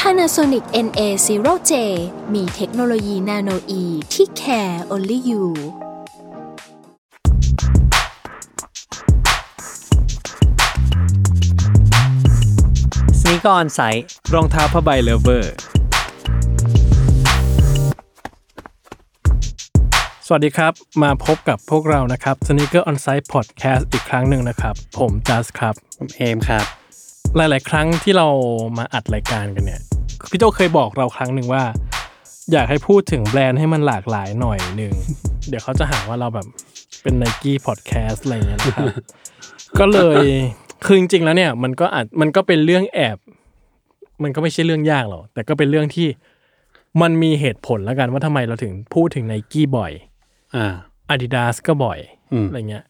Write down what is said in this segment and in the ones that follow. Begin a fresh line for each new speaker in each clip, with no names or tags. Panasonic NA0J มีเทคโนโลยีนาโนอีที่ care only you
สนิกออนไซต์
รองเท้าผ้าใบเลเวอร์ สวัสดีครับ มาพบกับพวกเรานะครับ Sneaker On Site Podcast อีกครั้งหนึ่งนะครับ ผมจัสครับ
ผมเอมครับ
หลาย ๆ ครั้งที่เรามาอัดรายการกันเนี่ย พี่โจเคยบอกเราครั้งหนึ่งว่า อยากให้พูดถึงแบรนด์ให้มันหลากหลายหน่อยหนึ่ง เดี๋ยวเขาจะหาว่าเราแบบเป็น n นกี้พอดแคสต์อะไรอย่างเงี้ยนะครับ ก็เลยคือจริง ๆ แล้วเนี่ย มันก็อาจมันก็เป็นเรื่องแอบ มันก็ไม่ใช่เรื่องยากหรอกแต่ก็เป็นเรื่องที่มันมีเหตุผลแล้วกันว่าทำไมเราถึงพูดถึงไนกี้บ่อย
อ่า
อาดิดาสก็บ่อย
อืม
อะไรเงี้ย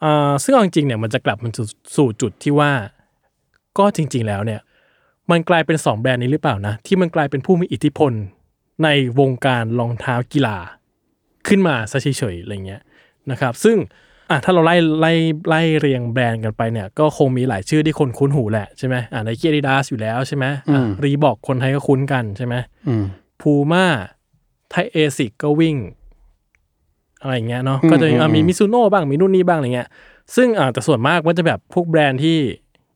เอ่อซึ่งเอาจริงๆเนี่ยมันจะกลับมันสู่สู่จุดที่ว่า ก็จริง ๆ แล้วเนี่ย มันกลายเป็นสองแบรนด์นี้หรือเปล่านะ ที่มันกลายเป็นผู้มีอิทธิพลในวงการรองเท้ากีฬา ขึ้นมาซะเฉยๆอะไรเงี้ยนะครับ ซึ่งอ่ะถ้าเราไล่ไล่ไล่เรียงแบรนด์กันไปเนี่ย ก็คงมีหลายชื่อที่คนคุ้นหูแหละใช่ไหมอ่ะไนกี้อาดิดาสอยู่แล้วใช่ไหมอ่ะรีบอกคนไทยก็คุ้นกันใช่ไหม
อืม
พูม่าไทเอซิกก็วิ่ง อะไรอย่างเงี้ยเนาะก็จะมี
อืม
อ่ะ
อืม
มีมิซูโน่บ้างมีนู่นนี่บ้างอะไรเงี้ย ซึ่งอ่าแต่ส่วนมากมันจะแบบพวกแบรนด์ที่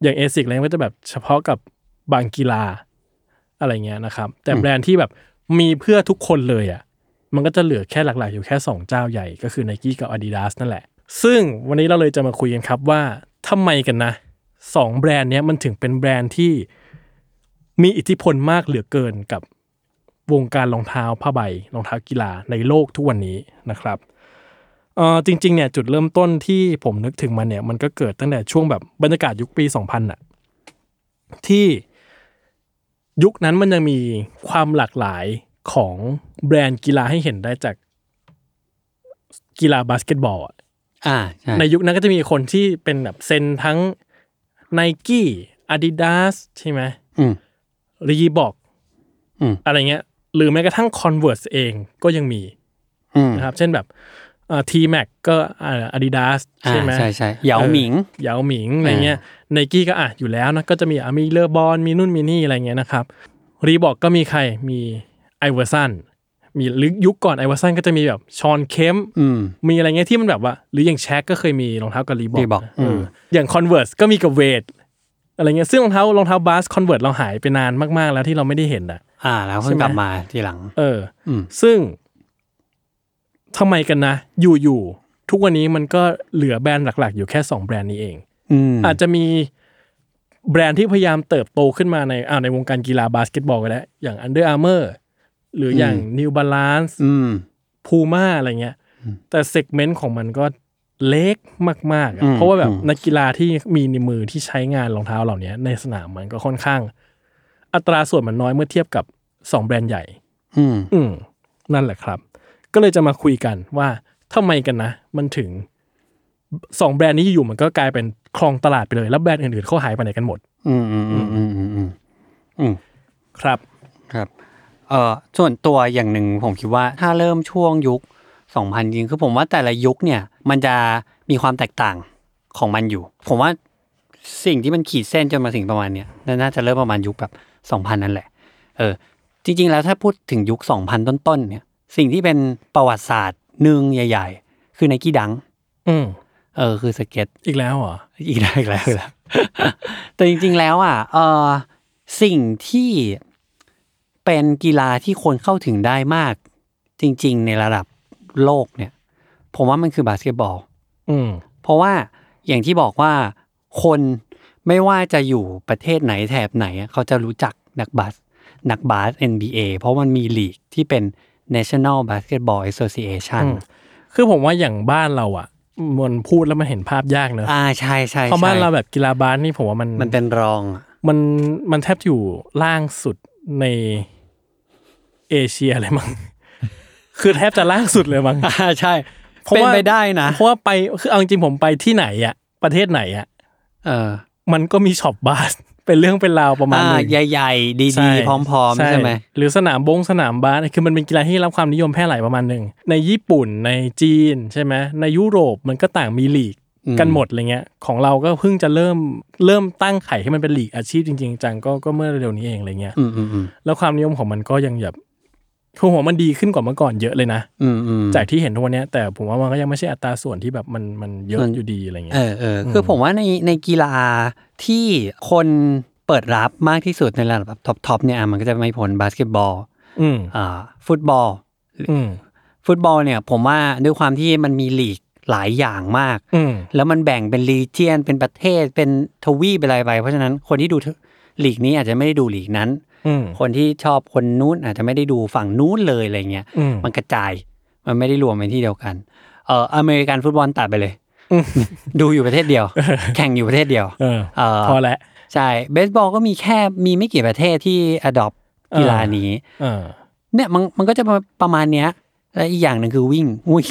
อย่างเอซิกอะไรเงี้ยก็จะแบบเฉพาะกับบางกีฬาอะไรเงี้ยนะครับ แต่แบรนด์ที่แบบมีเพื่อทุกคนเลยอ่ะ มันก็จะเหลือแค่หลักๆ อยู่แค่ 2 เจ้าใหญ่ก็คือ Nike กับ Adidas นั่นแหละ ซึ่งวันนี้เราเลยจะมาคุยกันครับว่าทำไมกันนะสองแบรนด์เนี้ยมันถึงเป็นแบรนด์ที่มีอิทธิพลมากเหลือเกินกับวงการรองเท้าผ้าใบรองเท้ากีฬาในโลกทุกวันนี้นะครับเออจริงๆเนี่ยจุดเริ่มต้นที่ผมนึกถึงมันเนี่ยมันก็เกิดตั้งแต่ช่วงแบบบรรยากาศยุคปี 2000น่ะที่ ยุคนั้นมันยังมีความหลากหลายของแบรนด์กีฬาให้เห็นได้จากกีฬาบาสเกตบอลอะ
อ่า ใช่
ในยุคนั้นก็จะมีคนที่เป็นแบบเซ็นทั้ง n i กี้อาดิดาสใช่ไหม
อืม
รีบอก
อืม
อะไรเงี้ย หรือแม้กระทั่ง Converse เองก็ยังมี
อืม
นะครับ เช่นแบบทีแม็กก็อาดิดาส
อ่า
ใช่ไหม
ใช่ใช่เหยาหมิง
เหยาหมิงอะไรเงี้ยไนกี้ก็อ่ะอยู่แล้วนะก็จะมีอ่ะมีเลอบอลมีนุ่นมีนี่อะไรเงี้ยนะครับรีบอกก็มีใครมีไอเวอร์สันมีหรือยุคก่อนไอเวอร์สันก็จะมีแบบชอนเคม
อืม
มีอะไรเงี้ยที่มันแบบว่า หรืออย่างแชกก็เคยมีรองเท้ากับรีบอก
Reebok อืม
อย่างคอนเวิร์สก็มีกับเวทอะไรเงี้ยซึ่งรองเท้ารองเท้าบาสคอนเวิร์สเราหายไปนานมากๆแล้วที่เราไม่ได้เห็นอ่ะ
อ่า แล้วเพิ่งกลับมาทีหลัง
เอออ
ม
ซึ่งทำไมกันนะ อยู่ๆทุกวันนี้มันก็เหลือแบรนด์หลัก ๆ อยู่แค่สองแบรนด์นี้เอง
อืม
อาจจะมีแบรนด์ที่พยายามเติบโตขึ้นมาในอ่าในวงการกีฬาบาสเกตบอลก็ได้อย่าง Under Armour หรืออย่าง New Balance
อืม
Puma อะไรเงี้ย แต่เซกเมนต์ของมันก็เล็กมากๆอะ
อืม
เพราะว่าแบบ
อืม
นักกีฬาที่มีในมือที่ใช้งานรองเท้าเหล่านี้ในสนามมันก็ค่อนข้าง อัตราส่วนมันน้อยเมื่อเทียบกับ 2 แบรนด์ใหญ่
อืม
อืมนั่นแหละครับ ก็เลยจะมาคุยกันว่าทำไมกันนะ มันถึงสองแบรนด์นี้อยู่ๆมันก็กลายเป็นคลองตลาดไปเลย แล้วแบรนด์อื่นๆเขาหายไปไหนกันหมด
อืมอืมอืมอืมอืมอืม
ครับ
ครับ เอ่อ ส่วนตัวอย่างหนึ่งผมคิดว่าถ้าเริ่มช่วงยุค 2000 จริง คือผมว่าแต่ละยุคเนี่ย มันจะมีความแตกต่างของมันอยู่ ผมว่าสิ่งที่มันขีดเส้นจนมาถึงประมาณเนี้ยน่าจะเริ่มประมาณยุคแบบ 2000 นั่นแหละ เออ จริง ๆ แล้วถ้าพูดถึงยุค 2000 ต้นๆ เนี่ย สิ่งที่เป็นประวัติศาสตร์หนึ่งใหญ่ ๆ คือไนกี้ดัง
อืม
เออ คือสเก็ต
อีกแล้วเหรอ
อีกแล้วอีกแล้วอีกแล้ว แต่จริงๆแล้วอ่ะเออสิ่งที่เป็นกีฬาที่คนเข้าถึงได้มาก จริง ๆ ในระดับโลกเนี่ย ผมว่ามันคือบาสเกตบอล
อืม
เพราะว่าอย่างที่บอกว่าคนไม่ว่าจะอยู่ประเทศไหนแถบไหนอะเขาจะรู้จักนักบาสนักบาส NBA เพราะมันมีลีกที่เป็น National Basketball Association
อืม คือผมว่าอย่างบ้านเราอ่ะ มันพูดแล้วมันเห็นภาพยากเนอะ
อ่าใช่ใช่
เพราะ
ใช่
บ้านเราแบบกีฬาบาสนี่ผมว่ามัน
มันเป็นรองอะ
มันมันแทบอยู่ล่างสุดใน เอเชียเลยมั้ง คือแทบจะล่างสุดเลยมั้ง
อ่า ใช่
เพราะ
เป็น
ว่า
ไปได้นะ
เพราะว่าไปคือเอาจริงๆผมไปที่ไหนอะประเทศไหนอะ
เออ
มันก็มีช็อปบาส เป็นเรื่องเป็นราวประมาณ
อ่า
หนึง
ใหญ่ๆ
ใช่
ดีๆ พร้อมๆ ใช่ไหม
หรือสนามบงสนามบาสคือมันเป็นกีฬาที่ได้รับความนิยมแพร่หลายประมาณหนึ่งในญี่ปุ่นในจีนใช่ไหมในยุโรปมันก็ต่างมีลีก
อื
กันหมดอะไรเงี้ย ของเราก็เพิ่งจะเริ่มเริ่มตั้งไข่ให้มันเป็นลีกอาชีพจริงๆจังก็ก็เมื่อเร็วๆนี้เองอะไรเงี้ย
อืมอืมอืม
แล้วความนิยมของมันก็ยังแบบคือผมว่ามันดีขึ้นกว่าเมื่อก่อนเยอะเลยนะ
อืมอืม
จากที่เห็นทุกวันเนี้ยแต่ผมว่ามันก็ยังไม่ใช่อัตราส่วนที่แบบมันมันเย
มั
อะ
น
อยู่ดีอะไรเงี้
เอย อเออคือผมว่าในในกีฬาที่คนเปิดรับมากที่สุดในระดับท็อปทอปเนี่ยอ่ะมันก็จะไม่พ้นบาสเกตบอล
อืม
อ่าฟุตบอล
อืม
ฟุตบอลเนี่ยผมว่าด้วยความที่มันมีลีกหลายอย่างมาก
อืม
แล้วมันแบ่งเป็นรีเจียนเป็นประเทศเป็นทวีปเป็นอะไรไป เพราะฉะนั้นคนที่ดูลีกนี้อาจจะไม่ได้ดูลีกนั้น
อืม
คนที่ชอบคนนู้นอาจจะไม่ได้ดูฝั่งนู้นเลยอะไรเงี้ย
อืม
มันกระจาย มันไม่ได้รวมเป็นที่เดียวกัน เอ่ออเมริกันฟุตบอลตัดไปเลย
อืม
ดูอยู่ประเทศ เดียว แข่งอยู่ประเทศเดียว
เออ
เอ่อ
พอแล้ว
ใช่ เบสบอลก็มีแค่ มีไม่กี่ประเทศที่ adopt กีฬานี้
เออ
เนี่ยมันมันก็จะประประมาณเนี้ยและอีกอย่างหนึ่งคือวิ่ง วิ่ง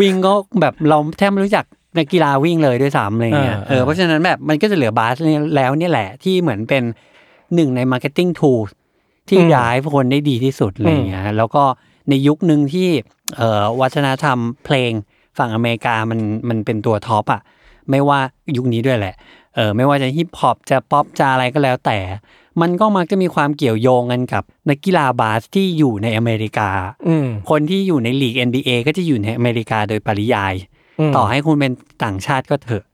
วิ่งก็แบบเราแทบไม่รู้จักในกกีฬาวิ่งเลยด้วยซ้ำอะไรเงี้ย
อ่า
เออ
อ่า
เพราะฉะนั้นแบบมันก็จะเหลือบาสเนี่ยแล้วเนี่ยแหละที่เหมือนเป็นหนึ่งใน Marketing Tool ที่ย้ายคนได้ดีที่สุดอะไรเงี้ยแล้วก็ในยุคหนึ่งที่เอ่อวัฒนธรรมเพลงฝั่งอเมริกามันมันเป็นตัวท็อปอ่ะไม่ว่ายุคนี้ด้วยแหละเออไม่ว่าจะฮิปฮอปจะป๊อปจะอะไรก็แล้วแต่ มันก็มักจะมีความเกี่ยวโยงกันกับนักกีฬาบาสที่อยู่ในอเมริกา
อืม
คนที่อยู่ในลีก NBA ก็จะอยู่ในอเมริกาโดยปริยาย
ม
ต่อให้คุณเป็นต่างชาติก็เถอะ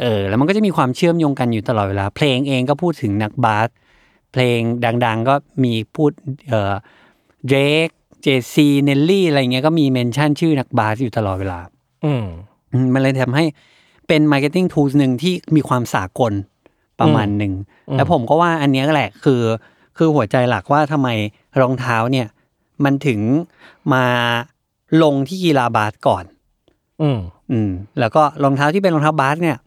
เออ แล้วมันก็จะมีความเชื่อมโยงกันอยู่ตลอดเวลา เพลงเองก็พูดถึงนักบาส เพลงดังๆก็มีพูด เออเดรกเจซีเนลลี่อะไรเงี้ยก็มีเมนชั่นชื่อนักบาสอยู่ตลอดเวลา
อืม
อืมมันเลยทำให้เป็น Marketing Tools หนึ่งที่มีความสากลประมาณหนึ่ง
อืม
แล้วผมก็ว่าอันเนี้ยแหละคือคือหัวใจหลักว่าทำไมรองเท้าเนี่ย มันถึงมาลงที่กีฬาบาสก่อน
อืม
อืม แล้วก็รองเท้าที่เป็นรองเท้าบาสเนี่ย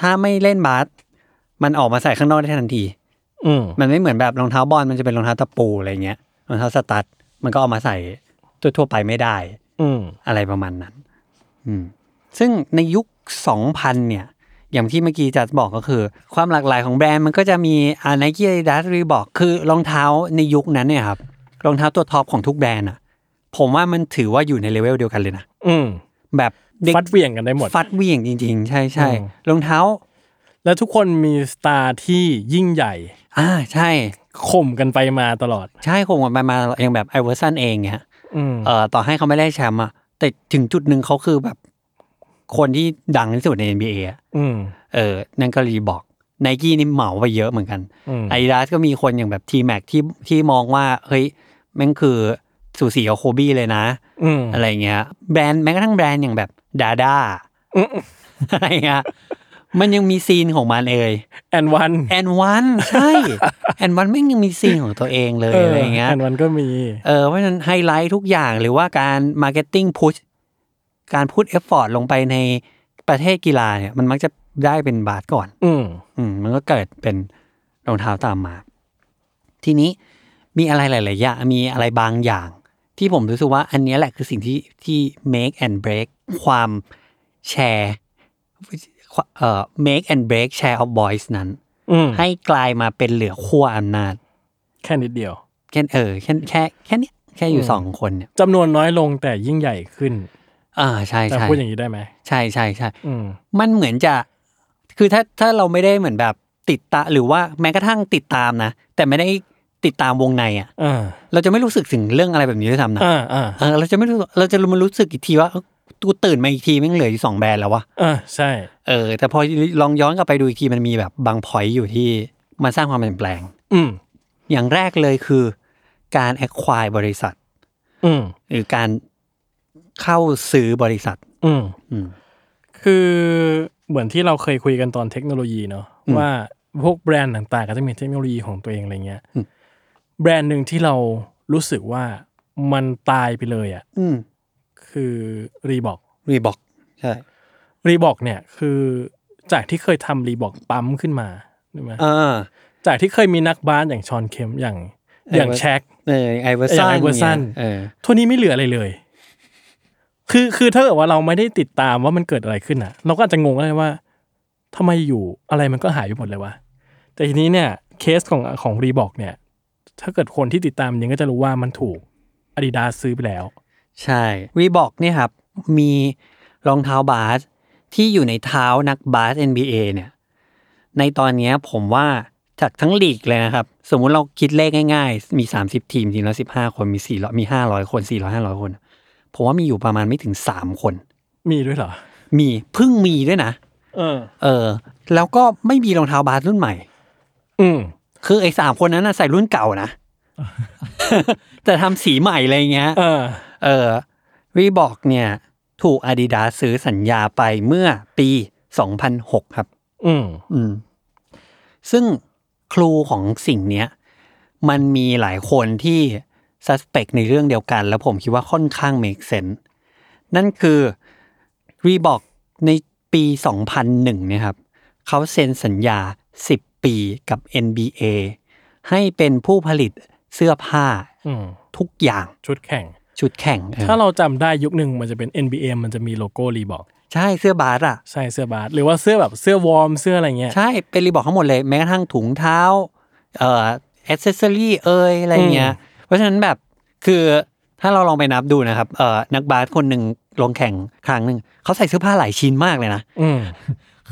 ถ้าไม่เล่นบาสมันออกมาใส่ข้างนอกได้ทันที
อืม
มันไม่เหมือนแบบรองเท้าบอลมันจะเป็นรองเท้าตะปูอะไรเงี้ยรองเท้าสตัดมันก็เอามาใส่ทั่วๆไปไม่ได้
อืม
อะไรประมาณนั้น อืม ซึ่งในยุค 2000 เนี่ย อย่างที่เมื่อกี้จัดบอกก็คือ ความหลากหลายของแบรนด์มันก็จะมีอาไนกี้อาดิดาสรีบอกคือรองเท้าในยุคนั้นเนี่ยครับ รองเท้าตัวท็อปของทุกแบรนด์อะผมว่ามันถือว่าอยู่ในเลเวลเดียวกันเลยนะ
อืม
แบบเด็ก
ฟัดเหวี่ยงกันได้หมด
ฟัดเหวี่ยงจริง ๆ ใช่ใช่
อืม
รองเท้า
แล้วทุกคนมีสตาร์ที่ยิ่งใหญ่
อ่าใช่
ข่มกันไปมาตลอด
ใช่คงมามาอย่างแบบไอเวอร์สันเองเนี่ย
อืม
เอ่อต่อให้เขาไม่ได้แชมป์อะแต่ถึงจุดหนึ่งเขาคือแบบ คนที่ดังที่สุดใน NBA อะ
อืม
เออนั่นก็รีบอกไนกี้นี่เหมาไปเยอะเหมือนกัน
อืม
ไอด a สก็มีคนอย่างแบบทีแม็กที่ที่มองว่า เฮ้ยแม่งคือสูสีกับโคบี้เลยนะ
อืม
อะไรเงี้ยแบรนด์แม้กระทั่งแบรนด์อย่างแบบดาด้าอะไรเงี้ยมันยังมีซีนของมันเอ่ย
แอนวัน
แอนวันใช่ แอนวันแม่งยังมีซีนของตัวเองเลยอะไรเงี้ย
แอนวันก็มี
เออเพราะฉะนั้นไฮไลท์ทุกอย่างหรือว่าการมาร์เก็ตติ้งพุชการพุชเอฟฟอร์ตลงไปในประเทศกีฬาเนี่ยมันมักจะได้เป็นบาทก่อน
อืม
อืมมันก็เกิดเป็นรองเท้าตามมา ทีนี้มีอะไรหลาย ๆ อย่าง มีอะไรบางอย่าง ที่ผมรู้สึกว่าอันเนี้ยแหละคือสิ่งที่ที่ make and break ความแชร์ความเอ่อ make and break share of voice นั้น
อืม
ให้กลายมาเป็นเหลือขั้วอำนาจ
แค่นิดเดียว
แค่เออแค่แค่แค่เนี้ยแค่อยู่สองคนเนี่ย
จำนวนน้อยลงแต่ยิ่งใหญ่ขึ้น
อ่าใช่
แต่
ใช่
พูดอย่างนี้ได้ไหม
ใช่ใช่ใช่
อืม
มันเหมือนจะ คือถ้าถ้าเราไม่ได้เหมือนแบบติดตาหรือว่าแม้กระทั่งติดตามนะ แต่ไม่ได้ติดตามวงในอะ่ะ
อ่า
เราจะไม่รู้สึกถึงเรื่องอะไรแบบนี้ด้วยซ้ำนะ
อ่าอ่า
เออเราจะไม่รู้สึกเราจะมารู้สึกอีกทีว่าเอ้ากูตื่นมาอีกทีแม่งเหลืออยู่สองแบรนด์แล้ววะ
อ่าใช่
เออแต่พอลองย้อนกลับไปดูอีกทีมันมีแบบบางพอยอยู่ที่มันสร้างความเปลี่ยนแปลง
อืม
อย่างแรกเลยคือการแอคควายบริษัท
อืม
หรือการเข้าซื้อบริษัท
อืม
อืม
คือเหมือนที่เราเคยคุยกันตอนเทคโนโลยีเนาะ
อืม
ว่าพวกแบรนด์ต่างๆ ก็จะมีเทคโนโลยีของตัวเองอะไรเงี้ย
อืม
แบรนด์หนึ่งที่เรารู้สึกว่ามันตายไปเลยอะ่ะ
อืม
คือรีบอก
รีบอกใช่
รีบอกเนี่ยคือจากที่เคยทำรีบอกปั๊มขึ้นมาใช่ไหม
อ่า
จากที่เคยมีนักบาสอย่างชอนเคมป์อย่าง อย่าง
ไวะ
แช็ค
เออไอเวอร์
อ
ซั
ย่าง
น
ไอเวอร์สัน
เออ
ทั่วนี้ไม่เหลืออะไรเลย คือคือถ้าเกิดว่าเราไม่ได้ติดตามว่ามันเกิดอะไรขึ้นอ่ะ เราก็อาจจะงงก็ได้ว่าทำไมอยู่อะไรมันก็หายไปหมดเลยวะ แต่ทีนี้เนี่ยเคสของของรีบอกเนี่ย ถ้าเกิดคนที่ติดตามจริงก็จะรู้ว่ามันถูกอาดิดาซื้อไปแล้ว
ใช่รีบอกเนี่ยครับ มีรองเท้าบาสที่อยู่ในเท้านักบาส NBA เนี่ย ในตอนเนี้ยผมว่าจากทั้งลีกเลยนะครับ สมมุติเราคิดเลขง่ายๆ มี 30 ทีมทีมละ15 คนมี400มี 500 คน 400 500 คน ผมว่ามีอยู่ประมาณไม่ถึง 3 คน
มีด้วยเหรอ
มีเพิ่งมีด้วยนะ
เออ
เออ แล้วก็ไม่มีรองเท้าบาสรุ่นใหม่
อืม
คือไอ้สามคนนั้นนะใส่รุ่นเก่านะ แต่ทำสีใหม่อะไรเงี้ย
เออ
เออรีบอกเนี่ยถูกอาดิดาซื้อสัญญาไปเมื่อปี 2006 ครับ
อืม
อืม ซึ่งครูของสิ่งเนี้ย มันมีหลายคนที่ suspect ในเรื่องเดียวกัน แล้วผมคิดว่าค่อนข้าง make sense นั่นคือรีบอกในปี 2001 เนี่ยครับ เขาเซ็นสัญญา 10 ปีกับ NBA ให้เป็นผู้ผลิตเสื้อผ้า
อืม
ทุกอย่าง
ชุดแข่ง
ชุดแข่งออ
ถ้าเราจำได้ยุคหนึ่งมันจะเป็น NBA มันจะมีโลโก้รีบอก
ใช่เสื้อบาสอ่ะ
ใช่เสื้อบาสหรือว่าเสื้อแบบเสื้อวอร์มเสื้ออะไรเงี้ย
ใช่เป็นรีบอกทั้งหมดเลย แม้กระทั่งถุงเท้า เอ่อแอสเซสซอรี่เอ่ยอะไรเงี้ย เพราะฉะนั้นแบบคือถ้าเราลองไปนับดูนะครับเอ่อนักบาสคนหนึ่งลงแข่งครั้งหนึ่งเขาใส่เสื้อผ้าหลายชิ้นมากเลยนะ
อืม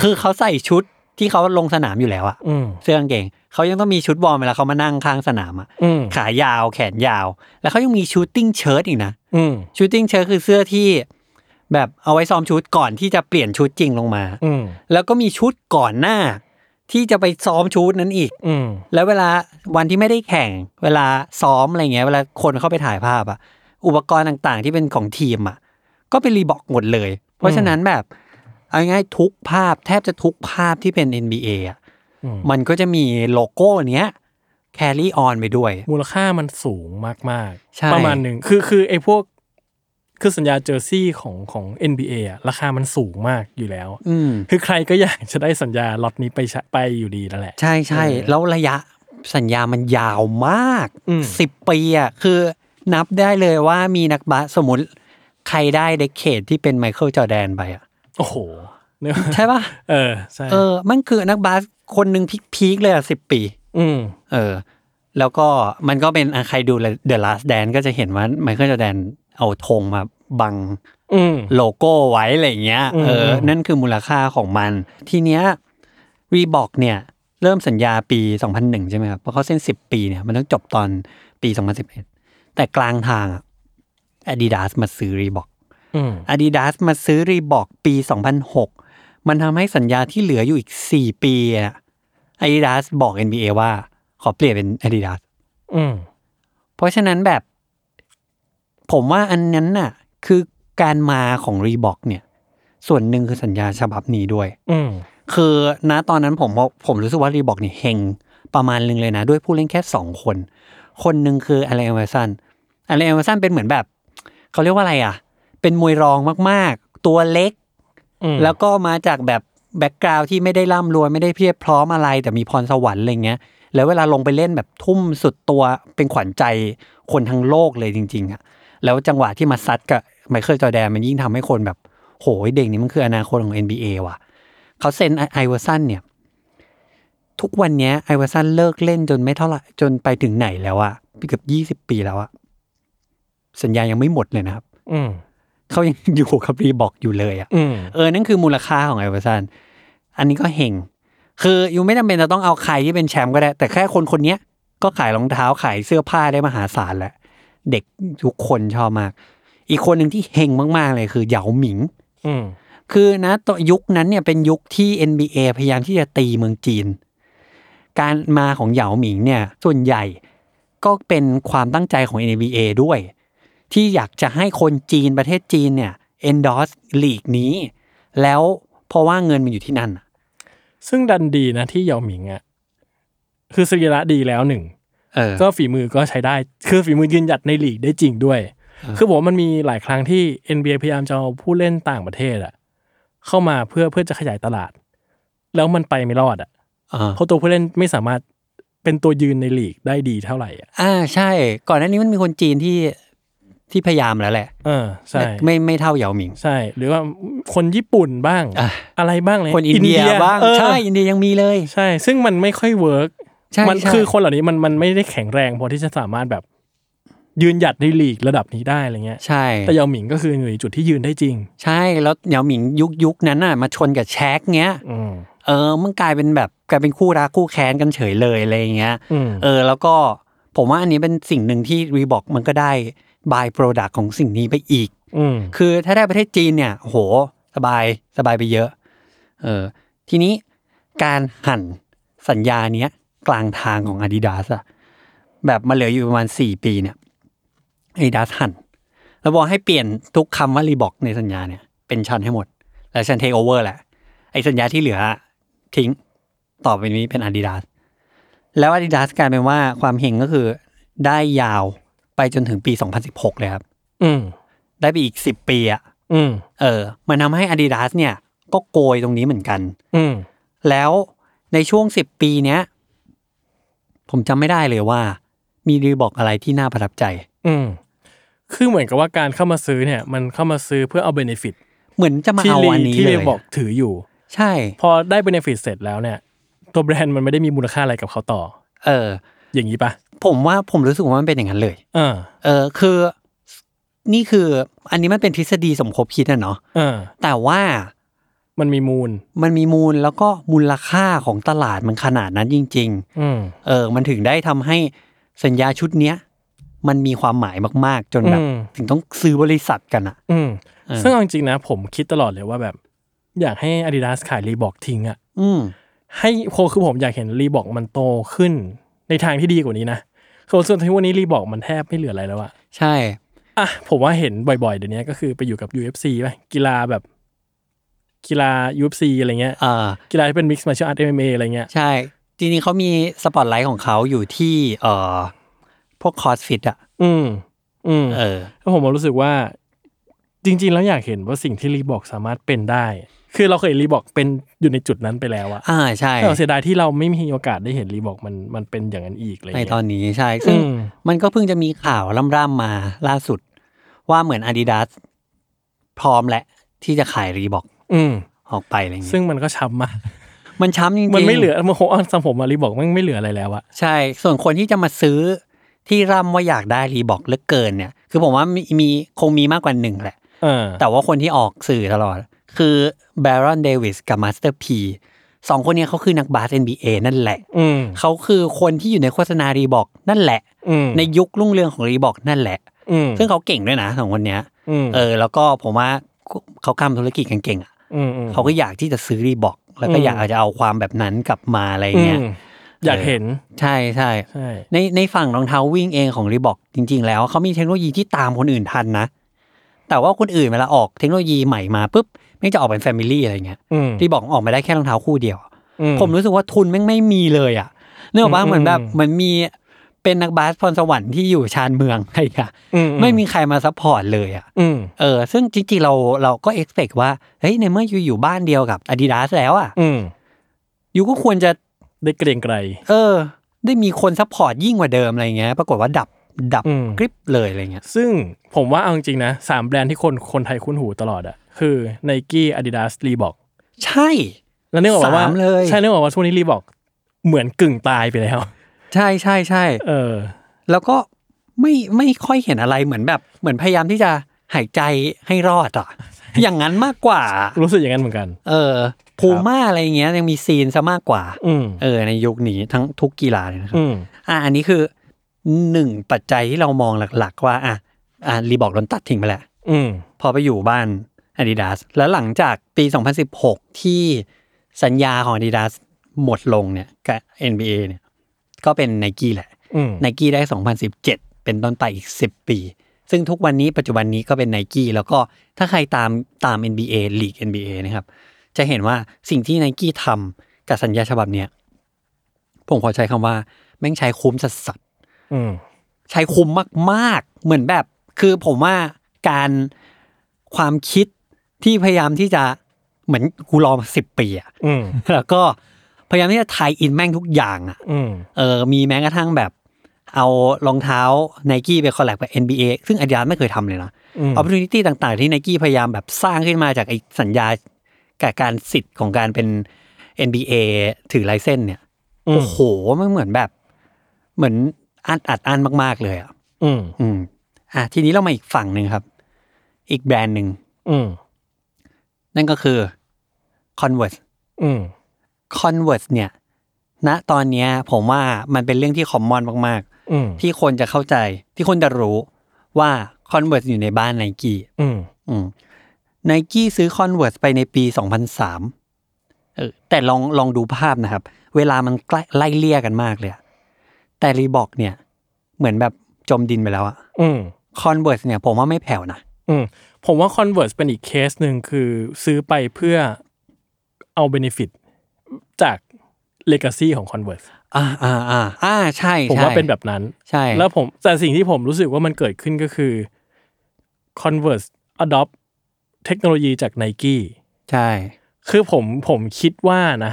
คือเขาใส่ชุดที่เขาลงสนามอยู่แล้วอะ
อืม
เสื้อกางเกงเขายังต้องมีชุดวอร์มเวลาเขามานั่งข้างสนามอะ
อืม
ขายาวแขนยาว แล้วเขายังมีชูตติ้งเชิ้ตอีกนะ
อืม
ชูตติ้งเชิ้ตคือเสื้อที่แบบเอาไว้ซ้อมชุดก่อนที่จะเปลี่ยนชุดจริงลงมา
อืม
แล้วก็มีชุดก่อนหน้า ที่จะไปซ้อมชุดนั้นอีก
อืม
แล้วเวลาวันที่ไม่ได้แข่ง เวลาซ้อมอะไรเงี้ย เวลาคนเข้าไปถ่ายภาพอะอุปกรณ์ต่างๆ ที่เป็นของทีมอะก็เป็นรีบอกหมดเลย เพราะฉะนั้นแบบเอาง่ายๆทุกภาพแทบจะทุกภาพที่เป็น NBA อะ
อืม
มันก็จะมีโลโก้เนี้ย carry on ไปด้วย
มูลค่ามันสูงมาก
ใช่
ๆ ประมาณหนึ่งคือคือไอ้พวก คือสัญญาเจอร์ซี่ของของ NBA อะราคามันสูงมากอยู่แล้ว
อืม
คือใครก็อยากจะได้สัญญาล็อตนี้ไปใช้ไปอยู่ดีนั่นแหละ
ใช่ใช่แล้วระยะสัญญามันยาวมาก
อืม
สิบปีอ่ะคือนับได้เลยว่ามีนักบาสสมมติใครได้เดคเคดที่เป็นไมเคิลจอร์แดนไปอ่ะ
โอ้โหเนี่ย
ใช่ป่ะ
เออ ใช่
เออ มันคือนักบาสคนหนึ่งพีคๆเลยอ่ะสิบปี
อืม
เออ แล้วก็มันก็เป็นอ่ะใครดู The Last Dance ก็จะเห็นว่าไมเคิลจอร์แดนเอาธงมาบัง
อืม
โลโก้ไว้อะไรอย่างเงี้ย
อืม
เออ
อืม
นั่นคือมูลค่าของมัน ทีเนี้ยรีบอกเนี่ย เริ่มสัญญาปี 2001 ใช่ไหมครับ เพราะเขาเส้น 10 ปีเนี่ย มันต้องจบตอนปี 2011 แต่กลางทางอะ Adidas มาซื้อรีบอก
อืม
Adidas มาซื้อรีบอกปี 2006 มันทำให้สัญญาที่เหลืออยู่อีก 4 ปีอะ Adidas บอก NBA ว่า ขอเปลี่ยนเป็น Adidas
อืม
เพราะฉะนั้นแบบ ผมว่าอันนั้นน่ะ คือการมาของรีบอกเนี่ย ส่วนหนึ่งคือสัญญาฉบับนี้ด้วย
อืม
คือณตอนนั้นผมว่าผมรู้สึกว่ารีบอกเนี่ยเฮงประมาณหนึ่งเลยนะ ด้วยผู้เล่นแค่สองคน คนหนึ่งคืออ l ลนเอเวอร์สันอ l ลนเอเวอร์สันเป็นเหมือนแบบ เขาเรียกว่าอะไรอ่ะ เป็นมวยรองมากๆ ตัวเล็ก
อืม
แล้วก็มาจากแบบแบ็กกราวที่ไม่ได้ร่ำรวยไม่ได้เพียบพร้อมอะไร แต่มีพรสวรรค์อะไรเงี้ย แล้วเวลาลงไปเล่นแบบทุ่มสุดตัวเป็นขวัญใจคนทั้งโลกเลยจริง ๆอะแล้วจังหวะที่มาซัดกับไมเคิลจอร์แดนมันยิ่งทำให้คนแบบโหยเด็กนี้มันคืออนาคตของ NBA ว่ะเขาเซ็นไอเวอร์สันเนี่ย ทุกวันเนี้ยไอเวอร์สันเลิกเล่นจนไม่เท่าไหร่จนไปถึงไหนแล้วอะเกือบยี่สิบปีแล้วอะสัญญายังไม่หมดเลยนะครับ
อืม
เขายังอยู่กับรีบอกอยู่เลยอะ
อืม
เออ นั่นคือมูลค่าของไอเวอร์สัน อันนี้ก็เฮง คือยูไม่จำเป็นจะต้องเอาใครที่เป็นแชมป์ก็ได้ แต่แค่คนคนเนี้ยก็ขายรองเท้าขายเสื้อผ้าได้มหาศาลแล้ว เด็กทุกคนชอบมาก อีกคนหนึ่งที่เฮงมาก ๆ เลยคือเหยาหมิง
อืม
คือนะตอนยุคนั้นเนี่ยเป็นยุคที่ NBA พยายามที่จะตีเมืองจีน การมาของเหยาหมิงเนี่ยส่วนใหญ่ก็เป็นความตั้งใจของ NBA ด้วย ที่อยากจะให้คนจีนประเทศจีนเนี่ย endorse ลีกนี้ แล้วเพราะว่าเงินมันอยู่ที่นั่นน่ะ
ซึ่งดันดีนะที่เหยาหมิงอ่ะ คือสรีระดีแล้วหนึ่ง
เออ
ก็ฝีมือก็ใช้ได้ คือฝีมือยืนหยัดในลีกได้จริงด้วย คือผมว่ามันมีหลายครั้งที่ NBA พยายามจะเอาผู้เล่นต่างประเทศอะเข้ามาเพื่อเพื่อจะขยายตลาด แล้วมันไปไม่รอดอะ
เออ
เพราะตัวผู้เล่นไม่สามารถ เป็นตัวยืนในลีกได้ดีเท่าไหร่อ่ะ
อ่าใช่ ก่อนหน้านี้มันมีคนจีนที่ที่พยายามแล้วแหละ
เออใช่
แต่ไม่ไม่เท่าเหยาหมิง
ใช่ หรือว่าคนญี่ปุ่นบ้าง
อ่ะ
อะไรบ้างเลย
คนอินเดียบ้าง
เออ
ใช่อินเดียยังมีเลย
ใช่ ซึ่งมันไม่ค่อยเวิร์ก
ใช่
มั
ใช่
คือคนเหล่านี้มันมันไม่ได้แข็งแรงพอที่จะสามารถแบบยืนหยัดในลีกระดับนี้ได้อะไรเงี้ย
ใช่
แต่เยาหมิงก็คืออยู่ในจุดที่ยืนได้จริง
ใช่แล้วเหยาหมิงยุคยุคนั้นน่ะมาชนกับแชกเงี้ย
อืม
เออมันกลายเป็นแบบกลายเป็นคู่รักคู่แค้นกันเฉยเลยอะไรอย่างเงี้ย
อืม
เออแล้วก็ผมว่าอันนี้เป็นสิ่งหนึ่งที่รีบอกมันก็ได้บายโปรดักของสิ่งนี้ไปอีก
อืม
คือถ้าได้ประเทศจีนเนี่ยโอ้โหสบายสบายไปเยอะเออทีนี้การหั่นสัญญาเนี้ยกลางทางของ Adidas อะแบบมาเหลืออยู่ประมาณ 4 ปีเนี่ย Adidas หั่น แล้วบอกให้เปลี่ยนทุกคำว่ารีบอกในสัญญาเนี่ย เป็นชันให้หมด และชันเทคโอเวอร์แหละ ไอสัญญาที่เหลือทิ้งต่อไปนี้เป็น Adidas แล้ว Adidas กลายเป็นว่าความเฮงก็คือได้ยาวไปจนถึงปี 2016 เลยครับ
อืม
ได้ไปอีก 10 ปีอะ
อืม
เออ มันทำให้ Adidas เนี่ย ก็โกยตรงนี้เหมือนกัน
อืม
แล้วในช่วง 10 ปีเนี้ย ผมจำไม่ได้เลยว่า มีรีบอกอะไรที่น่าประทับใจ
อืม คือเหมือนกับว่าการเข้ามาซื้อเนี่ย มันเข้ามาซื้อเพื่อเอาเบนฟิต
เหมือนจะมา
ที่
เอา
ลี
อันนี้
ที่
เล
เรี
ย
ยบอกถืออยู่
ใช่
พอได้เบนฟิตเสร็จแล้วเนี่ย ตัวแบรนด์มันไม่ได้มีมูลค่าอะไรกับเขาต่อ
เออ
อย่างนี้ปะ
ผมว่าผมรู้สึกว่ามันเป็นอย่างนั้นเลย
เออ
เออ คือนี่คืออันนี้มันเป็นทฤษฎีสมคบคิดนะเนาะ
เออ
แต่ว่า
มันมีมูล
มันมีมูลแล้วก็มูลค่าของตลาดมันขนาดนั้นจริง ๆ
อืม
เออ มันถึงได้ทำให้สัญญาชุดเนี้ย มันมีความหมายมาก ๆ จนแบบ
อืม
ถึงต้องซื้อบริษัทกันอะ
อืม
เออ
ซึ่งเอาจริงๆนะ ผมคิดตลอดเลยว่าแบบ อยากให้ Adidas ขายรีบอกทิ้งอะ
อืม
ให้โคคือผมอยากเห็นรีบอกมันโตขึ้น ในทางที่ดีกว่านี้นะคือส่วนที่วันนี้รีบอกมันแทบไม่เหลืออะไรแล้วอะ
ใช่
อ่ะผมว่าเห็นบ่อยๆ เดี๋ยวนี้ก็คือไปอยู่กับ UFC ป่ะกีฬาแบบ กีฬา UFC อะไรเงี้ย
เออ
กีฬาที่เป็น Mixed Martial Arts MMA อะไรเงี้ย
ใช่ จริง ๆเขามีสปอตไลท์ของเขาอยู่ที่เออพวกคอร์สฟิตอะ
อืม อืม
เออ
แล้วผมรู้สึกว่า จริง ๆ แล้วอยากเห็นว่าสิ่งที่รีบอกสามารถเป็นได้ คือเราเคยรีบอกเป็นอยู่ในจุดนั้นไปแล้วอะ
อ่า ใช่
แต่เสียดายที่เราไม่มีโอกาสได้เห็นรีบอกมันมันเป็นอย่างนั้นอีกอะไร
ใน
เงี้ย
ตอนนี้ใช่ ซึ่ง
อืม
มันก็เพิ่งจะมีข่าวร่ำๆมาล่าสุด ว่าเหมือน Adidas พร้อมแหละ ที่จะขายรีบอก
อืม
ออกไปอะไรอย่างเงี้ย
ซึ่งมันก็ช้ำมาก
มันช้ำจริงๆ
มันไม่เหลือมันโหอันสมผมอะรีบอกมันไม่เหลืออะไรแล้วอะ
ใช่ ส่วนคนที่จะมาซื้อที่ร่ำว่าอยากได้รีบอกเหลือเกินเนี่ย คือผมว่ามีมีคงมีมากกว่าหนึ่งแหละ
เออ
แต่ว่าคนที่ออกสื่อตลอด คือแบรอนเดวิสกับมาสเตอร์พีสองคนเนี้เขาคือนักบาส NBA นั่นแหละ
อืม
เขาคือคนที่อยู่ในโฆษณารีบอกนั่นแหละ
อืม
ในยุครุ่งเรืองของรีบอกนั่นแหละ
อืม
ซึ่งเขาเก่งด้วยนะสองคนเนี้ย
อืม
เออ แล้วก็ผมว่าเขาทำธุรกิจกันเก่งอะ
อืมอืม
เขาก็อยากที่จะซื้อรีบอกแล้วก็อยากจะเอาความแบบนั้นกลับมาอะไรเงี้ย
อืมอยากเห็น
ใช่ใช่
ใช่
ในในฝั่งรองเท้าวิ่งเองของรีบอกจริง ๆ แล้วเขามีเทคโนโลยีที่ตามคนอื่นทันนะ แต่ว่าคนอื่นเวลาออกเทคโนโลยีใหม่มาปุ๊บไม่งจะออกเป็นแฟมิลี่อะไรเงี้ย
อืม
รีบอกออกมาได้แค่รองเท้าคู่เดียว
อื
ผมรู้สึกว่าทุนแม่งไม่มีเลยอ่ะเนื่องจากว่า
อืม
เหมือนแบบ
อืม
เหมันมีเป็นนักบาสพรสวรรค์ที่อยู่ชานเมืองอะไรอ่ะ
อื
ไม่มีใครมาซัพพอร์ตเลยอ่ะ
อืม
เออซึ่งจริงๆเราเราก็เอ็กซ์เพว่าเฮ้ยในเมื่ออยู่อยู่บ้านเดียวกับ Adidas แล้วอ่ะ
อืม
อยู่ก็ควรจะ
ได้เกรงไกร
เออ ได้มีคนซัพพอร์ตยิ่งกว่าเดิมอะไรเงี้ย ปรากฏว่าดับดับ
อืม
กริปเลยอะไรเงี้ย
ซึ่งผมว่าเอาจริงๆนะสามแบรนด์ที่คนคนไทยคุ้นหูตลอดอะคือไนกี้อาดิดาสรีบอก
ใช่
แล้วนึกออกปะว่า
สามเลย
ใช่นึกออกปะว่าช่วงนี้รีบอกเหมือนกึ่งตายไปแล้ว
ใช่ใช่ใช่
เออ
แล้วก็ไม่ไม่ค่อยเห็นอะไรเหมือนแบบ เหมือนพยายามที่จะหายใจให้รอดอ่ะ อย่างนั้นมากกว่า
รู้สึกอย่างนั้นเหมือนกัน
เออพูม่าอะไรเงี้ยยังมีซีนซะมากกว่า
อืม
เออ ในยุคนี้ทั้งทุกกีฬาเลยนะครับ
อืม
อ่ะอันนี้คือหนึ่งปัจจัยที่เรามองหลักๆ ว่า อ่ะอ่ะรีบอกโดนตัดทิ้งไปแล้ว
อืม
พอไปอยู่บ้าน Adidas แล้วหลังจากปี 2016 ที่สัญญาของ Adidas หมดลงเนี่ยกับ NBA เนี่ยก็เป็น n นกี้แหละ
อืม
n นกี้ได้ 2017 เป็นต้นไปอีก 10 ปี ซึ่งทุกวันนี้ปัจจุบันนี้ก็เป็น n นกี้แล้วก็ถ้าใครตามตาม NBA ลีก NBA นะครับ จะเห็นว่าสิ่งที่ n นกี้ทำกับสัญญาฉบับเนี้ยผมขอใช้คำว่า แม่งใช้คุ้มสัสๆ
อืม
ใช้คุ้มมากๆ เหมือนแบบ คือผมว่าการความคิดที่พยายามที่จะเหมือนกูรอมาสิบปีอะ
อืม
แล้วก็ พยายามที่จะทายอินแม่งทุกอย่างอะ
อืม
เออ มีแม้กระทั่งแบบเอารองเท้าไนกี้ไปคอลแลบกับ NBA ซึ่งอาดิดาสไม่เคยทำเลยนะ
อืม
โอกาสต่างๆ ที่ไนกี้พยายามแบบสร้างขึ้นมาจากไอ้สัญญากับการสิทธิ์ของการเป็น NBA ถือไลเส้นส์เนี่ย
อืม
โอ้โห มันเหมือนแบบ เหมือนอัดอัดอันมากๆเลยอ่ะ
อืม
อืม อ่ะ ทีนี้เรามาอีกฝั่งหนึ่งครับ อีกแบรนด์หนึ่ง
อืม
นั่นก็คือ Converse
อืม
Converse เนี่ย ณ ตอนเนี้ยผมว่ามันเป็นเรื่องที่คอมมอนมากๆ
อืม
ที่คนจะเข้าใจที่คนจะรู้ว่า Converse อยู่ในบ้านไนกี้
อืม
ไนกี้ซื้อ Converse ไปในปี 2003เออแต่ลองลองดูภาพนะครับ เวลามันใกล้ไล่เลี่ยกันมากเลยอะแต่รีบอกเนี่ย เหมือนแบบจมดินไปแล้วอะ
อืม
คอนเวิร์สเนี่ย ผมว่าไม่แผ่วนะ
อืมผมว่า Converse เป็นอีกเคสหนึ่งคือซื้อไปเพื่อเอาเบนฟิตจาก Legacy ของ Converse
อ่าอ่าอ่าอ่าใช่
ผม
ใช่
ว่าเป็นแบบนั้น
ใช่
แล้วผมแต่สิ่งที่ผมรู้สึกว่ามันเกิดขึ้นก็คือ Converse adopt เทคโนโลยีจาก Nike
ใช่
คือผมผมคิดว่านะ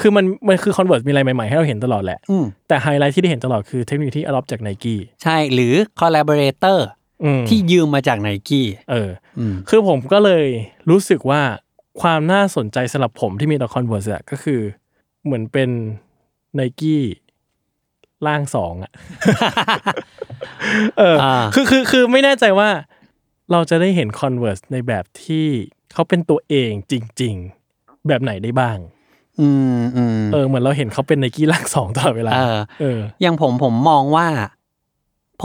คือมันมันคือ Converse มีอะไรใหม่ ๆ ให้เราเห็นตลอดแหละ
อืม
แต่ไฮไลท์ที่ได้เห็นตลอดคือเทคโนโลยีที่ adopt จาก Nike
ใช่หรือคอล l a บอเรเตอร์
อืม
ที่ยืมมาจากไนกี้
เออ
อืม
คือผมก็เลยรู้สึกว่าความน่าสนใจสำหรับผมที่มีต่อ Converse อะก็คือเหมือนเป็น Nike ล่างสองอะ เอออา คือคือคือไม่แน่ใจว่าเราจะได้เห็น Converse ในแบบที่เขาเป็นตัวเองจริง ๆ แบบไหนได้บ้าง
อืมอืม
เออเหมือนเราเห็นเขาเป็นไนกี้ล่างสองตลอดเวลา
เออ
เออ
อย่างผมผมมองว่า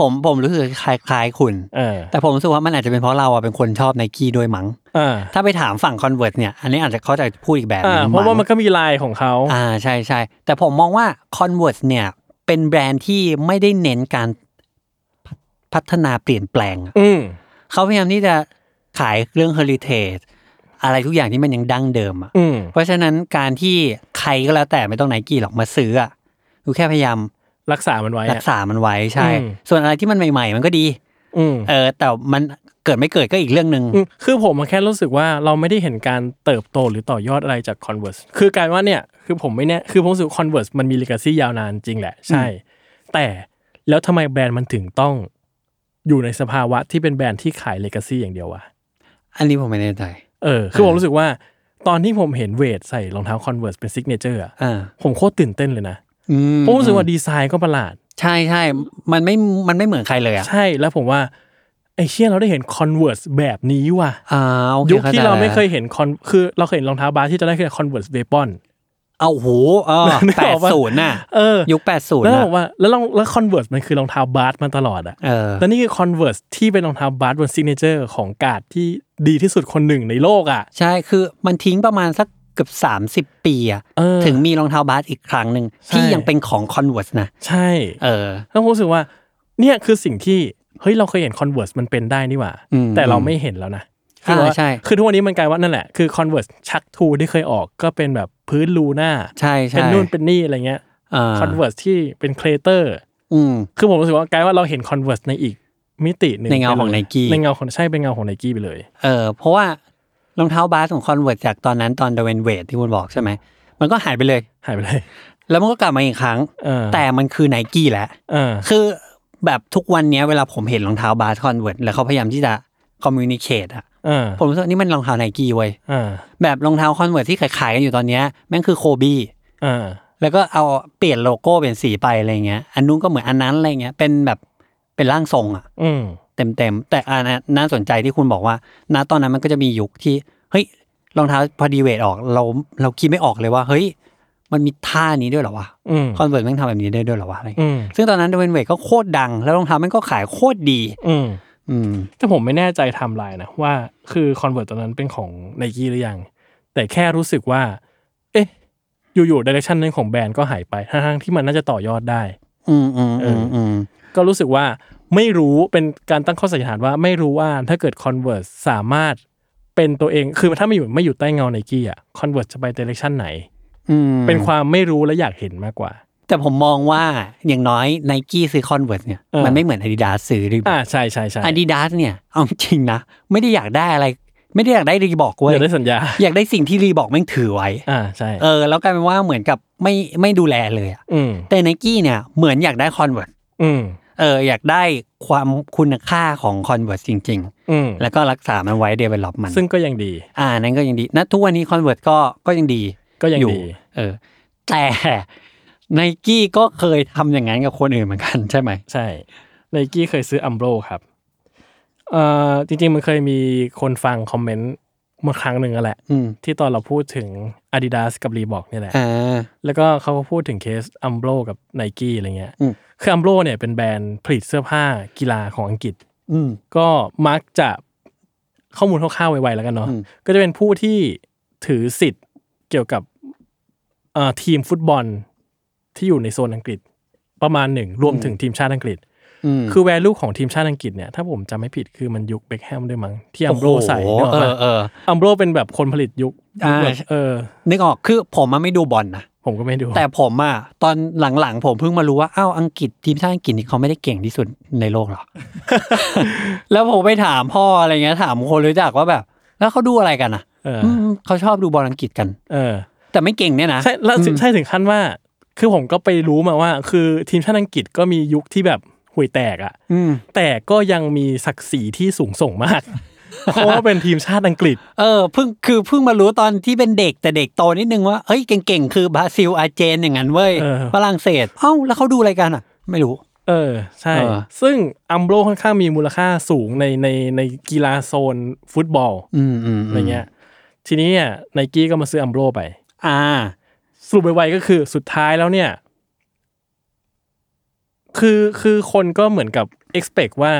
ผมผมรู้สึกคล้ายคล้ายคุณ
เออ
แต่ผมรู้สึกว่ามันอาจจะเป็นเพราะเราอะเป็นคนชอบไนกี้ด้วยมั้ง
อ่า
ถ้าไปถามฝั่งคอนเวิร์เนี่ย อันนี้อาจจะเขาจะพูดอีกแบบห
อ่า
นึง
เพราะว่ามัน
ง
ก็มีลายของเขา
อ่าใช่ใช่แต่ผมมองว่าคอนเวิร์เนี่ย เป็นแบรนด์ที่ไม่ได้เน้นการพัฒพัฒนาเปลี่ยนแปลงอะ
อืม
เขาพยายามที่จะขายเรื่องเฮอริเทจอะไรทุกอย่างที่มันยังดั้งเดิมอะ
อืม
เพราะฉะนั้นการที่ใครก็แล้วแต่ไม่ต้องไนกี้หรอกมาซื้ออะดูแค่พยายาม
รักษามันไว้
รั
อะ
กษามันไว้ใช่
อืม
ส่วนอะไรที่มันใหม่ ๆ มันก็ดี
อืม
เออ แต่มันเกิดไม่เกิดก็อีกเรื่องหนึ่ง
อืมคือผมแค่รู้สึกว่าเราไม่ได้เห็นการเติบโตหรือต่อยอดอะไรจาก Converse คือการว่าเนี่ย คือผมไม่แน่คือผมรู้สึก Converse มันมีลิก a ซี่ยาวนานจริงแหละ ใช่ แต่แล้วทำไมแบรนด์มันถึงต้องอยู่ในสภาวะที่เป็นแบรนด์ที่ขายลิก a ซี่อย่างเดียววะ
อันนี้ผมไม่แน่ใจ
เออ คือผมรู้สึกว่าตอนที่ผมเห็นเวทใส่รองเท้า Converse เป็นซิกเนเจอร์
อ่า
ผมโคตรตื่นเต้นเลยนะ
อืม
ผมรู้สึกว่าดีไซน์ก็ประหลาด
ใช่ใช่ มันไม่ มันไม่เหมือนใครเลยอ่ะ
ใช่แล้วผมว่าไอเชี่ยเราได้เห็น Converse แบบนี้ว่ะ
อ่าโอเค
ยุค
ข้
ที่
ใจ
เราไม่เคย
แล้ว
เห็นคอนคือเราเคยเห็นรองเท้าบาสที่จะได้คือ Converse Vapon
เอาโหเออ
นึก
แป
อ
ด
อกปะ
ศูนย์น่ะ
เออ
ยุคแปดศูน
แล้ว
ย์
เรา
น่ะ
บอกว่าแล้วรองแล้ว Converse มันคือรองเท้าบาสมาตลอดอะ
เออ
แล้วนี่คือ Converse ที่เป็นรองเท้าบาสบนซิกเนเจอร์ของกาดที่ดีที่สุดคนหนึ่งในโลกอะ
ใช่ คือมันทิ้งประมาณสักเกือบสามสิบปีอ่ะ
เออ
ถึงมีรองเท้าบาสอีกครั้งหนึ่ง
ใช่
ที่ยังเป็นของคอนเวิร์สนะ
ใช่
เออ
แล้วผมรู้สึกว่าเนี่ยคือสิ่งที่เฮ้ยเราเคยเห็น Converse มันเป็นได้นี่หว่า
อืม
แต่เราไม่เห็นแล้วนะ
อ่า
คือว่า
ใช่
คือทุกวันนี้มันกลายว่านั่นแหละคือ Converse ชักทูที่เคยออกก็เป็นแบบพื้นลูน่า
ใช่ใช่
เป็นนู่นเป็นนี่อะไรเงี้ย
อ่า
Converse ที่เป็นเครเตอร์
อืม
คือผมรู้สึกว่ากลายว่าเราเห็น Converse ในอีกมิติหนึ่ง
ในเงาของ
ไปลย
Nike
ในเงาของใช่เป็นเงาของไนกี้ไปเลย
เออเพราะว่ารองเท้าบาสของคอนเวิร์จากตอนนั้นตอนเดเวนเวทที่คุณบอกใช่ไหม มันก็หายไปเลย
หายไปเลย
แล้วมันก็กลับมาอีกครั้ง
เออ
แต่มันคือไนกี้แหละ
เออ
คือแบบทุกวันเนี้ยเวลาผมเห็นรองเท้าบาสคอนเวิร์แล้วเขาพยายามที่จะคอมมิวนิเคตอะ
เออ
ผมรู้สึกว่านี่มันรองเท้าไนกี้เว้ย
เออ
แบบรองเท้าคอนเวิร์ที่ขายๆกันอยู่ตอนเนี้ยแม่งคือโคบี้
เออ
แล้วก็เอาเปลี่ยนโลโก้เปลี่ยนสีไปอะไรเงี้ยอันนู้นก็เหมือนอันนั้นอะไรเงี้ยเป็นแบบเป็นร่างทรงอะ
อืม
เต็มๆ แต่อันนั้นน่าสนใจที่คุณบอกว่า ณตอนนั้นมันก็จะมียุคที่ เฮ้ยรองเท้าพอดีเวทออก เราเราคิดไม่ออกเลยว่า เฮ้ย มันมีท่านี้ด้วยเหรอวะ
อืม
คอนเวิร์ตแม่งทำแบบนี้ได้ด้วยเหรอวะอะไร
อืม
ซึ่งตอนนั้นเดวนเวทก็โคตรดัง แล้วรองเท้าแม่งก็ขายโคตรดี
อืม
อืม
แต่ผมไม่แน่ใจไทำลายนะว่าคือ Converse ตอนนั้นเป็นของไนกี้หรือยัง แต่แค่รู้สึกว่า เอ๊ะ อยู่ๆดิเรกชันนึงของแบรนด์ก็หายไปทั้งๆที่มันน่าจะต่อยอดได้
อืมอืมอืมอืม
ก็รู้สึกว่าไม่รู้เป็นการตั้งข้อสันนิษฐานว่าไม่รู้ว่าถ้าเกิด Converse สามารถเป็นตัวเองคือถ้าไม่อยู่ไม่อยู่ใต้เงาไนกี้อ่ะ Converse จะไปเดเรคชั่นไหน
อืม
เป็นความไม่รู้และอยากเห็นมากกว่า
แต่ผมมองว่าอย่างน้อยไนกี้ซื้อคอนเวิร์ตเนี่ย
เออ
มันไม่เหมือนอาดิดาซื้อรีบ
อ่าใช่ใช่ใช่
อาดิดาสเนี่ยเอาจริงนะ ไม่ได้อยากได้อะไร ไม่ได้อยากได้รีบอกเว้ย
เดี๋ยวได้สัญญา
อยากได้สิ่งที่รีบอกแม่งถือไว้
อ่าใช่
เออ แล้วกลายเป็นว่าเหมือนกับไม่ไม่ดูแลเลยอะ
อืม
แต่ไนกี้เนี่ยเหมือนอยากได้คอนเวิร์ต
อืม
เอออยากได้ความคุณค่าของคอนเวิร์ตจริง
อืม
ๆ แล้วก็รักษามันไว้เดเวล็อปมัน
ซึ่งก็ยังดี
อ่านั้นก็ยังดีนะทุกวันนี้คอนเวิร์ตก็ก็ยังดี
ก็ยัง
อยู่
ดี
เออ แต่ไนกี้ก็เคยทำอย่างนั้นกับคนอื่นเหมือนกันใช่ไหม
ใช่ไนกี้เคยซื้ออัมโบรครับเอ่อจริงๆ มันเคยมีคนฟังคอมเมนต์มาครั้งหนึ่งอะแหละ
อืม
ที่ตอนเราพูดถึง Adidas กับ Reebok นี่แหละ
อ่า
แล้วก็เขาก็พูดถึงเคสอัมโบรกับไนกี้อะไรเงี้ย
อืม
คืออัมโบรเนี่ยเป็นแบรนด์ผลิตเสื้อผ้ากีฬาของอังกฤษ
อืม
ก็มักจะข้อมูลคร่าวๆไวๆแล้วกันเนาะ
อืม
ก็จะเป็นผู้ที่ถือสิทธิ์เกี่ยวกับเอ่อทีมฟุตบอลที่อยู่ในโซนอังกฤษ ประมาณหนึ่งรวมถึงทีมชาติอังกฤษ
อืม
คือ value ของทีมชาติอังกฤษเนี่ยถ้าผมจำไม่ผิดคือมันยุคเบคแฮมด้วยมั้งที่อัมโบรใส่
โอ้
นึกอ
โห
อก
เออ
ปะ
เออ
อัมโบรเป็นแบบคนผลิตยุค
อ่า
แบบเออ
นึกออกคือผมมันไม่ดูบอลนะ
ผมก็ไม่ดู
แต่ผมอ่ะตอนหลังๆ ผมเพิ่งมารู้ว่าอ้าวอังกฤษทีมชาติอังกฤษนี่เขาไม่ได้เก่งที่สุดในโลกหรอ แล้วผมไปถามพ่ออะไรเงี้ยถามคนรู้จักว่าแบบ แล้วเขาดูอะไรกันอ่ะ
เออ
มเขาชอบดูบอลอังกฤษกัน
เออ
แต่ไม่เก่งเนี่ยนะ
ใช่แล้ว
อืม
ใช่ถึงขั้นว่า คือผมก็ไปรู้มาว่า คือทีมชาติอังกฤษก็มียุคที่แบบห่วยแตกอะ
อืม
แต่ก็ยังมีศักดิ์ศรีที่สูงส่ง มาก เพราะว่าเป็นทีมชาติอังกฤษ
เออเพิ่งคือเพิ่งมารู้ตอนที่เป็นเด็กแต่เด็กโตนิดนึงว่าเอ้ยเก่งๆคือบราซิลอาร์เจนอย่างนั้นเว้ย
เออ
ฝรั่งเศสเอ้าแล้วเขาดูอะไรกันอ่ะ ไม่รู้
เออ ใช่
เออ
ซึ่งอัมโบรค่อนข้างมีมูลค่าสูงในในในกีฬาโซนฟุตบอล
อืมอืม
อะไรเงี้ย ทีนี้เนี่ยไนกี้ก็มาซื้ออัมโบรไป
อ่า
สรุปไวๆก็คือสุดท้ายแล้วเนี่ย คือคือคนก็เหมือนกับ expect ว่า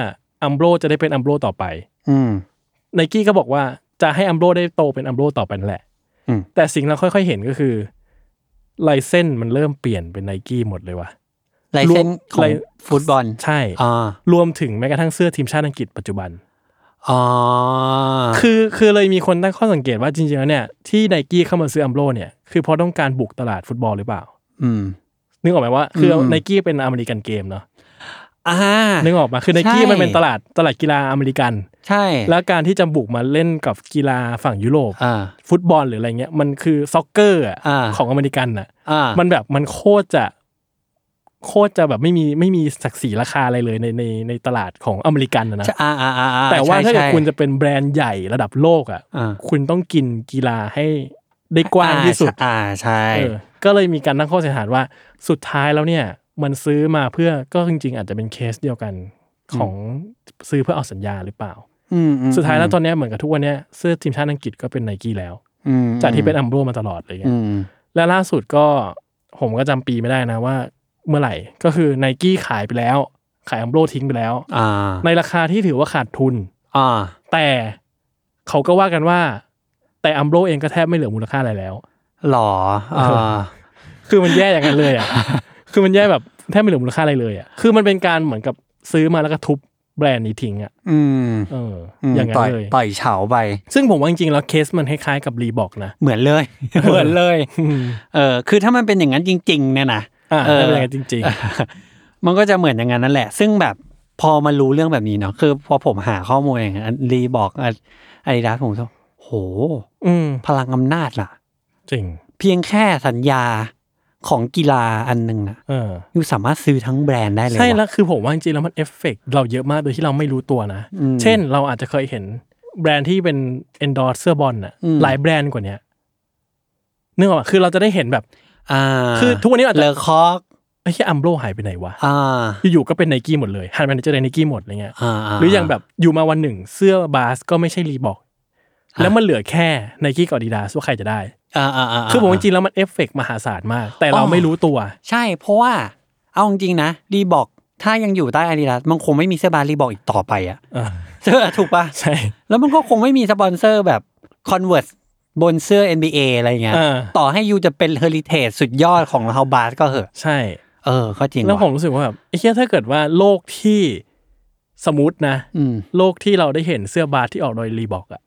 อัมโบรจะได้เป็นอัมโบรต่อไป
อืม
ไนกี้ก็บอกว่าจะให้อัมโบได้โตเป็นอัมโบต่อไปนั่นแหละ
อืม
แต่สิ่งเราค่อยๆเห็นก็คือลายเส้นมันเริ่มเปลี่ยนเป็นไนกี้หมดเลยว่ะ
ลายเส้นขอ
ลาง ย
ฟุตบอล
ใช่
อ่าร
วมถึงแม้กระทั่งเสื้อทีมชาติอังกฤษปัจจุบัน
อ๋อ
คือคือเลยมีคนตั้งข้อสังเกตว่าจริงๆแล้วเนี่ยที่ไนกี้เข้ามาซื้ออัมโบเนี่ยคือเพราะต้องการบุกตลาดฟุตบอลหรือเปล่า
อืม
นึกออกไหมว่าคืออ
ม
ไนกี้เป็นอเมริกันเกมเนาะ
อ่า
นึกออกมาคือไนกี้
ใช่
มันเป็นตลาดตลาดกีฬาอเมริกัน
ใช่
แล้วการที่จะบุกมาเล่นกับกีฬาฝั่งยุโรป
อ่า
ฟุตบอลหรืออะไรเงี้ยมันคือซ็อกเกอร์อะ
อ่า
ของอเมริกันอะ
อ่า
มันแบบมันโคตรจะโคตรจะแบบไม่มีไม่มีศักดิ์ศรีราคาอะไรเลยในในในตลาดของอเมริกันนะนะ
ใช่อ่าอ่าอ่าอ่
แต่ว่าถ้าเกิด
ใช่ใช่
คุณจะเป็นแบรนด์ใหญ่ระดับโลกอ่ะ
อ่า
คุณต้องกินกีฬาให้ได้กว้างที่สุด
อ่าใช่
เออก็เลยมีการตั้งข้อสันนิษฐานว่าสุดท้ายแล้วเนี่ย มันซื้อมาเพื่อก็จริง ๆ อาจจะเป็นเคสเดียวกันของซื้อเพื่อเอาสัญญาหรือเปล่า
อืมอืม
สุดท้ายแล้วตอนเนี้ยเหมือนกับทุกวันเนี้ยเสื้อทีมชาติอังกฤษก็เป็นไนกี้แล้ว
อืม
จากที่เป็นอัมโบมาตลอดอะไรเลย
อืม
และล่าสุดก็ผมก็จำปีไม่ได้นะว่าเมื่อไหร่ก็คือไนกี้ขายไปแล้ว ขายอัมโบทิ้งไปแล้ว
อ่า
ในราคาที่ถือว่าขาดทุน
อ่า
แต่เขาก็ว่ากันว่า แต่อัมโบเองก็แทบไม่เหลือมูลค่าอะไรแล้ว
หรออ่า
คือมันแย่อย่างนั้นเลย อ่ะ คือมันแย่แบบแทบไม่เหลือมูลค่าอะไรเลยอ่ะคือมันเป็นการเหมือนกับซื้อมาแล้วก็ทุบแบรนด์นี้ทิ้งอ่ะ
อืม
เอออ
ม
อย่างนั้
ต่อน ย
เลย
ต่อยเฉาไป
ซึ่งผมว่าจริงๆแล้วเคสมันคล้ายๆกับรีบอกนะ
เหมือนเลย เหมือนเลย
อืม
เออ คือถ้ามันเป็นอย่างนั้นจริง ๆ เนี่ยนะ
อ่า
เออ
ไม่เป็นไรจริง
มันก็จะเหมือนอย่างนั้นนั่นแหละ ซึ่งแบบพอมารู้เรื่องแบบนี้เนาะ คือพอผมหาข้อมูลอย่างนั้นรีบอกอาดิดาสผมก็โห
ๆ อืม
พลังอำนาจล่ะ
จริง
เพียงแค่สัญญาของกีฬาอันหนึ่งอะ
เออ
ยูสามารถซื้อทั้งแบรนด์ได้เลย
ใช่
ว่ะ
แล้วคือผมว่าจริงๆแล้วมันเอฟเฟกต์เราเยอะมากโดยที่เราไม่รู้ตัวนะ
อืม
เช่นเราอาจจะเคยเห็นแบรนด์ที่เป็น endorse เสื้อบอลน่ะ
อืม
หลายแบรนด์กว่าเนี้ยนึกออกปะคือเราจะได้เห็นแบบ
อ่า
คือทุกวันนี้อาจจะ
เลอคอก
ไอ้ที่อัมโบหายไปไหนวะ
อ่า
อยู่ๆก็เป็นไนกี้หมดเลยฮันแมนเจอร์ไนกี้หมดอะไรเงี้ย
อ่า
หรืออย่างแบบอยู่มาวันหนึ่งเสื้อบาสก็ไม่ใช่รีบอก แล้วมันเหลือแค่ไนกี้กับดีดาว่าใครจะได้
อ่าอ่าา
คือผมว่าจริงๆแล้วมันเอฟเฟกต์มหาศาลมาก แต่เราไม่รู้ตัว
ใช่ เพราะว่า เอาจริงๆนะรีบอกถ้ายังอยู่ใต้อาดิดาสมันคงไม่มีเสื้อบารีบอกอีกต่อไปอะ
อ่า
เสื้อถูกปะ
ใช่
แล้วมันก็คงไม่มีสปอนเซอร์แบบคอนเวิร์สบนเสื้อ NBA อะไรเงี้ย
อ่า
ต่อให้ยูจะเป็นเฮอริเทจสุดยอดของเฮาบาสก็เหอะ
ใช่
เออก็จริง
แล้ว
ว่ะ
ผมรู้สึกว่าแบบไอ้เหี้ยถ้าเกิดว่าโลกที่สมมตินะ
อืม
โลกที่เราได้เห็นเสื้อบาสที่ออกโดยรีบอกอะ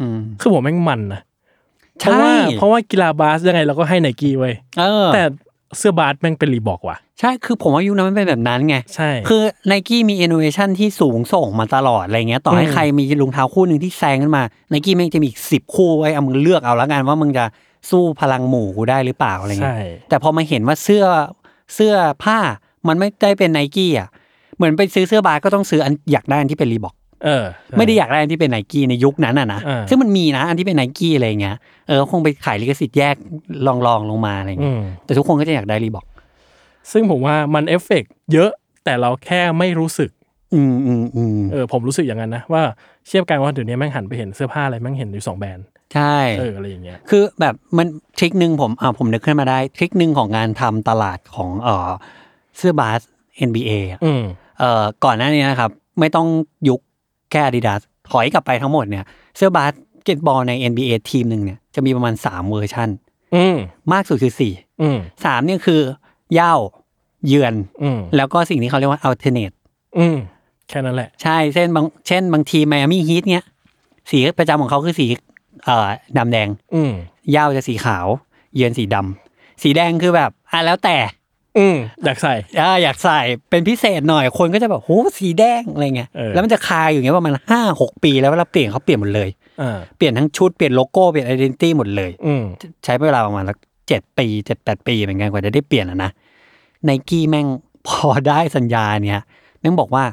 อืม
คือผมแม่งมันนะเพ
ใช่
ราะว่าเพราะว่ากีฬาบาสยังไงเราก็ให้ไนกี้ไว้ย
เออ
แต่ เสื้อบาสแม่งเป็นรีบอกว่ะ
ใช่ คือผมว่ายุคนั้นมันเป็นแบบนั้นไง
ใช่
คือไนกี้มี innovation ที่สูงส่งมาตลอดอะไรเงี้ย ต่อให้
อืม
ใครมีรองเท้าคู่หนึ่งที่แซงขึ้นมาไนกี้แม่งจะมีอีกสิบคู่ไว้เอามึงเลือกเอาละกันว่ามึงจะสู้พลังหมู่กูได้หรือเปล่าอะไรเงี้
ใช่
ย แต่พอมาเห็นว่าเสื้อเสื้อผ้ามันไม่ได้เป็นไนกี้อ่ะ เหมือนไปซื้อเสื้อบาสก็ต้องซื้ออันอยากได้อันที่เป็นรีบอก
เออใช่
ไม่ได้อยากได้อันที่เป็นไนกี้ในยุคนั้นอ่ะนะ
อ่า
ซึ่งมันมีนะอันที่เป็นไนกี้อะไรเงี้ย เออคงไปขายลิขสิทธิ์แยกลองๆลงมาอะไร
อื
เงี้ย
ม
แต่ทุกคนก็จะอยากได้รีบอก
ซึ่งผมว่ามันเอฟเฟกต์เยอะแต่เราแค่ไม่รู้สึก
อืมอืมอืม
เออผมรู้สึกอย่างนั้นนะ ว่าเทียบกันว่าเดี๋ยวนี้แม่งหันไปเห็นเสื้อผ้าอะไรแม่งเห็นอยู่สองแบรนด์
ใช่
เอออะไรอย่างเงี้ย
คือแบบมันทริคหนึ่งผมอ่าผมนึกขึ้นมาได้ ทริคหนึ่งของงานทำตลาดของเออเสื้อบาส NBA อะ
อืม
เอ่อก่อนหน้านี้นะครับ ไม่ต้องยุคแค่ Adidas ถอยกลับไปทั้งหมดเนี่ย เสื้อบาสเกตบอลใน NBA ทีมหนึ่งเนี่ยจะมีประมาณ 3 เวอร์ชัน
อืม
มากสุดคือ 4
อืม
3เนี่ยคือเหย้าเยือน
อืม
แล้วก็สิ่งที่เขาเรียกว่า alternate
อืมแค่นั้นแหละ
ใช่เช่นบางเช่นบางทีไมอามี่ฮีทเนี่ยสีประจำของเขาคือสีเอ่อดำแดง
อืม
เหย้าจะสีขาว เยือนสีดำสีแดงคือแบบอ่ะแล้วแต่
อืมอยากใส่
อ่ะอยากใส่เป็นพิเศษหน่อยคนก็จะแบบโหสีแดงอะไรเงี้ย
เออ
แล้วมันจะคาอยู่อย่างเงี้ยประมาณห้าหกปีแล้วเวลาเปลี่ยนเขาเปลี่ยนหมดเลย
อ่า
เปลี่ยนทั้งชุดเปลี่ยนโลโก้เปลี่ยนไอดีนิตี้หมดเลย
อืม
ใช้เวลาประมาณสักเจ็ดปีเจ็ดแปดปีเหมือนกันกว่าจะได้เปลี่ยนอะนะไนกี้แม่งพอได้สัญญาเนี่ยแม่งบอกว่า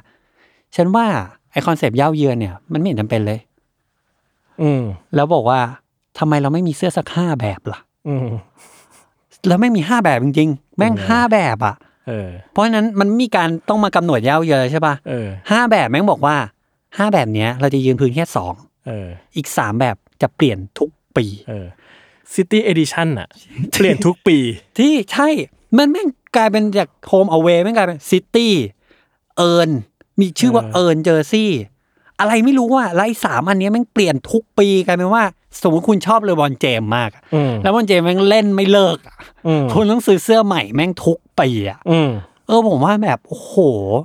ฉันว่าไอคอนเซปต์เหย้าเยือนเนี่ยมันไม่เห็นจำเป็นเลย
อืม
แล้วบอกว่าทำไมเราไม่มีเสื้อสักห้าแบบล่ะ
อืม
แล้วไม่งมีห้าแบบจริงๆ แม่ง
เป็นไง
ห้าแบบอ่ะ
เออ
เพราะฉะนั้นมันมีการต้องมากำหนดเย้าเยอะใช่ปะ
เออ
ห้าแบบแม่งบอกว่าห้าแบบเนี้ย เราจะยืนพื้นแค่สอง
เออ
อีกสามแบบจะเปลี่ยนทุกปี
เออซิตี้เอดิชัน อะเปลี่ยนทุกปี
ที่ใช่ มันแม่งกลายเป็นจากโฮมเอาเวแม่งกลายเป็นซิตี้เอิร์นมีชื่อว่า
เออ
เอิร์นเจอร์ซี่อะไรไม่รู้ว่าไล่สามอันเนี้ยแม่งเปลี่ยนทุกปีกลายเป็นว่า สมมติคุณชอบเลบอนเจมส์มากอะ
อืม
แล้วบอนเจมส์แม่งเล่นไม่เลิกอะ
อืม
คุณต้องซื้อเสื้อใหม่แม่งทุกปีอะ
อืม
เออผมว่าแบบโอ้โห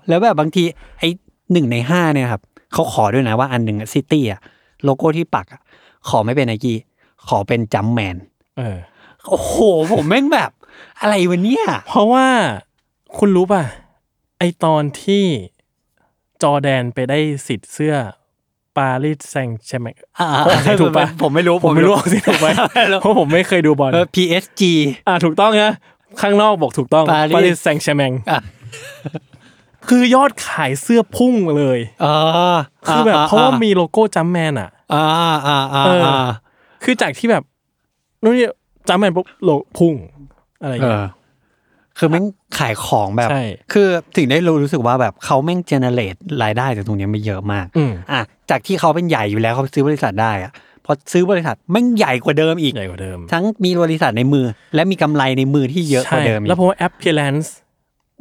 แล้วแบบบางทีไอ้หนึ่งในห้าเนี่ยครับเขาขอด้วยนะว่าอันหนึ่งซิตี้อะโลโก้ที่ปักอะขอไม่เป็นไนกี้ขอเป็นจัมแมน
เออ
โอ้โห ผมแม่งแบบ อะไรวะเนี่ย
เพราะว่าคุณรู้ป่ะ ไอตอนที่จอร์แดนไปได้สิทธิ์เสื้อปารีสแซงต์แชร์แมง
อ่า
ผมถูกปะ
ผมไม่รู้
ผมไม่รู้ออกเสิถูกไหมเพราะผมไม่เคยดูบอล
เออ PSG
อ่าถูกต้องนะข้างนอกบอกถูกต้อง
Paris
ปารีสแซงต์แชร์แมง
อ่ะ
คือยอดขายเสื้อพุ่งเลย
อ่า
คือแบบเพราะว่ามีโลโก้จัมแมนอ่ะ
อ่าอ่าอ่า
เออ
อ่า
คือจากที่แบบนู่นนี่จัมแมนปุ๊บโลพุ่งอะไรอย่าง
เอ
เงี้
อ
ย
คือแม่งขายของแบบ
ใช่
คือถึงได้รู้รู้สึกว่าแบบเขาแม่งเจเนเรตรายได้จากตรงเนี้ยมาเยอะมาก
อืม
อ่ะจากที่เขาเป็นใหญ่อยู่แล้วเขาซื้อบริษัทได้อะพอซื้อบริษัทแม่งใหญ่กว่าเดิมอีก
ใหญ่กว่าเดิม
ทั้งมีบริษัทในมือ และมีกำไรในมือที่เยอะกว่าเดิมอี
ใช่แล้ว
ก
ผมว่า appearance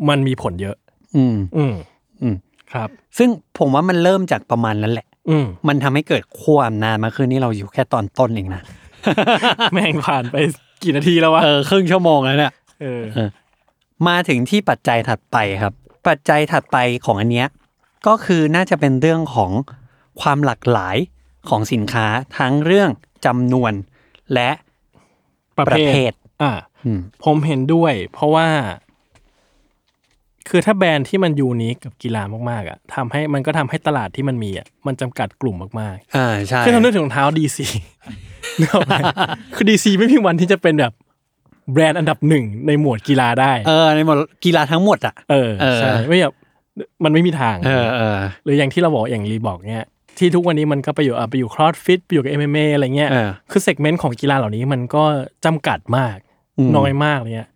มันมีผลเยอะ
อืม
อืม
อืม
ครับ
ซึ่งผมว่ามันเริ่มจากประมาณนั้นแหละ
อื ม
มันทำให้เกิดขั้วอำนาจมากขึ้นนี่เราอยู่แค่ตอนต้นเองนะ
แม่งผ่านไปกี่นาทีแล้ววะ
เออครึ่งชั่วโมงแล้วเนี่ย
เออ
มาถึงที่ปัจจัยถัดไปครับ ปัจจัยถัดไปของอันเนี้ยก็คือน่าจะเป็นเรื่องของความหลากหลายของสินค้าทั้งเรื่องจำนวนและ
ประ
ประ
เภ
เภ
ท
ท
อ่า
อืม
ผมเห็นด้วย เพราะว่า คือถ้าแบรนด์ที่มันยูนิคกับกีฬามากๆ อ่ะทำให้มันก็ทำให้ตลาดที่มันมีอ่ะมันจำกัดกลุ่มมาก
อ่าใช่
ๆคือทำนึกถึงรองเท้า ดีซีคือดีซีไม่มีวันที่จะเป็นแบบแบรนด์อันดับหนึ่งในหมวดกีฬาได้
เออในหมดกีฬาทั้งหมดอ่ะ
เออ
เออ
ใช่ไม่แบบมันไม่มีทาง
เออเออ
หรืออย่างที่เราบอกอย่างรีบอกเนี่ยที่ทุกวันนี้มันก็ไปอยู่อ่ะไปอยู่คลอสฟิตไปอยู่กับ MMA อะไรเงี้ย
เออ
คือเซกเมนต์ของกีฬาเหล่านี้มันก็จำกัดมาก
อืม
น้อยมากเนี่ย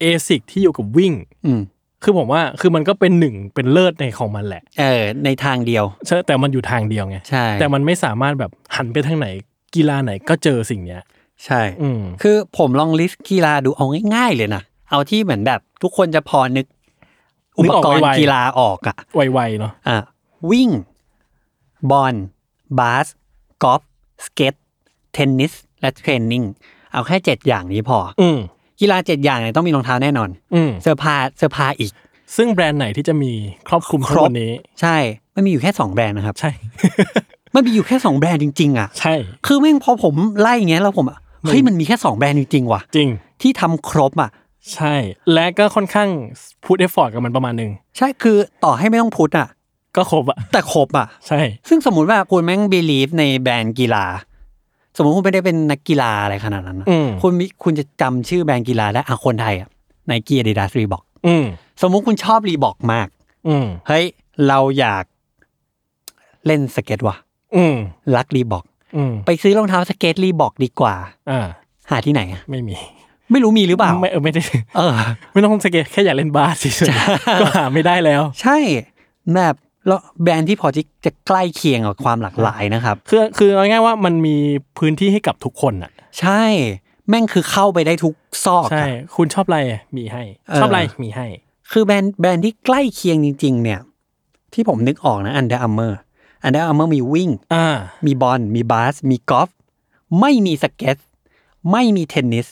เอซิกที่อยู่กับวิ่ง
อืม
คือผมว่าคือมันก็เป็นหนึ่งเป็นเลิศในของมันแหละ
เออ ในทางเดียว
ใช่แต่มันอยู่ทางเดียวไง
ใช่
แต่มันไม่สามารถแบบหันไปทางไหนกีฬาไหนก็เจอสิ่งเนี้ย
ใช่
อืม
คือผมลองลิสต์กีฬาดูเอาง่าย ๆ เลยนะ เอาที่เหมือนแบบ ทุกคนจะพอนึก อุ
นึก
ป
ออก
กรณ์
ไวๆ
กีฬาออกอ่ะ
ไวๆเนาะ
อ่ะวิ่ง บอลบาสกอล์ฟสเก็ต เทนนิส และเทรนนิ่ง เอาแค่เจ็ดอย่างนี้พอ
อืม
กีฬาเจ็ดอย่างเนี่ยต้องมีรองเท้าแน่นอน
อืม
เสื้อผ้าเสื้อผ้าอีก
ซึ่งแบรนด์ไหนที่จะมีครอบคลุมทั้งหมดนี้
ใช่มันมีอยู่แค่สองแบรนด์นะครับ
ใช่
มันมีอยู่แค่สองแบรนด์จริงๆอ่ะ
ใช่
คือแม่งพอผมไล่อย่างเงี้ยแล้วผมอะเฮ้ยมันมีแค่สองแบรนด์จริงๆว่ะ
จริง
ที่ทำครบอ่ะ
ใช่ และก็ค่อนข้างพูดเอฟฟอร์ตกับมันประมาณหนึ่ง
ใช่คือต่อให้ไม่ต้องพุทธอ่ะ
ก็ครบอะ
แต่ครบอ่ะ
ใช่
ซึ่งสมมติว่าคุณแม่งบีลีฟในแบรนด์กีฬา สมมติคุณไม่ได้เป็นนักกีฬาอะไรขนาดนั้นนะ
อืม
คุณมีคุณจะจำชื่อแบรนด์กีฬาได้อะคนไทยอ่ะไนกี้อาดิดาสรีบอก
อืม
สมมุติคุณชอบรีบอกมาก
อืม
เฮ้ย เราอยากเล่นสเก็ตว่ะ
อืม
รักรีบอก
อืม
ไปซื้อรองเท้าสเก็ตรีบอกดีกว่า
อ่า
หาที่ไหนอะ
ไม่มี
ไม่รู้มีหรือเปล่า
ไม่เออไม่ได้
เออ
ไม่ต้องสเก็ตแค่อยากเล่นบาสเฉยๆก็หาไม่ได้แล้ว
ใช่แบบแล้วแบรนด์ที่พอจะจะใกล้เคียงกับความหลากหลายนะครับ
คือคือเอาง่ายๆว่ามันมีพื้นที่ให้กับทุกคนอ่ะ
ใช่ แม่งคือเข้าไปได้ทุกซอก
ใช่
อะ
คุณชอบอะไรมีให้
เออ
ชอบอะไรมีให้
คือแบรนด์แบรนด์ที่ใกล้เคียงจริง ๆ เนี่ย ที่ผมนึกออกนะอันเดอร์อัมเมอร์อันเดอร์อัมเมอร์มีวิ่ง
อ่า
มีบอลมีบาส มีกอล์ฟไม่มีสเก็ตไม่มีเทนนิส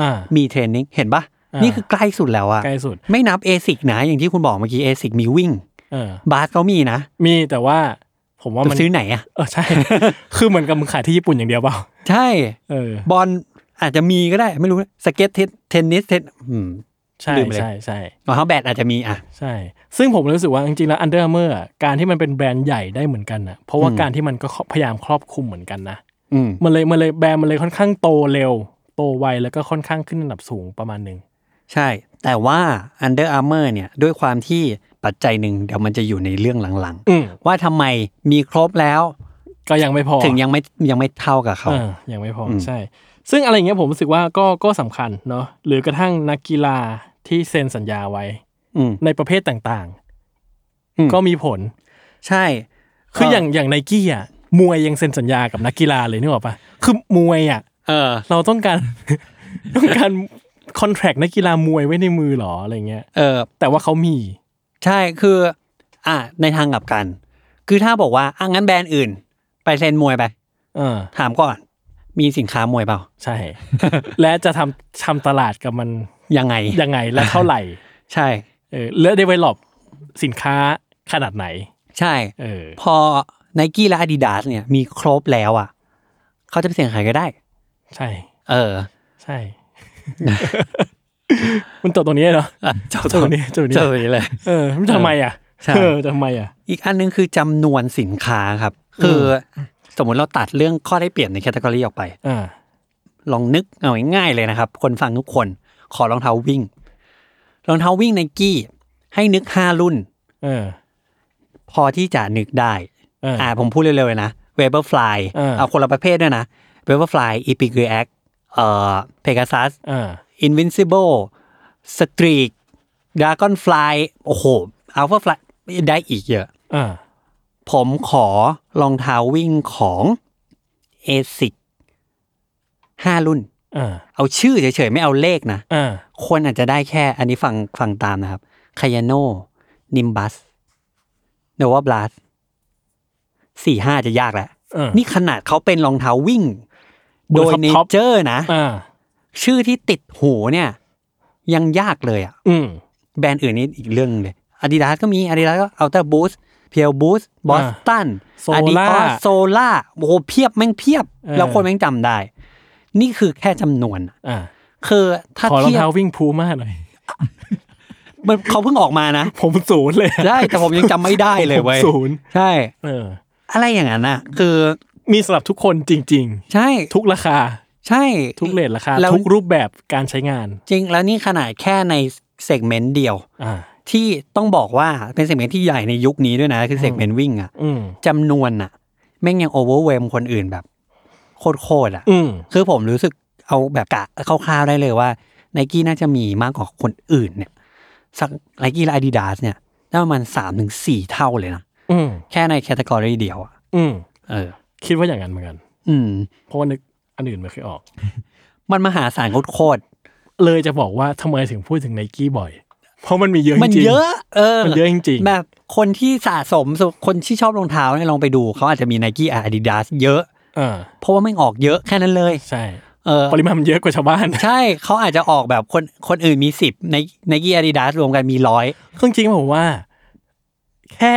อ่า
มีเทรนนิ่งเห็นปะ
อ่านี่
นี่คือใกล้สุดแล้วอะ
ใกล้สุด
ไม่นับเอซิกนะ อย่างที่คุณบอกเมื่อกี้เอซิกมีวิ่ง
เออ
บาสก็มีนะ
มีแต่ว่าผมว่ามัน
จะซื้อไหนอะ
เออใช่ คือเหมือนกับมึงขายที่ญี่ปุ่นอย่างเดียวเปล่า
ใช่
เออ
บอลอาจจะมีก็ได้ ไม่รู้นะสเก็ตเทนเทนนิสเทนอืม
ใช่
ลืมไปเลย
ใช่ใช่
รองเท้าแบดอาจจะมีอะ
ใช่ ซึ่งผมรู้สึกว่าจริงๆแล้ว Under Armour อะการที่มันเป็นแบรนด์ใหญ่ได้เหมือนกันนะเพราะว่า
อืม
การที่มันก็พยายามครอบคลุมเหมือนกันนะ
อืม
มันเลยมันเลยแบรนด์มันเลยค่อนข้างโตเร็ว โตไวแล้วก็ค่อนข้างขึ้นอันดับสูงประมาณหนึ่ง
ใช่ แต่ว่า Under Armour เนี่ย ด้วยความที่ปัจจัยหนึ่งเดี๋ยวมันจะอยู่ในเรื่องหลัง
อืม
ๆ ว่าทำไมมีครบแล้ว
ก็ยังไม่พอ
ถึงยังไม่ยังไม่เท่ากับเขา
เออยังไม่พออ
ม
ใช่ ซึ่งอะไรอย่างเงี้ยผมรู้สึกว่าก็ก็สำคัญเนาะหรือกระทั่งนักกีฬาที่เซ็นสัญญาไว้
อืม
ในประเภทต่าง
อืม
ๆ ก็มีผล
ใช่
คือ
เอออ
อย่างอย่างไนกี้อ่ะมวยยังเซ็นสัญญากับนักกีฬาเลยนึกออกปะคือมวยอ่ะ
เออ
เราต้องการ ต้องการคอนแทรคนักกีฬามวยไว้ในมือหรออะไรเงี้ย
เออ
แต่ว่าเขามี
ใช่คือ อ่ะในทางกลับกัน คือถ้าบอกว่าอ่ะงั้นแบรนด์อื่น ไปเซ็นมวยไป
เออ
ถามก่อน มีสินค้ามวยเปล่า
ใช่ และจะทำทำตลาดกับมัน
ยังไง
ยังไงและเท่าไหร่
ใช่
เออและเดเวล็อปสินค้าขนาดไหน
ใช่
เออ
พอไนกี้และอาดิดาสเนี่ย มีครบแล้วอ่ะเขาจะไปเสี่ยงขายก็ได้
ใช่
เออ
ใช่ มันจบตรงนี้เลยเนาะ
อ่ะจบ
จบตรงนี้จบตรงนี้
จบตรงนี้เลย
เออมันทำไมอ่ะ
ใช่
เออทำไมอ่ะ
อีกอันหนึงคือจำนวนสินค้าครับ คืออสมมติเราตัดเรื่องข้อได้เปรียบในแคตตากรีออกไป
อ่า
ลองนึกเอาง่ายๆเลยนะครับ คนฟังทุกคนขอรองเท้าวิ่ง รองเท้าวิ่งไนกี้ให้นึกห้ารุ่น
เออ
พอที่จะนึกได้
เอออ่
อ่าผมพูดเร็วๆเลยนะเวเบอร์ฟลาย
เออ
เอาคนละประเภทด้วยนะเวเบอร์ฟลายอีพิกรีแอคเอ่อเพกาซัส
อ่า
อินวินซิเบิลสตรีกดราก้อนฟลายโอ้โหอัลฟาฟลายได้อีกเยอะ
อ่า
ผมขอรองเท้าวิ่งของเอซิกห้ารุ่น
อ่า
เอาชื่อเฉยๆ ไม่เอาเลขนะ
อ่า
คนอาจจะได้แค่ อันนี้ฟังฟังตามนะครับคายาโนนิมบัสโนวาบลัสสี่ห้าจะยากแหละ
เออ
นี่ขนาดเขาเป็นรองเท้าวิ่ง
บ
โด
น
ยเน
top top
เจอร์นะ
อ่า
ชื่อที่ติดหูเนี่ย ยังยากเลยอ่ะ
อืม
แบรนด์อื่นนี่อีกเรื่องหนึ่งเลย อาดิดาสก็มี อาดิดาสก็อัลต a b บูสเพียวบูสบอสตัน
Solar
อาดิออสโซล่าโอ้โหเพียบแม่งเพียบ
เออ
แล้วคนแม่งจำได้ นี่คือแค่จำนวน
อ่า
คือถ้า
ขอรอง
เทียบ
เท้าวิ่งพูม่าหน่อย
มันเขาเพิ่งออกมานะ
ผมศูนย์เลยอะ
ได้ แต่ผมยังจำไม่ได้เลยเว้ย
ผมศูนย์
ใช่
เออ
อะไรอย่างนั้นนะคือ
มีสำหรับทุกคนจริง
ใช่
ๆ ทุกราคา
ใช่
ทุกเลทราคา
แล้ว
ทุกรูปแบบการใช้งาน
จริงแล้วนี่ขนาดแค่ในเซกเมนต์เดียว
อ่า
ที่ต้องบอกว่าเป็นเซกเมนต์ที่ใหญ่ในยุคนี้ด้วยนะ คือเซกเมนต์วิ่งอะ
อืม
จำนวนน่ะ แม่งยังโอเวอร์เวมคนอื่นแบบ โคตรๆอ่ะ
อืม
คือผมรู้สึกเอาแบบกะคร่าวๆได้เลยว่าไนกี้น่าจะมีมากกว่าคนอื่นเนี่ย สักไนกี้และอาดิดาสเนี่ยน่าประมาณสามถึงสี่เท่าเลยนะ
อืม
แค่ในแคตตากรีเดียวอ่ะ
อืม
เออ
คิดว่าอย่างนั้นเหมือนกัน
อืม
เพราะว่านึกอันอื่นไม่เคยออก
มันมหาศาลโคตร
เลยจะบอกว่าทำไมถึงพูดถึงไนกี้บ่อย เพราะมันมีเยอะ
ๆมัน
จริงๆ
เยอะ เออ
มันเยอะจริงๆ
แบบคนที่สะสมคนที่ชอบรองเท้าเนี่ยลองไปดูเขาอาจจะมีไนกี้อาดิดาสเยอะ
เออ
เพราะว่าไม่งออกเยอะแค่นั้นเลย
ใช่
เออ
ปริมาณมันเยอะกว่าชาวบ้าน
ใช่เขาอาจจะออกแบบคนคนอื่นมีสิบในในกีอาดิดาสรวมกันมีร้อย
เครื่องจริงผมว่า แค่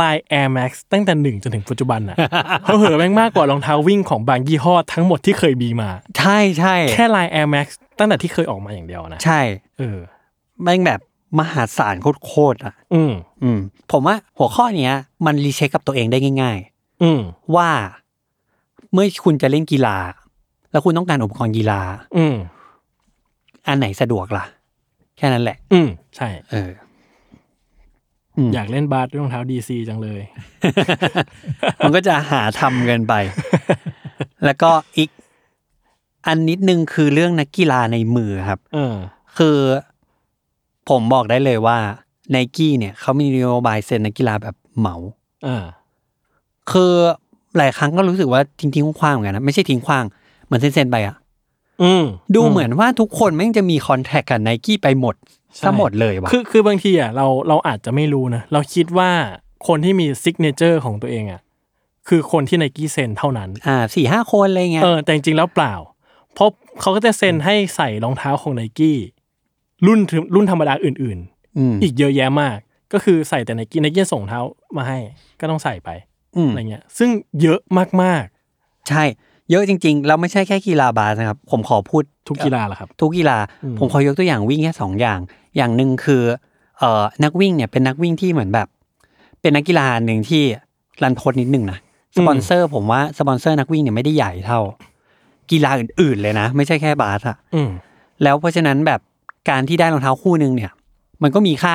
ลาย Air Max ตั้งแต่หนึ่งจนถึงปัจจุบันอะ เขาเหอๆแม่งมากกว่ารองเท้าวิ่งของบางยี่ห้อทั้งหมดที่เคยมีมา
ใช่ใช่
แค่ลาย Air Max ตั้งแต่ที่เคยออกมาอย่างเดียวนะ
ใช่
เออ
แม่งแบบมหาศาลโคตรๆอ่ะ
อืม
อืม ผมว่าหัวข้อเนี้ย มันรีเช็คกับตัวเองได้ง่าย
อืม
ๆ ว่าเมื่อคุณจะเล่นกีฬา แล้วคุณต้องการอุปกรณ์กีฬา
อืม
อันไหนสะดวกล่ะ แค่นั้นแหละ
อืม ใช่
เออ อืม
อยากเล่นบาสด้วยรองเท้าดีซีจังเลย
มันก็จะหาทำเกิ นไป แล้วก็อีก อันนิดนึงคือเรื่องนักกีฬาในมือครับ
เออ
คือผมบอกได้เลยว่าไนกี้เนี่ยเขามีนโยบายเซ็นนักกีฬาแบบเหมา
เออ
คือหลายครั้งก็รู้สึกว่าทิ้งทิ้งๆขว้างๆเหมือนกันนะไม่ใช่ทิ้งขว้างเหมือนเซ็นเซ็นๆไปอะ
อืม
ดูเหมือนว่าทุกคนแม่งจะมีคอนแทคกับไนกี้ไปหมดซะหมดเลยว่ะ
คือ คือบางทีอ่ะ เรา เราอาจจะไม่รู้นะ เราคิดว่าคนที่มีซิกเนเจอร์ของตัวเองอ่ะ คือคนที่ไนกี้เซ็นเท่านั้น
อ่าสี่ห้าคนอะไรเงี้ย
เออ แต่จริงๆแล้วเปล่า เพราะเขาก็จะเซ็นให้ใส่รองเท้าของไนกี้รุ่นถึงรุ่นธรรมดาอื่น
ม
ๆ อีกเยอะแยะมาก ก็คือใส่แต่ไนกี้ไนกี้ส่งเท้ามาให้ ก็ต้องใส่ไป
อืม
อะไรเงี้ย ซึ่งเยอะมาก
ใช่ เยอะจริงๆ แล้วไม่ใช่แค่กีฬาบาสนะครับ ผมขอพูด
ๆ ทุกกีฬาแหละครับ
ทุกกีฬา
อืม
ผมขอยกตัวอย่างวิ่งแค่สองอย่าง อย่างหนึ่งคือเอ่อนักวิ่งเนี่ยเป็นนักวิ่งที่เหมือนแบบ เป็นนักกีฬาหนึ่งที่รันทดนิดหนึ่งนะสปอนเซอร์ ผมว่าสปอนเซอร์นักวิ่งเนี่ยไม่ได้ใหญ่เท่า กีฬาอื่นๆเลยนะ ไม่ใช่แค่บาสอะ
อืม
แล้วเพราะฉะนั้นแบบการที่ได้รองเท้าคู่หนึ่งเนี่ย มันก็มีค่า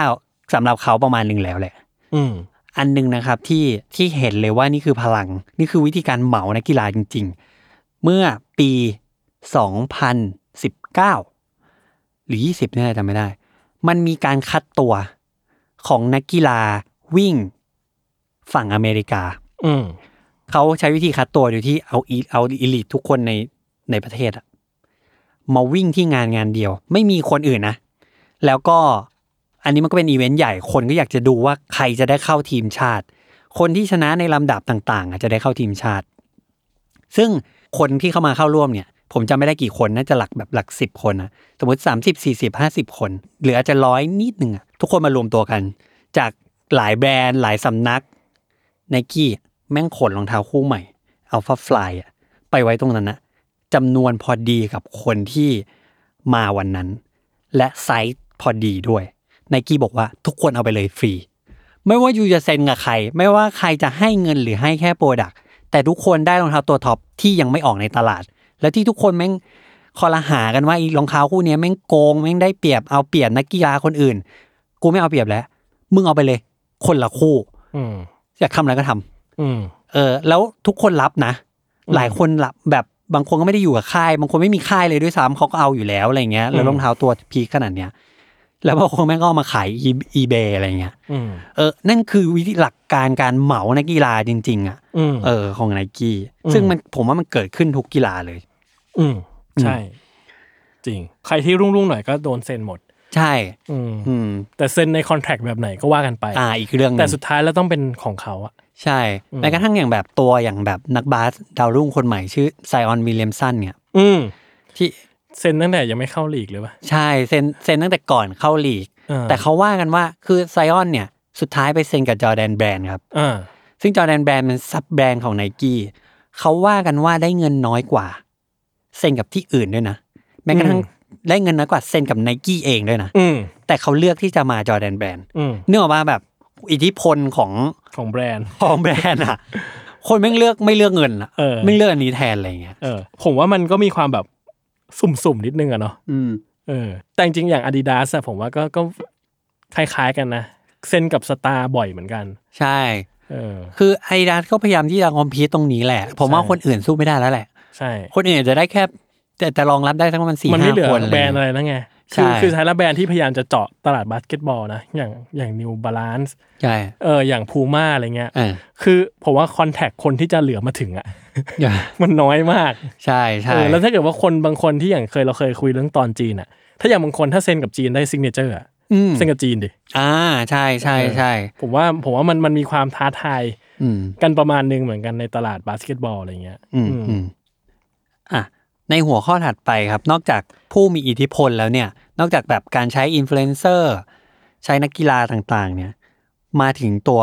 สำหรับเขาประมาณหนึ่งแล้วแหละ
อืม
อันหนึ่งนะครับที่ที่เห็นเลยว่านี่คือพลัง นี่คือวิธีการเหมานักกีฬาจริง ๆ เมื่อปี 2019 หรือ 20เนี่ยจำไม่ได้ มันมีการคัดตัวของนักกีฬาวิ่งฝั่งอเมริกา
อืม
เขาใช้วิธีคัดตัวโดยที่เอาอีเอาอีลิททุกคนในในประเทศอะมาวิ่งที่งานงานเดียว ไม่มีคนอื่นนะ แล้วก็อันนี้มันก็เป็นอีเวนต์ใหญ่คนก็อยากจะดูว่าใครจะได้เข้าทีมชาติ คนที่ชนะในลำดับต่างๆอาจจะได้เข้าทีมชาติ ซึ่งคนที่เข้ามาเข้าร่วมเนี่ย ผมจำไม่ได้กี่คนน่าจะหลักแบบหลักสิบคนนะสมมติ 30 40 50 คน หรืออาจจะร้อยนิดหนึ่งอะทุกคนมารวมตัวกัน จากหลายแบรนด์หลายสำนัก ไนกี้แม่งขนรองเท้าคู่ใหม่อัลฟาฟลายไปไว้ตรงนั้นนะจำนวนพอดีกับคนที่มาวันนั้น และไซส์พอดีด้วยไนกี้บอกว่าทุกคนเอาไปเลยฟรี ไม่ว่ายูจะเซ็นกับใคร ไม่ว่าใครจะให้เงินหรือให้แค่โปรดักต์แต่ทุกคนได้รองเท้าตัวท็อปที่ยังไม่ออกในตลาด แล้วที่ทุกคนแม่งคอลหากันว่าไอีรองเท้าคู่เนี้ยแม่งโกงแม่งได้เปรียบเอาเปรียบนักกีฬาคนอื่น กูไม่เอาเปรียบแล้ว มึงเอาไปเลย คนละคู่
อืม
อยากทำอะไรก็ทำ
อืม
เออแล้วทุกคนรับนะ
อืม
หลายคนรับแบบบางคนก็ไม่ได้อยู่กับค่าย บางคนไม่มีค่ายเลยด้วยซ้ำเขาก็เอาอยู่แล้วอะไรเงี้ย แล้ว
อืม
รองเท้าตัวพีคขนาดเนี้ย แล้วบางคนแม่งก็เอามาขายอีเบอะไรเงี้ย
อืม
เออนั่นคือวิธีหลักการการเหมานักกีฬาจริง ๆ อ่ะ
อืม
เออของไนกี้
อืม
ซึ่งมันผมว่ามันเกิดขึ้นทุกกีฬาเลย
อืม ใช่ จริง ใครที่รุ่งรุ่งๆหน่อยก็โดนเซ็นหมด
ใช่
อืม
อืม
แต่เซ็นในคอนแทคแบบไหนก็ว่ากันไป
อ่าอีกเรื่องหนึ่ง
แต่สุดท้ายแล้วต้องเป็นของเขาอะ
ใช่
อืม
แม้กระทั่งอย่างแบบตัวอย่างแบบนักบาสดาวรุ่งคนใหม่ชื่อไซออนวิลเลียมสันเนี่ย
อืม
ที่
เซ็นตั้งแต่ยังไม่เข้าลีกเลยปะ
ใช่เซ็นเซ็นตั้งแต่ก่อนเข้าลีก
อ่
แต่เขาว่ากันว่าคือไซออนเนี่ย สุดท้ายไปเซ็นกับจอร์แดนแบรนด์ครับ
อ่า
ซึ่งจอร์แดนแบรนด์เป็นซับแบรนด์ของไนกี้เขาว่ากันว่าได้เงินน้อยกว่า เซ็นกับที่อื่นด้วยนะแม้กระทั่ง
อืม
ได้เงินน้อยกว่าเซ็นกับไนกี้เองด้วยนะ
อืม
แต่เขาเลือกที่จะมาจอร์แดนแบรนด์
อืม
เนื่องมาแบบอิทธิพลของ
ของแบรนด์
ของแบรนด์อ่ะ คนไม่งเลือกไม่เลือกเงินอะ
เออ
ไม่เลือกอันนี้แทนอะไรอย่างเงี้ย
เออ ผมว่ามันก็มีความแบบสุ่มๆนิดนึงอะเนาะ
อืม
เออ แต่จริงๆอย่าง Adidas อะผมว่าก็ก็คล้ายๆกันนะ เซ็นกับสตาร์บ่อยเหมือนกัน
ใช่
เออ
คือไอดัสก็พยายามที่จะคอมพีตตรงนี้แหละ ผมว่า
ใช่
คนอื่นสู้ไม่ได้แล้วแหละ
ใช่
คนอื่นอาจจะได้แค่แต่แต่รองรับได้ทั้งประมันสี่
มันไม่
ห้า
เหลือ
คนอะไร
แบรน
เงี้
ด์
ย
อะไรแล้วไง
ใช่
คือคือท้ายแล้วแบรนด์ที่พยายามจะเจาะตลาดบาสเกตบอลนะ อย่างอย่าง New Balance
ใช่
เอออย่าง Puma อะไรเงี้ย
อ่า
คือผมว่าคอนแทคคนที่จะเหลือมาถึงอะ มันน้อยมาก
ใช่ใช่
เออแล้วถ้าเกิดว่าคนบางคนที่อย่างเคยเราเคยคุยเรื่องตอนจีนอะถ้าอย่างบางคนถ้าเซ็นกับจีนได้ซิงเนเจอร์
อืม
เซ็นกับจีนดิ
อ่าใช่ใช่ใช่
ผมว่าผมว่ามันมันมีความท้าทาย
อืม
กันประมาณหนึงเหมือนกันในตลาดบาสเกตบอลอะไรเงี้ย
อืม
อืม
อืมอ่ะในหัวข้อถัดไปครับ นอกจากผู้มีอิทธิพลแล้วเนี่ย นอกจากแบบการใช้อินฟลูเอนเซอร์ใช้นักกีฬาต่างๆ เนี่ย มาถึงตัว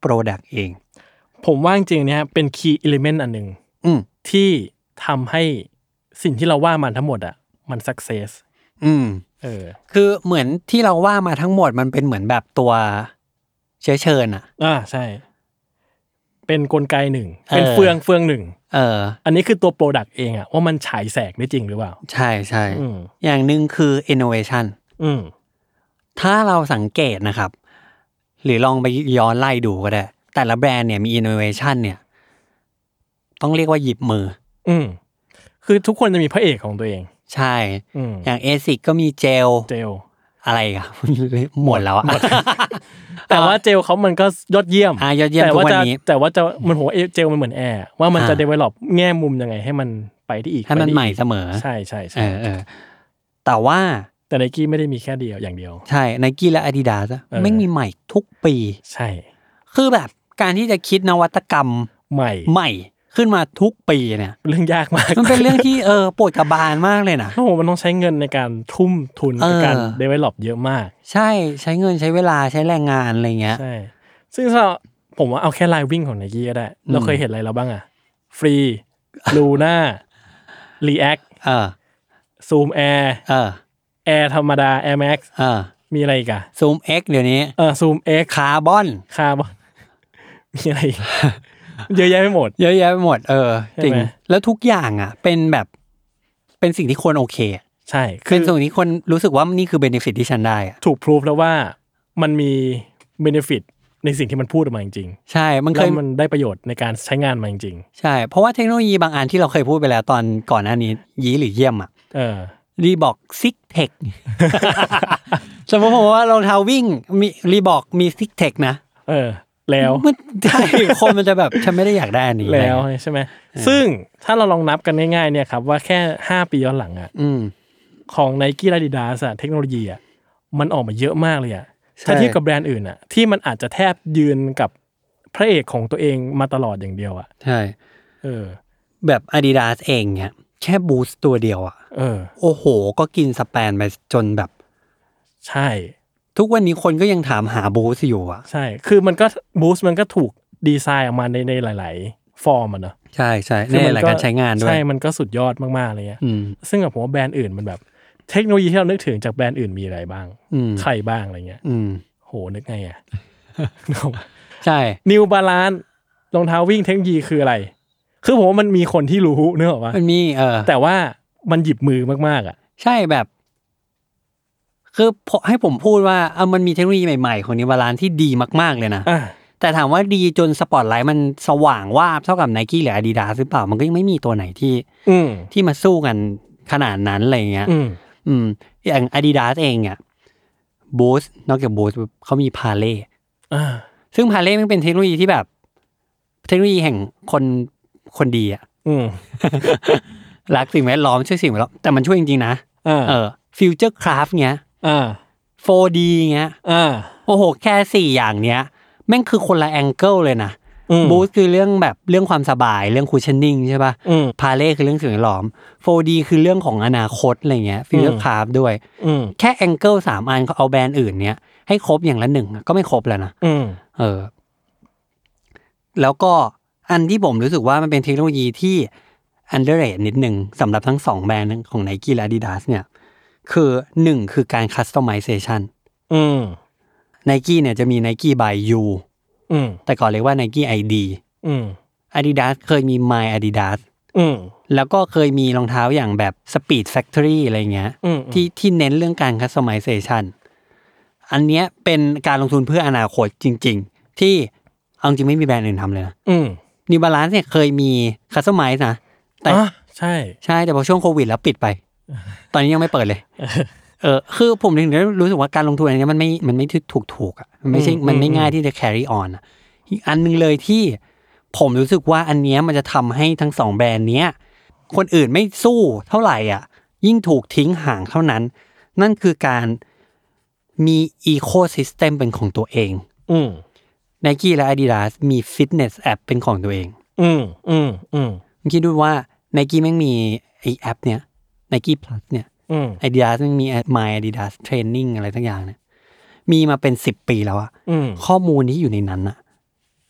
โปรดักต์เอง
ผมว่าจริงๆเนี่ยเป็นคีย์อิเลเมนต์อันหนึ่ง
อืม
ที่ทำให้สิ่งที่เราว่ามันทั้งหมดอะ มันสักเซส
อืม
เออ
คือเหมือนที่เราว่ามาทั้งหมดมันเป็นเหมือนแบบตัวเชื้อเชิญอะ
อ่าใช่ เป็นกลไกหนึ่ง เป็น
เออ
เฟืองเฟืองหนึ่ง
เออ
อันนี้คือตัวโปรดักต์เองอะว่ามันฉายแสงได้จริงหรือเปล่า
ใช่ใช่
อืม
อย่างหนึ่งคือ innovation
อืม
ถ้าเราสังเกตนะครับ หรือลองไปย้อนไล่ดูก็ได้ แต่ละแบรนด์เนี่ยมี innovation เนี่ย ต้องเรียกว่าหยิบมือ
อืม คือทุกคนจะมีพระเอกของตัวเอง
ใช่
อืม
อย่าง ASIC ก็มีเจล
เจล
อะไรอ่ะ หมดแล้วอะ
แต่ว่าเจลเขามันก็ยอดเยี่ยม
อ่ะยอดเยี่ยม
แต่ว่า
ทุกวั
จะ
นนี้
แต่ว่าจะมันหัวาเจลมันเหมือนแอร์ว่ามันจะ
อ่า
develop แง่มุมยังไงให้มันไปได้อีก
ให้มัน
ไปได้อีก
ใหม่เสมอ
ใช่ใช่
เอ
ใช่
อเออแต่ว่า
แต่ไนกี้ไม่ได้มีแค่เดียวอย่างเดียว
ใช่ไนกี้และอาดิดาส
เออ
ไม่งมีใหม่ทุกปี
ใช่
คือแบบการที่จะคิดนวัตกรรม
ใหม่
ใหม่ขึ้นมาทุกปีเนี่ย
เรื่องยากมาก
มันเป็นเรื่องที่เออปวดกระบาลมากเลยนะ
โอ้โหมันต้องใช้เงินในการทุ่มทุน
เออ
ในการ develop เยอะมาก
ใช่ใช้เงินใช้เวลาใช้แรงงานอะไรเงี้ย
ใช่ ซึ่งเราผมว่าเอาแค่ลายวิ่งของไนกี้ก็ได้ เราเคยเห็นอะไรแล้วบ้างอะฟรีลูน่ารีแอค
เออ
ซูมแอร์
เออ
แอร์ธรรมดาแอร์แม็ก
เออ
มีอะไรอีกอะ
ซูมเอ็กเดี๋ยวนี้
เออซูมเอ็ก
คาร์บอน
คาร์บอน มีอะไรอีก เยอะแยะไปหมด
เยอะแยะไปหมด เออ
ใช่ไหม
จริง แล้วทุกอย่างอ่ะ เป็นแบบเป็นสิ่งที่ควรโอเคอะ
ใช่คื
เป็
อน
สิ่งที่คนรู้สึกว่านี่คือเบนฟิตที่ฉันได้อะ
ถูกพรูฟแล้วว่ามันมีเบนฟิตในสิ่งที่มันพูดออกมาจริง
ใช่มัน
ๆ
เค
แล้ว
ย
มันได้ประโยชน์ในการใช้งานมาจริง
ใช่ เพราะว่าเทคโนโลยีบางอันที่เราเคยพูดไปแล้วตอนก่อนหน้านี้ ยีหรือเยี่ยมอ่ะ
ๆเออ
รีบอกซิกเทค สมมติผมว่ารองเท้าวิ่งมีรีบอกมีซิกเทคนะ
เออ แล้ว
มัน ใช่คนมันจะแบบฉันไม่ได้อยากได้อันนี้
แล้ว
อะไรเงี้ย
ใช่ไหมซึ่งถ้าเราลองนับกันง่ายๆเนี่ยครับ ว่าแค่ 5 ปีย้อนหลังอะ
อืม
ของไนกี้และดิดาสเทคโนโลยีอะมันออกมาเยอะมากเลยอะ
ใช่
ถ้าเทียบกับแบรนด์อื่นอะที่มันอาจจะแทบยืนกับพระเอกของตัวเองมาตลอดอย่างเดียวอะ
ใช่
เออ
แบบ Adidas เองเนี่ยแค่บูสต์ตัวเดียวอ่ะ
เออ
โอ้โห ก็กินสแปนไปจนแบบ
ใช่
ทุกวันนี้คนก็ยังถามหาบูสอยู่อ่ะ
ใช่ คือมันก็บูสต์มันก็ถูกดีไซน์ออกมาในในหลาย ๆ ฟอร์มอะเนอะ
ใช่ใช่
คือ
แน่
มั
แหละการใช้งานด้วย
ใช่ มันก็สุดยอดมาก ๆ เลยเนี่ย
อืม
ซึ่งกับผมว่าแบรนด์อื่นมันแบบ เทคโนโลยีที่เรานึกถึงจากแบรนด์อื่นมีอะไรบ้าง
อืม
ใครบ้างอะไรเงี้ย
อืม
โห นึกไงอะ
ใช่
นิวบาลานรองเท้าวิ่งเทคโนโลยีคืออะไร คือผมว่ามันมีคนที่รู้เนกอะวะ
มันมีเออ
แต่ว่ามันหยิบมือมากๆอะ
ใช่แบบ คือพอให้ผมพูดว่าเอามันมีเทคโนโลยีใหม่ ๆ ของนิวาลานที่ดีมากๆเลยนะ
อ่ะ
แต่ถามว่าดีจนสปอตไลท์มันสว่างว่าบเท่ากับไนกี้หรืออาดิดาหรือเปล่า มันก็ยังไม่มีตัวไหนที่
อืม
ที่มาสู้กันขนาดนั้นอะไรเงี้ย
อืม
อืม อย่างอาดิดาเองอ่ะบูสนอกจากบูสเขามีพาเล่
อ่า
ซึ่งพาเล่มันเป็นเทคโนโลยีที่แบบ เทคโนโลยีแห่งคนคนดีอะ
อืม
รักสิ่งแวดล้อมช่วยสิ่งแวดล้อมแต่มันช่วยจริง ๆ นะ
อ่า
เออฟิวเจอร์คราฟเงี้ย
อ่า
4D เงี้ย
อ่า
โอ้โห แค่สี่อย่างเนี้ย แม่งคือคนละแองเกิลเลยนะ
อืม
บูสคือเรื่องแบบเรื่องความสบายเรื่องคูชชั่นนิ่งใช่ป่ะ
อืม
พาเล่คือเรื่องสิ่งแวดล้อม 4D คือเรื่องของอนาคตอะไรเงี้ยฟิวเจอ
อื
ร์
ม
คราฟด้วย
อืม
แค่แองเกิลสามอันเขาเอาแบรนด์อื่นเนี้ยให้ครบอย่างละหนึ่งอะก็ไม่ครบแล้วนะ
อืม
เออ แล้วก็อันที่ผมรู้สึกว่ามันเป็นเทคโนโลยีที่ underrated นิดหนึ่งสำหรับทั้งสองแบรนด์ของ Nike และ Adidas เนี่ย คือหนึ่งคือการ customization
อืม
Nike เนี่ยจะมี Nike by you
อืม
แต่ก่อนเรียกว่า Nike ID
อืม
Adidas เคยมี My Adidas
อืม
แล้วก็เคยมีรองเท้าอย่างแบบ Speed Factory อะไรเงี้ย
อืม
ที่ที่เน้นเรื่องการ customization อันเนี้ยเป็นการลงทุนเพื่ออนาคตจริง ๆ ที่เอาจริงไม่มีแบรนด์อื่นทำเลยนะ
อืม
นิวบาลานซ์เนี่ยเคยมีคัสตอมไมซ์นะ แต่
อ่ะใช่
ใช่แต่พอช่วงโควิดแล้วปิดไป ตอนนี้ยังไม่เปิดเลย เออคือผมถึงได้รู้สึกว่าการลงทุนอันเนี้ยมันไม่มันไม่ถูกถูกๆอ่ะมันไม่ใช่
อืม
มันไม่
อืม
ง่ายที่จะ carry on อะอีกอันหนึงเลยที่ผมรู้สึกว่าอันเนี้ยมันจะทำให้ทั้งสองแบรนด์เนี้ยคนอื่นไม่สู้เท่าไหร่อ่ะ ยิ่งถูกทิ้งห่างเท่านั้น นั่นคือการมี ecosystem เป็นของตัวเอง
อืม
Nike และ Adidas มี fitness app เป็นของตัวเอง
อืม อืม อืม
มึงคิดดูว่า n i กี้แม่งมีไอแอป เนี่ย n i กี้ plus เนี่ย
อืม
Adidas แม่งมี My Adidas Training อะไรทั้งอย่างเนี่ยมีมาเป็นสิบปีแล้วอะ
อืม
ข้อมูลที่อยู่ในนั้นอะ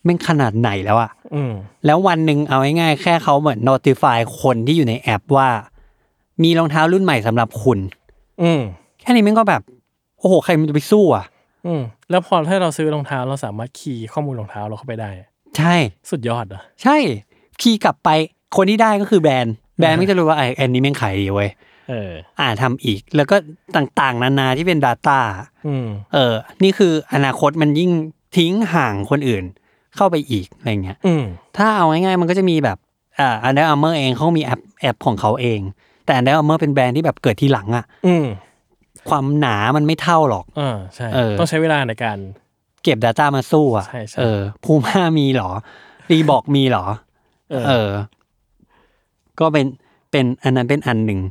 แม่งขนาดไหนแล้วอะ
อืม
แล้ววันหนึ่งเอาง่ายๆแค่เขาเหมือน notify คนที่อยู่ในแอปว่า มีรองเท้ารุ่นใหม่สำหรับคุณ
อืม
แค่นี้มันก็แบบ โอ้โห ใครมันจะไปสู้อ่ะ
อืมแล้วพอถ้าเราซื้อรองเท้าเราสามารถคีย์ข้อมูลรองเท้าเราเข้าไปได้
ใช่
สุดยอดเหรอ
ใช่ คีย์กลับไปคนที่ได้ก็คือแบรนด์แบรนด์ไม่จะรู้ว่าไอ้แอนนี้แม่งขายดีเว้ย
เออ
อ่าทำอีก แล้วก็ต่างๆ นานาที่เป็น Data
อืม
เออ นี่คืออนาคตมันยิ่งทิ้งห่างคนอื่น เข้าไปอีกอะไรเงี้ย
อืม
ถ้าเอาง่ายๆ มันก็จะมีแบบอ่าอันเดอร์อาร์เมอร์เองเขามีแอปแอปของเขาเอง แต่อันเดอร์อาร์เมอร์เป็นแบรนด์ที่แบบเกิดทีหลังอะ
อืม
ความหนามันไม่เท่าหรอก
อ่าใช่
เออ
ต้องใช้เวลาในการ
เก็บ Data มาสู้อะ
ใช่ใช่
เออภูมิามีเหรอรีบอกมีเหรอ
เออ
เออ ก็เป็น เป็นอันนั้นเป็นอันหนึ่ง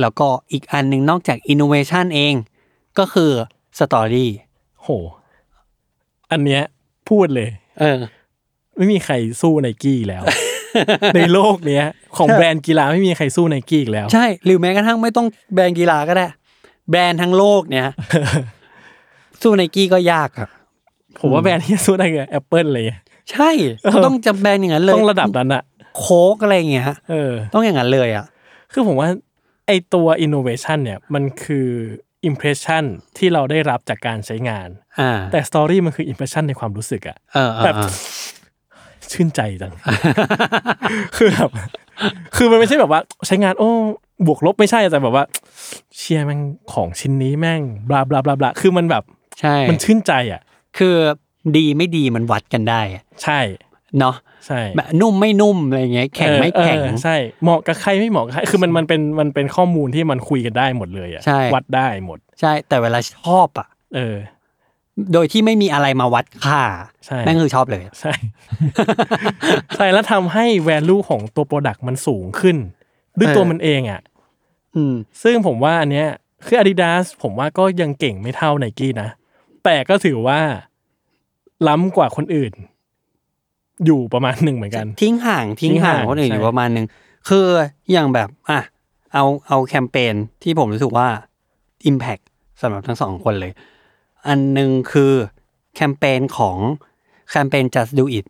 แล้วก็อีกอันหนึ่งนอกจาก innovation เอง ก็คือ story
โห อันเนี้ยพูดเลย
เออ
ไม่มีใครสู้ไนกี้ แล้ว ในโลกเนี้ย ของ
ใช่
แบรนด์กีฬาไม่มีใครสู้ไนกี้อีกแล้ว
ใช่ หรือแม้กระทั่งไม่ต้องแบรนด์กีฬาก็ได้ แบรนด์ทั้งโลก เนี่ย สู้ไนกี้ก็ยากครับ
ผมว่าแบรนด์ที่สู้ได้คือแอปเปิลเลย
ใช่ ต้องจำแบรนด์อย่างนั้นเลย
ต้องระดับนั้นอะ
โค้กอะไรอย่างเงี้ย
เออ
ต้องอย่างนั้นเลยอ่ะ
คือผมว่าไอตัว innovation เนี่ย มันคือ impression ที่เราได้รับจากการใช้งาน
อ่า
แต่ story มันคือ impression ในความรู้สึกอะ
เออเออ
แบบ
เออ
ชื่นใจ จัง คือแบบ คือมันไม่ใช่แบบว่า ใช้งานโอ้ บวกลบไม่ใช่แต่แบบว่า เชียร์แม่งของชิ้นนี้แม่งบลาบลาบลาบลาคือมันแบบ
ใช่
มันชื่นใจอ่ะ
คือดีไม่ดีมันวัดกันได้อะ
ใช่
เนาะ
ใช่
แบบนุ่มไม่นุ่มอะไรอย่างเงี้ย แข็งไม่แข็ง
เออเออใช่ เหมาะกับใครไม่เหมาะกับใครคือมันมันเป็นมันเป็นข้อมูลที่มันคุยกันได้หมดเลยอ่ะ
ใช่
วัดได้หมด
ใช่ แต่เวลาชอบอ่ะ
เออ
โดยที่ไม่มีอะไรมาวัดค่า
ใช่
นั่นคือชอบเลย
ใช่ ใช่แล้วทำให้ value ของตัว product มันสูงขึ้น ด้วย
เออ
ตัวมันเองอ่ะ
อืม
ซึ่งผมว่าอันเนี้ยคือ Adidas ผมว่าก็ยังเก่งไม่เท่าไนกี้นะ แต่ก็ถือว่าล้ำกว่าคนอื่น อยู่ประมาณหนึ่งเหมือนกัน
ทิ้งห่างทิ้งห่าง
ทิ้งห่าง
คนอื่น
ใช่
อยู่ประมาณหนึ่งคืออย่างแบบอ่ะเอาเอาแคมเปญที่ผมรู้สึกว่า Impact สำหรับทั้งสองคนเลย อันหนึ่งคือแคมเปญของแคมเปญ just do it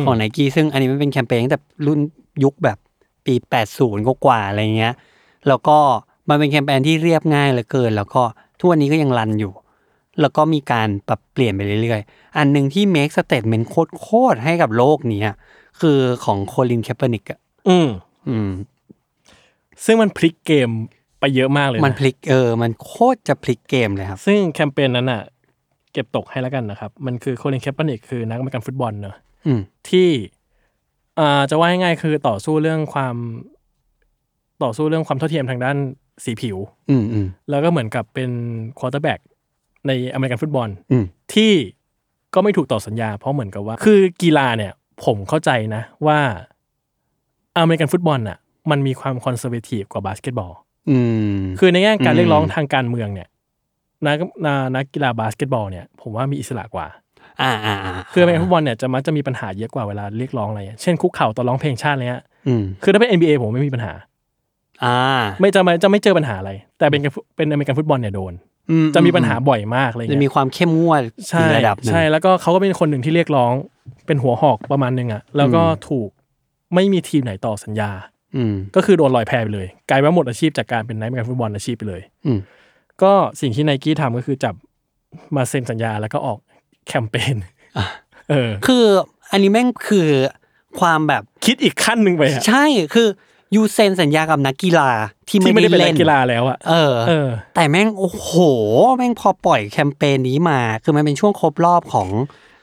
ม
ของ n i กี้ซึ่งอันนี้มันเป็นแคมเปญตั้งแต่รุ่นยุคแบบปี 80 กกว่าๆอะไรเงี้ย แล้วก็มันเป็นแคมเปญที่เรียบง่ายเหลือเกิน แล้วก็ทุกวันนี้ก็ยังรันอยู่ แล้วก็มีการปรับเปลี่ยนไปเรื่อยๆ อันหนึ่งที่ make statement โคตรๆให้กับโลกเนี้ยคือของโคลินแคปเปนิกอ่ะ
อืม
อืม
ซึ่งมันพลิกเกมไปเยอะมากเลยนะ
มันพลิกเออ มันโคตรจะพลิกเกมเลยครับ
ซึ่งแคมเปญนั้นอ่ะ เก็บตกให้แล้วกันนะครับ มันคือโคลินแคปเปนิกคือนักบันการฟุตบอลเนอะ
อืม
ที่อ่าจะว่าง่ายๆคือต่อสู้เรื่องความ ต่อสู้เรื่องความเท่าเทียมทางด้านสีผิว
อืมอืม
แล้วก็เหมือนกับเป็นควอเตอร์แบ็กในอเมริกันฟุตบอล
อืม
ที่ก็ไม่ถูกต่อสัญญา เพราะเหมือนกับว่า คือกีฬาเนี่ย ผมเข้าใจนะว่าอเมริกันฟุตบอลน่ะ มันมีความคอนเซอร์เวทีฟกว่าบาสเกตบอล
อืม
คือในแง่การเรียกร้อง
อืม
ทางการเมืองเนี่ยนักนักนักกีฬาบาสเกตบอลเนี่ยผมว่ามีอิสระกว่า
อ่าอ่าอ่า
คืออเมริกันฟุตบอลเนี่ยจะมักจะมีปัญหาเยอะกว่าเวลาเรียกร้องอะไรอะเช่นคุกเข่าต่อร้องเพลงชาติอะไรเงี้ย
อืม
คือถ้าเป็น NBA ผมไม่มีปัญหา
อ่า
ไม่จะไม่จะไม่เจอปัญหาอะไร แต่เป็นเป็นอเมริกันฟุตบอลเนี่ยโดน
อืม
จะมีปัญหาบ่อยมากอะไร
จะ
เงี้
มี
ย
ความเข้มงวด
ใช่
ในระดับหนึ่ง
ใช่แล้วก็เขาก็เป็นคนหนึ่งที่เรียกร้องเป็นหัวหอกประมาณหนึงอ่ะแล้วก็
อืม
ถูกไม่มีทีมไหนต่อสัญญา
อืม
ก็คือโดนลอยแพไปเลย กลายว่าหมดอาชีพจากการเป็นนักการฟุตบอลอาชีพไปเลย
อืม
ก็สิ่งที่ไนกี้ทำก็คือจับมาเซ็นสัญญาแล้วก็ออกแคมเปญเออ
คืออันนี้แม่งคือความแบบ
คิดอีกขั้นหนึ่งไปอะ
ใช่คือยูเซนสัญญากับนักกีฬาที่
ที่
ไม่
ไม่ได้
ได้
เป็นนั
เล่
ก
น
กีฬาแล้วอ่ะ
เออ
เออ
แต่แม่งโอ้โห แม่งพอปล่อยแคมเปญนี้มา คือมันเป็นช่วงครบรอบของ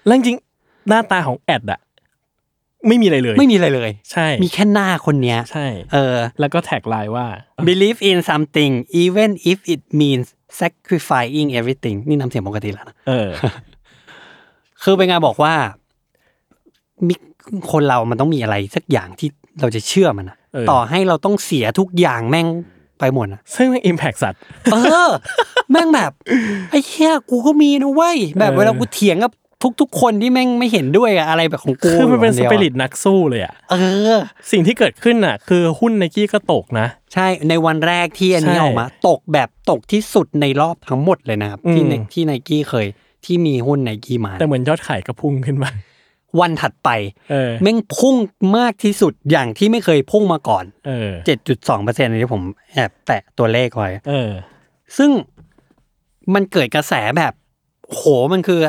แล้วจริงๆหน้าตาของแอดอะไม่มีอะไรเลย
ไม่มีอะไรเลย
ใช่
มีแค่หน้าคนเนี้ย
ใช่
เออ
แล้วก็แท็กไลน์ว่า
believe in something even if it means sacrificing everything นี่นำเสียงปกติแล้วนะ
เออ
คือเป็นไงานบอกว่ามิคนเรามันต้องมีอะไรสักอย่างที่เราจะเชื่อมันนะ
เออ
ต่อให้เราต้องเสียทุกอย่างแม่งไปหมดนะ
ซึ่งมันอิมแพกสัตว์
เออ แม่งแบบไอ้เหี้ยกูก็มีนะเว้ยแบบ
เออ
เวลากูเถียงกับทุกๆคนที่แม่งไม่เห็นด้วยอะอะไรแบบของกู
คือมันเป็น
ค
ส
ดียวอะ
ปิริตนักสู้เลยอ่ะ
เออ
สิ่งที่เกิดขึ้นอ่ะ คือหุ้นไนกี้ก็ตกนะ
ใช่ในวันแรกที่อันนี้
ใช่
ออกมา ตกแบบตกที่สุดในรอบทั้งหมดเลยนะครับ ที่
อืม
ในที่ไนกี้เคยที่มีหุ้นไนกี้มา
แต่เหมือนยอดขายก็พุ่งขึ้นมา
วันถัดไป
เออ
แม่งพุ่งมากที่สุดอย่างที่ไม่เคยพุ่งมาก่อน
เออ
7.2%อันนี้ผมแอบแตะตัวเลขไว้
เออ
ซึ่งมันเกิดกระแสแบบ โหมันคือ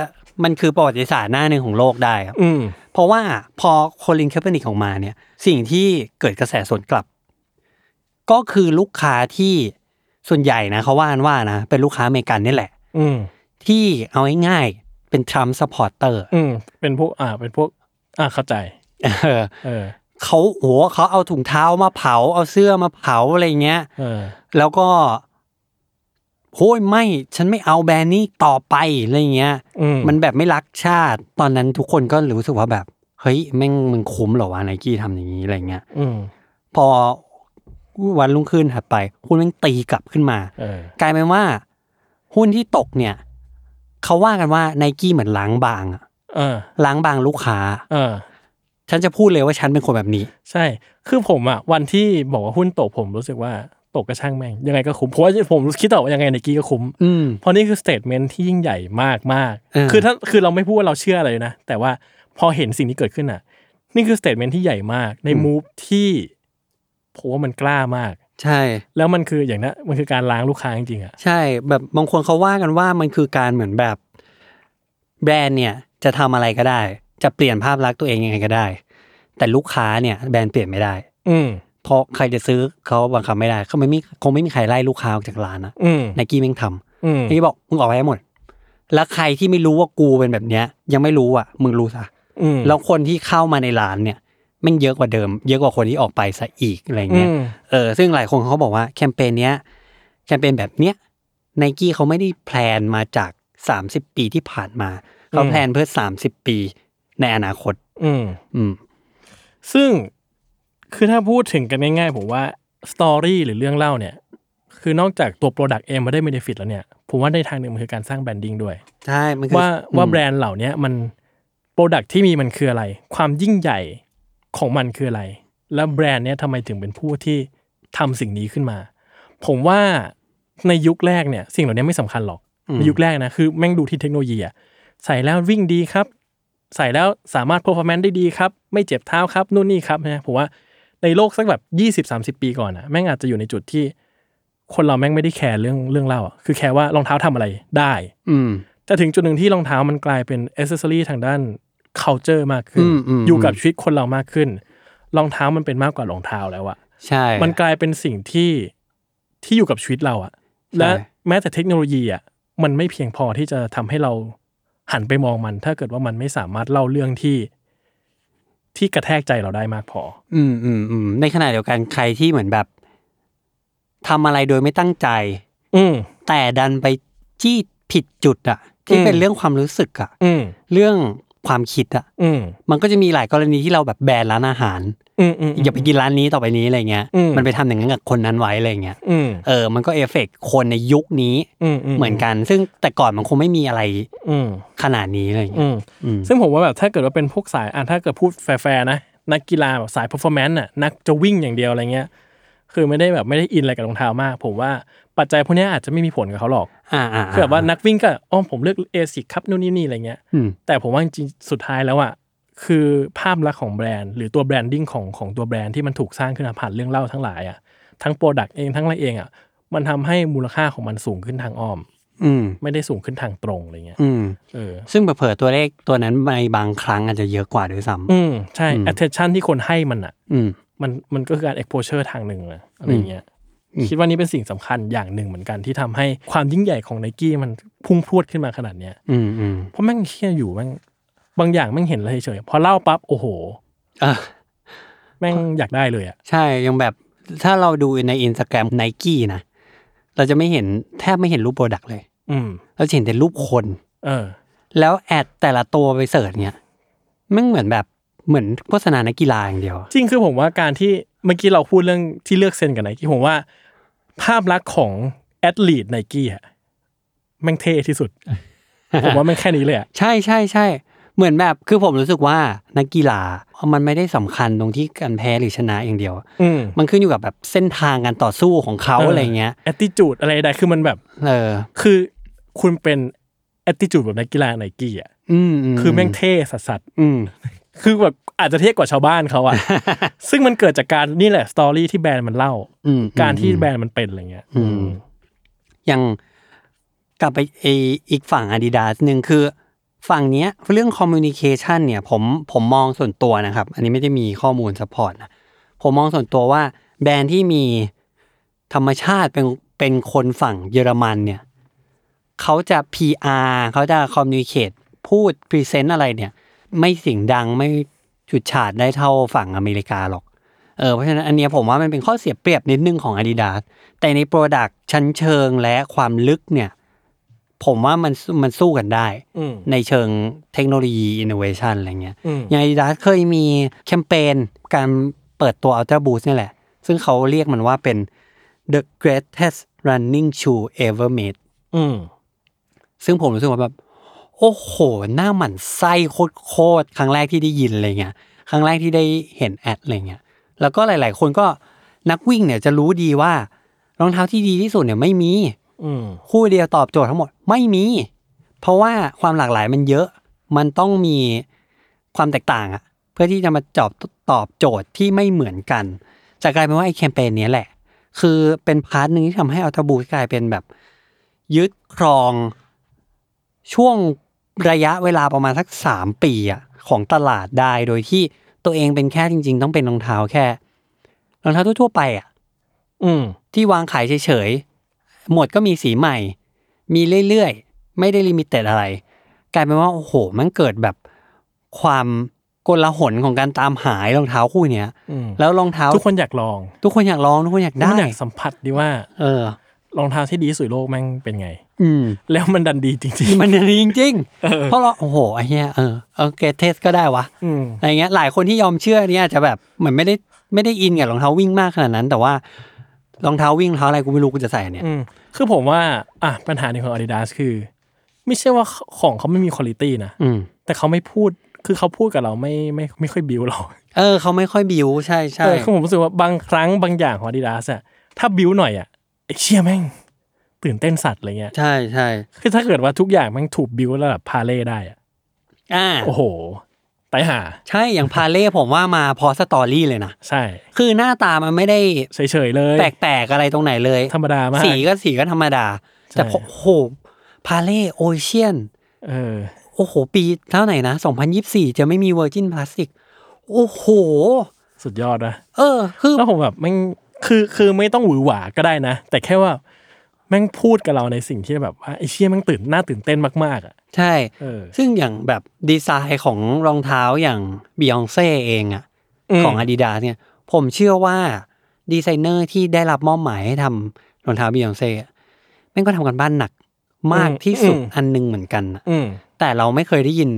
มันคือประวัติศาสตร์หน้าหนึ่งของโลกได้ครับ
อืม
เพราะว่าพอโคลินแคปเปอร์นิกออกมาเนี่ย สิ่งที่เกิดกระแสสวนกลับ ก็คือลูกค้าที่ส่วนใหญ่นะเขาว่ากันว่านะ เป็นลูกค้าอเมริกันนี่แหละ
อืม
ที่เอาง่ายๆเป็นทรัมป์สปอร์เตอร์
อืม เป็นพวก อ่า เป็นพวก อ่า เข้าใจ เออ
เขาโหเขาเอาถุงเท้ามาเผา เอาเสื้อมาเผาอะไรเงี้ย
เออ
แล้วก็โอ้ยไม่ฉันไม่เอาแบรนด์นี้ต่อไปอะไรเงี้ย
อืม
มันแบบไม่รักชาติ ตอนนั้นทุกคนก็รู้สึกว่าแบบ เฮ้ยแม่งมึงคุ้มเหรอวะไนกี้ทำอย่างนี้อะไรเงี้ย
อืม
พอวันรุ่งขึ้นถัดไป หุ้นแม่งตีกลับขึ้นมา
เออ
กลายเป็นว่า หุ้นที่ตกเนี่ยเขาว่ากันว่าไนกี้เหมือนล้างบางอะ
เออ
ล้างบางลูกค้า
เออ
ฉันจะพูดเลยว่าฉันเป็นคนแบบนี้
ใช่ คือผมอ่ะ วันที่บอกว่าหุ้นตกผมรู้สึกว่าตกกระช่างแม่ง ยังไงก็คุ้ม เพราะว่าผมคิดต่อว่ายังไงในกี้ก็คุ้ม
อืม
เพราะนี่คือสเตทเมนที่ยิ่งใหญ่มากมากๆ
เออ
คือถ้าคือเราไม่พูดว่าเราเชื่ออะไรเลยนะ แต่ว่าพอเห็นสิ่งที่เกิดขึ้นอ่ะ นี่คือสเตทเมนที่ใหญ่มาก ในมูฟที่ผมว่ามันกล้ามาก
ใช่
แล้วมันคืออย่างนั้นมันคือการล้างลูกค้าจริงๆอ่ะ
ใช่ แบบบางคนเขาว่ากันว่ามันคือการเหมือนแบบ แบรนด์เนี่ยจะทำอะไรก็ได้ จะเปลี่ยนภาพลักษณ์ตัวเองยังไงก็ได้ แต่ลูกค้าเนี่ย แบรนด์เปลี่ยนไม่ได้
อืม
เพราะใครจะซื้อเขาบังคับไม่ได้เขาไม่มีคงไม่มีใครไล่ลูกค้าออกจากร้านนะ
อืม
ไนกี้แม่งทำ
อืม
ไอ้บอกมึงออกไปให้หมด แล้วใครที่ไม่รู้ว่ากูเป็นแบบเนี้ย ยังไม่รู้อ่ะ มึงรู้ซะ
อืม
แล้วคนที่เข้ามาในร้านเนี่ยแม่งเยอะกว่าเดิม เยอะกว่าคนที่ออกไปซะอีกอะไร
อื
เงี้ย
ม
เออซึ่งหลายคนเขาบอกว่าแคมเปญเนี้ยแคมเปญแบบเนี้ยไนกี้เขาไม่ได้แพลนมาจาก 30 ปีที่ผ่านมา เขาแพลนเพื่อ 30 ปีในอนาคต
อืม
อืม
ซึ่งคือถ้าพูดถึงกันง่ายๆ ผมว่าสตอรี่หรือเรื่องเล่าเนี่ย คือนอกจากตัวโปรดักต์เองมาได้ benefit แล้วเนี่ย ผมว่าในทางหนึ่งมันคือการสร้างแบรนดิ้งด้วย
ใช่มันคือ
ว่าว่า
อืม
แบรนด์เหล่าเนี้ยมันโปรดักที่มีมันคืออะไร ความยิ่งใหญ่ของมันคืออะไร แล้วแบรนด์เนี้ยทำไมถึงเป็นผู้ที่ทำสิ่งนี้ขึ้นมา ผมว่าในยุคแรกเนี่ยสิ่งเหล่านี้ไม่สำคัญหรอกในยุคแรกนะคือแม่งดูที่เทคโนโลยีอะใส่แล้ววิ่งดีครับ ใส่แล้วสามารถ performance ได้ดีครับ ไม่เจ็บเท้าครับนู่นนี่ครับนะผมว่าในโลกสักแบบ 20-30 ปีก่อนอะแม่งอาจจะอยู่ในจุดที่ คนเราแม่งไม่ได้แคร์เรื่องเรื่องเล่าอะคือแคร์ว่ารองเท้าทำอะไรได้
อืม
แต่ถึงจุดหนึ่งที่รองเท้ามันกลายเป็นอ c เซอรี่ทางด้าน culture มากขึ้น
อืมอืม
อยู่กับชีวิตคนเรามากขึ้น รองเท้ามันเป็นมากกว่ารองเท้าแล้วอะ
ใช่
มันกลายเป็นสิ่งที่ที่อยู่กับชีวิตเราอะและแม้แต่เทคโนโลยีอะมันไม่เพียงพอที่จะทำให้เราหันไปมองมัน ถ้าเกิดว่ามันไม่สามารถเล่าเรื่องที่ ที่กระแทกใจเราได้มากพอ
อืมอืมอืมในขณะเดียวกันใครที่เหมือนแบบทำอะไรโดยไม่ตั้งใจ
อืม
แต่ดันไปจี้ผิดจุดอะที่
อืม
เป็นเรื่องความรู้สึกอะ
อืม
เรื่องความคิดอะ
อืม
มันก็จะมีหลายกรณีที่เราแบบแบนร้านอาหาร
อืมอืม
อย่าไปกินร้านนี้ต่อไปนี้อะไรเงี้ย
อืม
มันไปทำอย่างนั้นกับคนนั้นไว้อะไรเงี้ย
อืม
เออมันก็เอฟเฟกต์คนในยุคนี้
อืม
เหมือนกัน ซึ่งแต่ก่อนมันคงไม่มีอะไร
อืม
ขนาดนี้อะไรเงี้
อื
ย
ม
อืม
ซึ่งผมว่าแบบถ้าเกิดว่าเป็นพวกสายอ่ะถ้าเกิดพูดแฟร์ๆนะ นักกีฬาแบบสาย performance น่ะนักจะวิ่งอย่างเดียวอะไรเงี้ย คือไม่ได้แบบไม่ได้อินอะไรกับรองเท้ามาก ผมว่าปัจจัยพวกเนี้ยอาจจะไม่มีผลกับเขาหรอก
อ่าอ่า
คือแบบว่านักวิ่งก็อ้อมผมเลือกเอซิกครับนู่นนี่นี่อะไรเงี้ย
อืม
แต่ผมว่าจริงๆสุดท้ายแล้วอ่ะคือภาพลักษณ์ของแบรนด์ หรือตัวแบรนดิ้งของของตัวแบรนด์ที่มันถูกสร้างขึ้นมาผ่านเรื่องเล่าทั้งหลายอ่ะทั้งโปรดักต์เองทั้งอะไรเองอ่ะมันทำให้มูลค่าของมันสูงขึ้นทางอ้อม
อืม
ไม่ได้สูงขึ้นทางตรงอะไรเงี้ย
อืม
เออ
ซึ่งเผลอๆตัวเลขตัวนั้นในบางครั้งอาจจะเยอะกว่าด้วยซ้ำ
อืมใช่ attention ที่คนให้มันอ่ะ
อืม
มันมันก็คือการ exposure ทางหนึ่งนะอะไรเงี้ยคิดว่านี่เป็นสิ่งสำคัญอย่างหนึ่งเหมือนกันที่ทำให้ความยิ่งใหญ่ของไนกี้มันพุ่งพรวดขึ้นมาขนาดเนี้ย
อืมอืม
เพราะแม่งเชี่ยอยู่แม่งบางอย่างแม่งเห็นแล้วเฉยๆพอเล่าปั๊บโอ้โห
อ่ะ
แม่งอยากได้เลยอ่ะ
ใช่ยังแบบถ้าเราดูในอินสตาแกรมไนกี้นะ เราจะไม่เห็นแทบไม่เห็นรูปโปรดักต์เลย
อืม
เราจะเห็นแต่รูปคน
เออ
แล้วแอดแต่ละตัวไปเสิร์ชเนี่ยแมันเหมือนแบบเหมือนโฆษณานักกีฬาอย่างเดียว
จริงคือผมว่าการที่เมื่อกี้เราพูดเรื่องที่เลือกเซ็นกับไนกี้ผมว่า ภาพลักษณ์ของแอดลีดไนกี้อะแม่งเท่ที่สุด ผมว่าแม่งแค่นี้เลยอ่ะ
ใช่ใช่ใช่เหมือนแบบคือผมรู้สึกว่านักกีฬามันไม่ได้สำคัญตรงที่การแพ้หรือชนะอย่างเดียว
อืม
มันขึ้นอยู่กับแบบเส้นทางการต่อสู้ของเขาอะไรเงี้ย
แอตติจูดอะไรใดคือมันแบบ
เออ
คือคุณเป็น attitude แบบนักกีฬาไนกี้อ่ะ
อืมม
คือแม่งเท่สัสสัส
อืม
ๆคือแบบอาจจะเท่กว่าชาวบ้านเขา อะซึ่งมันเกิดจากการนี่แหละสตอรี่ที่แบรนด์มันเล่า
อืม
การที่แบรนด์มันเป็นอะไรเงี้ย
อืมอย่างกลับไปไออีกฝั่ง Adidas หนึ่งคือฝั่งเนี้ยเรื่องคอมมิวนิเคชันเนี่ยผมผมมองส่วนตัวนะครับ อันนี้ไม่ได้มีข้อมูลสปอร์ตนะผมมองส่วนตัวว่าแบรนด์ที่มีธรรมชาติเป็นเป็นคนฝั่งเยอรมันเนี่ยเขาจะ PR เขาจะคอมมิวนิเคชพูดพรีเซนต์อะไรเนี่ย ไม่เสียงดังไม่ฉุดฉาดได้เท่าฝั่งอเมริกาหรอก เออเพราะฉะนั้นอันเนี้ยผมว่ามันเป็นข้อเสียเปรียบนิดนึงของ Adidas แต่ในโปรดักชั้นเชิงและความลึกเนี่ย ผมว่ามันสู้มันสู้กันได้
อืม
ในเชิงเทคโนโลยีอินโนเวชันอะไรเงี้ย
อืม
อย่าง Adidas เคยมีแคมเปญการเปิดตัว Ultra Boost นี่แหละ ซึ่งเขาเรียกมันว่าเป็น the greatest running shoe ever made
อืม
ซึ่งผมรู้สึกว่าแบบ โอ้โห หน้าหมันไส้โคตรๆครั้งแรกที่ได้ยินอะไรเงี้ยครั้งแรกที่ได้เห็นแอดอะไรเงี้ยแล้วก็หลาย ๆ คนก็นักวิ่งเนี่ยจะรู้ดีว่ารองเท้าที่ดีที่สุดเนี่ยไม่มี
อืม
คู่เดียวตอบโจทย์ทั้งหมดไม่มี เพราะว่าความหลากหลายมันเยอะ มันต้องมีความแตกต่างอะเพื่อที่จะมาจอบตอบโจทย์ที่ไม่เหมือนกันจะกลายเป็นว่าไอ้แคมเปญเนี้ยแหละ คือเป็นพาร์ทหนึ่งที่ทำให้อัลตาบูกลายเป็นแบบ ยึดครองช่วงระยะเวลาประมาณสักสามปีอะของตลาดได้โดยที่ตัวเองเป็นแค่จริง ๆ ต้องเป็นรองเท้าแค่รองเท้าทั่วๆไปอะ
อืม
ที่วางขายเฉยๆ หมวดก็มีสีใหม่ มีเรื่อยๆ ไม่ได้ลิมิเต็ดอะไร กลายเป็นว่า โอ้โห มันเกิดแบบความโกลาหลของการตามหายรองเท้าคู่เนี้ย
อืม
แล้วรองเท้า
ทุกคนอยากลอง
ทุกคนอยากลอง ทุกคนอยาก
ทุก
ได้
คนอยากสัมผัสดีว่า
เออ
รองเท้าที่ดีที่สุดในโลกแม่งเป็นไง
อืม
แล้วมันดันดีจริงๆ
มันดีจริงๆ เพราะเราโอ้โหไอ้เนี้ยเออเออเกรเทสก็ได้วะ
อืม
อะไรเงี้ยหลายคนที่ยอมเชื่อเนี่ยอาจจะแบบเหมือนไม่ได้ไม่ได้อินกับรองเท้าวิ่งมากขนาดนั้น แต่ว่ารองเท้าวิ่งรองเท้าอะไรกูไม่รู้กูจะใส่อันเนี่ย
อืมคือผมว่าอ่ะปัญหาในของ Adidas คือ ไม่ใช่ว่าของเขาไม่มีคุณ i t y นะ
อืม
แต่เขาไม่พูดคือเขาพูดกับเราไม่ไม่ไม่ค่อยบิวเรา
เออเขาไม่ค่อยบิวใช่ใช่
เออคือผมรู้สึกว่าบางครั้งบางอย่างของ Adidas อะถ้าบิวหน่อยอะไอ้เชี่ยแม่ง ตื่นเต้นสัตว์อะไรเงี้ย
ใช่ใช่
คือถ้าเกิดว่าทุกอย่างแม่งถูกบิวระดับพาเล่ได้อะ
อ่า
โอ้โหไตายห่า
ใช่ อย่างพาเล่ผมว่ามาพอสตอรี่เลยนะ
ใช่
คือหน้าตามันไม่ได้
เฉยๆเลย
แปลกๆอะไรตรงไหนเลย
ธรรมดามาก
สีก็สีก็ธรรมดา
ใช่
แต่พอโอ้โห พาเล่โอเชียน
เออ
โอ้โห ปีเท่าไหร่นะ 2024 จะไม่มีเวอร์จินพลาสติก โอ้โห
สุดยอดนะ
เออ คือ
แล้วผมแบบแม่งคือคือไม่ต้องหวือหวาก็ได้นะ แต่แค่ว่าแม่งพูดกับเราในสิ่งที่แบบว่าไอ้เชี่ยแม่งตื่นน่าตื่นเต้นมากๆอ่ะ
ใช่
เออ
ซึ่งอย่างแบบดีไซน์ของรองเท้าอย่างบิยองเซ่เองอะ ของ Adidas เนี่ยผมเชื่อว่าดีไซเนอร์ที่ได้รับมอบหมายให้ทำรองเท้าบียองเซ่แม่งก็ทำกันบ้านหนักมากที่สุดอันหนึงเหมือนกันน่ะ
อืม
แต่เราไม่เคยได้ยิน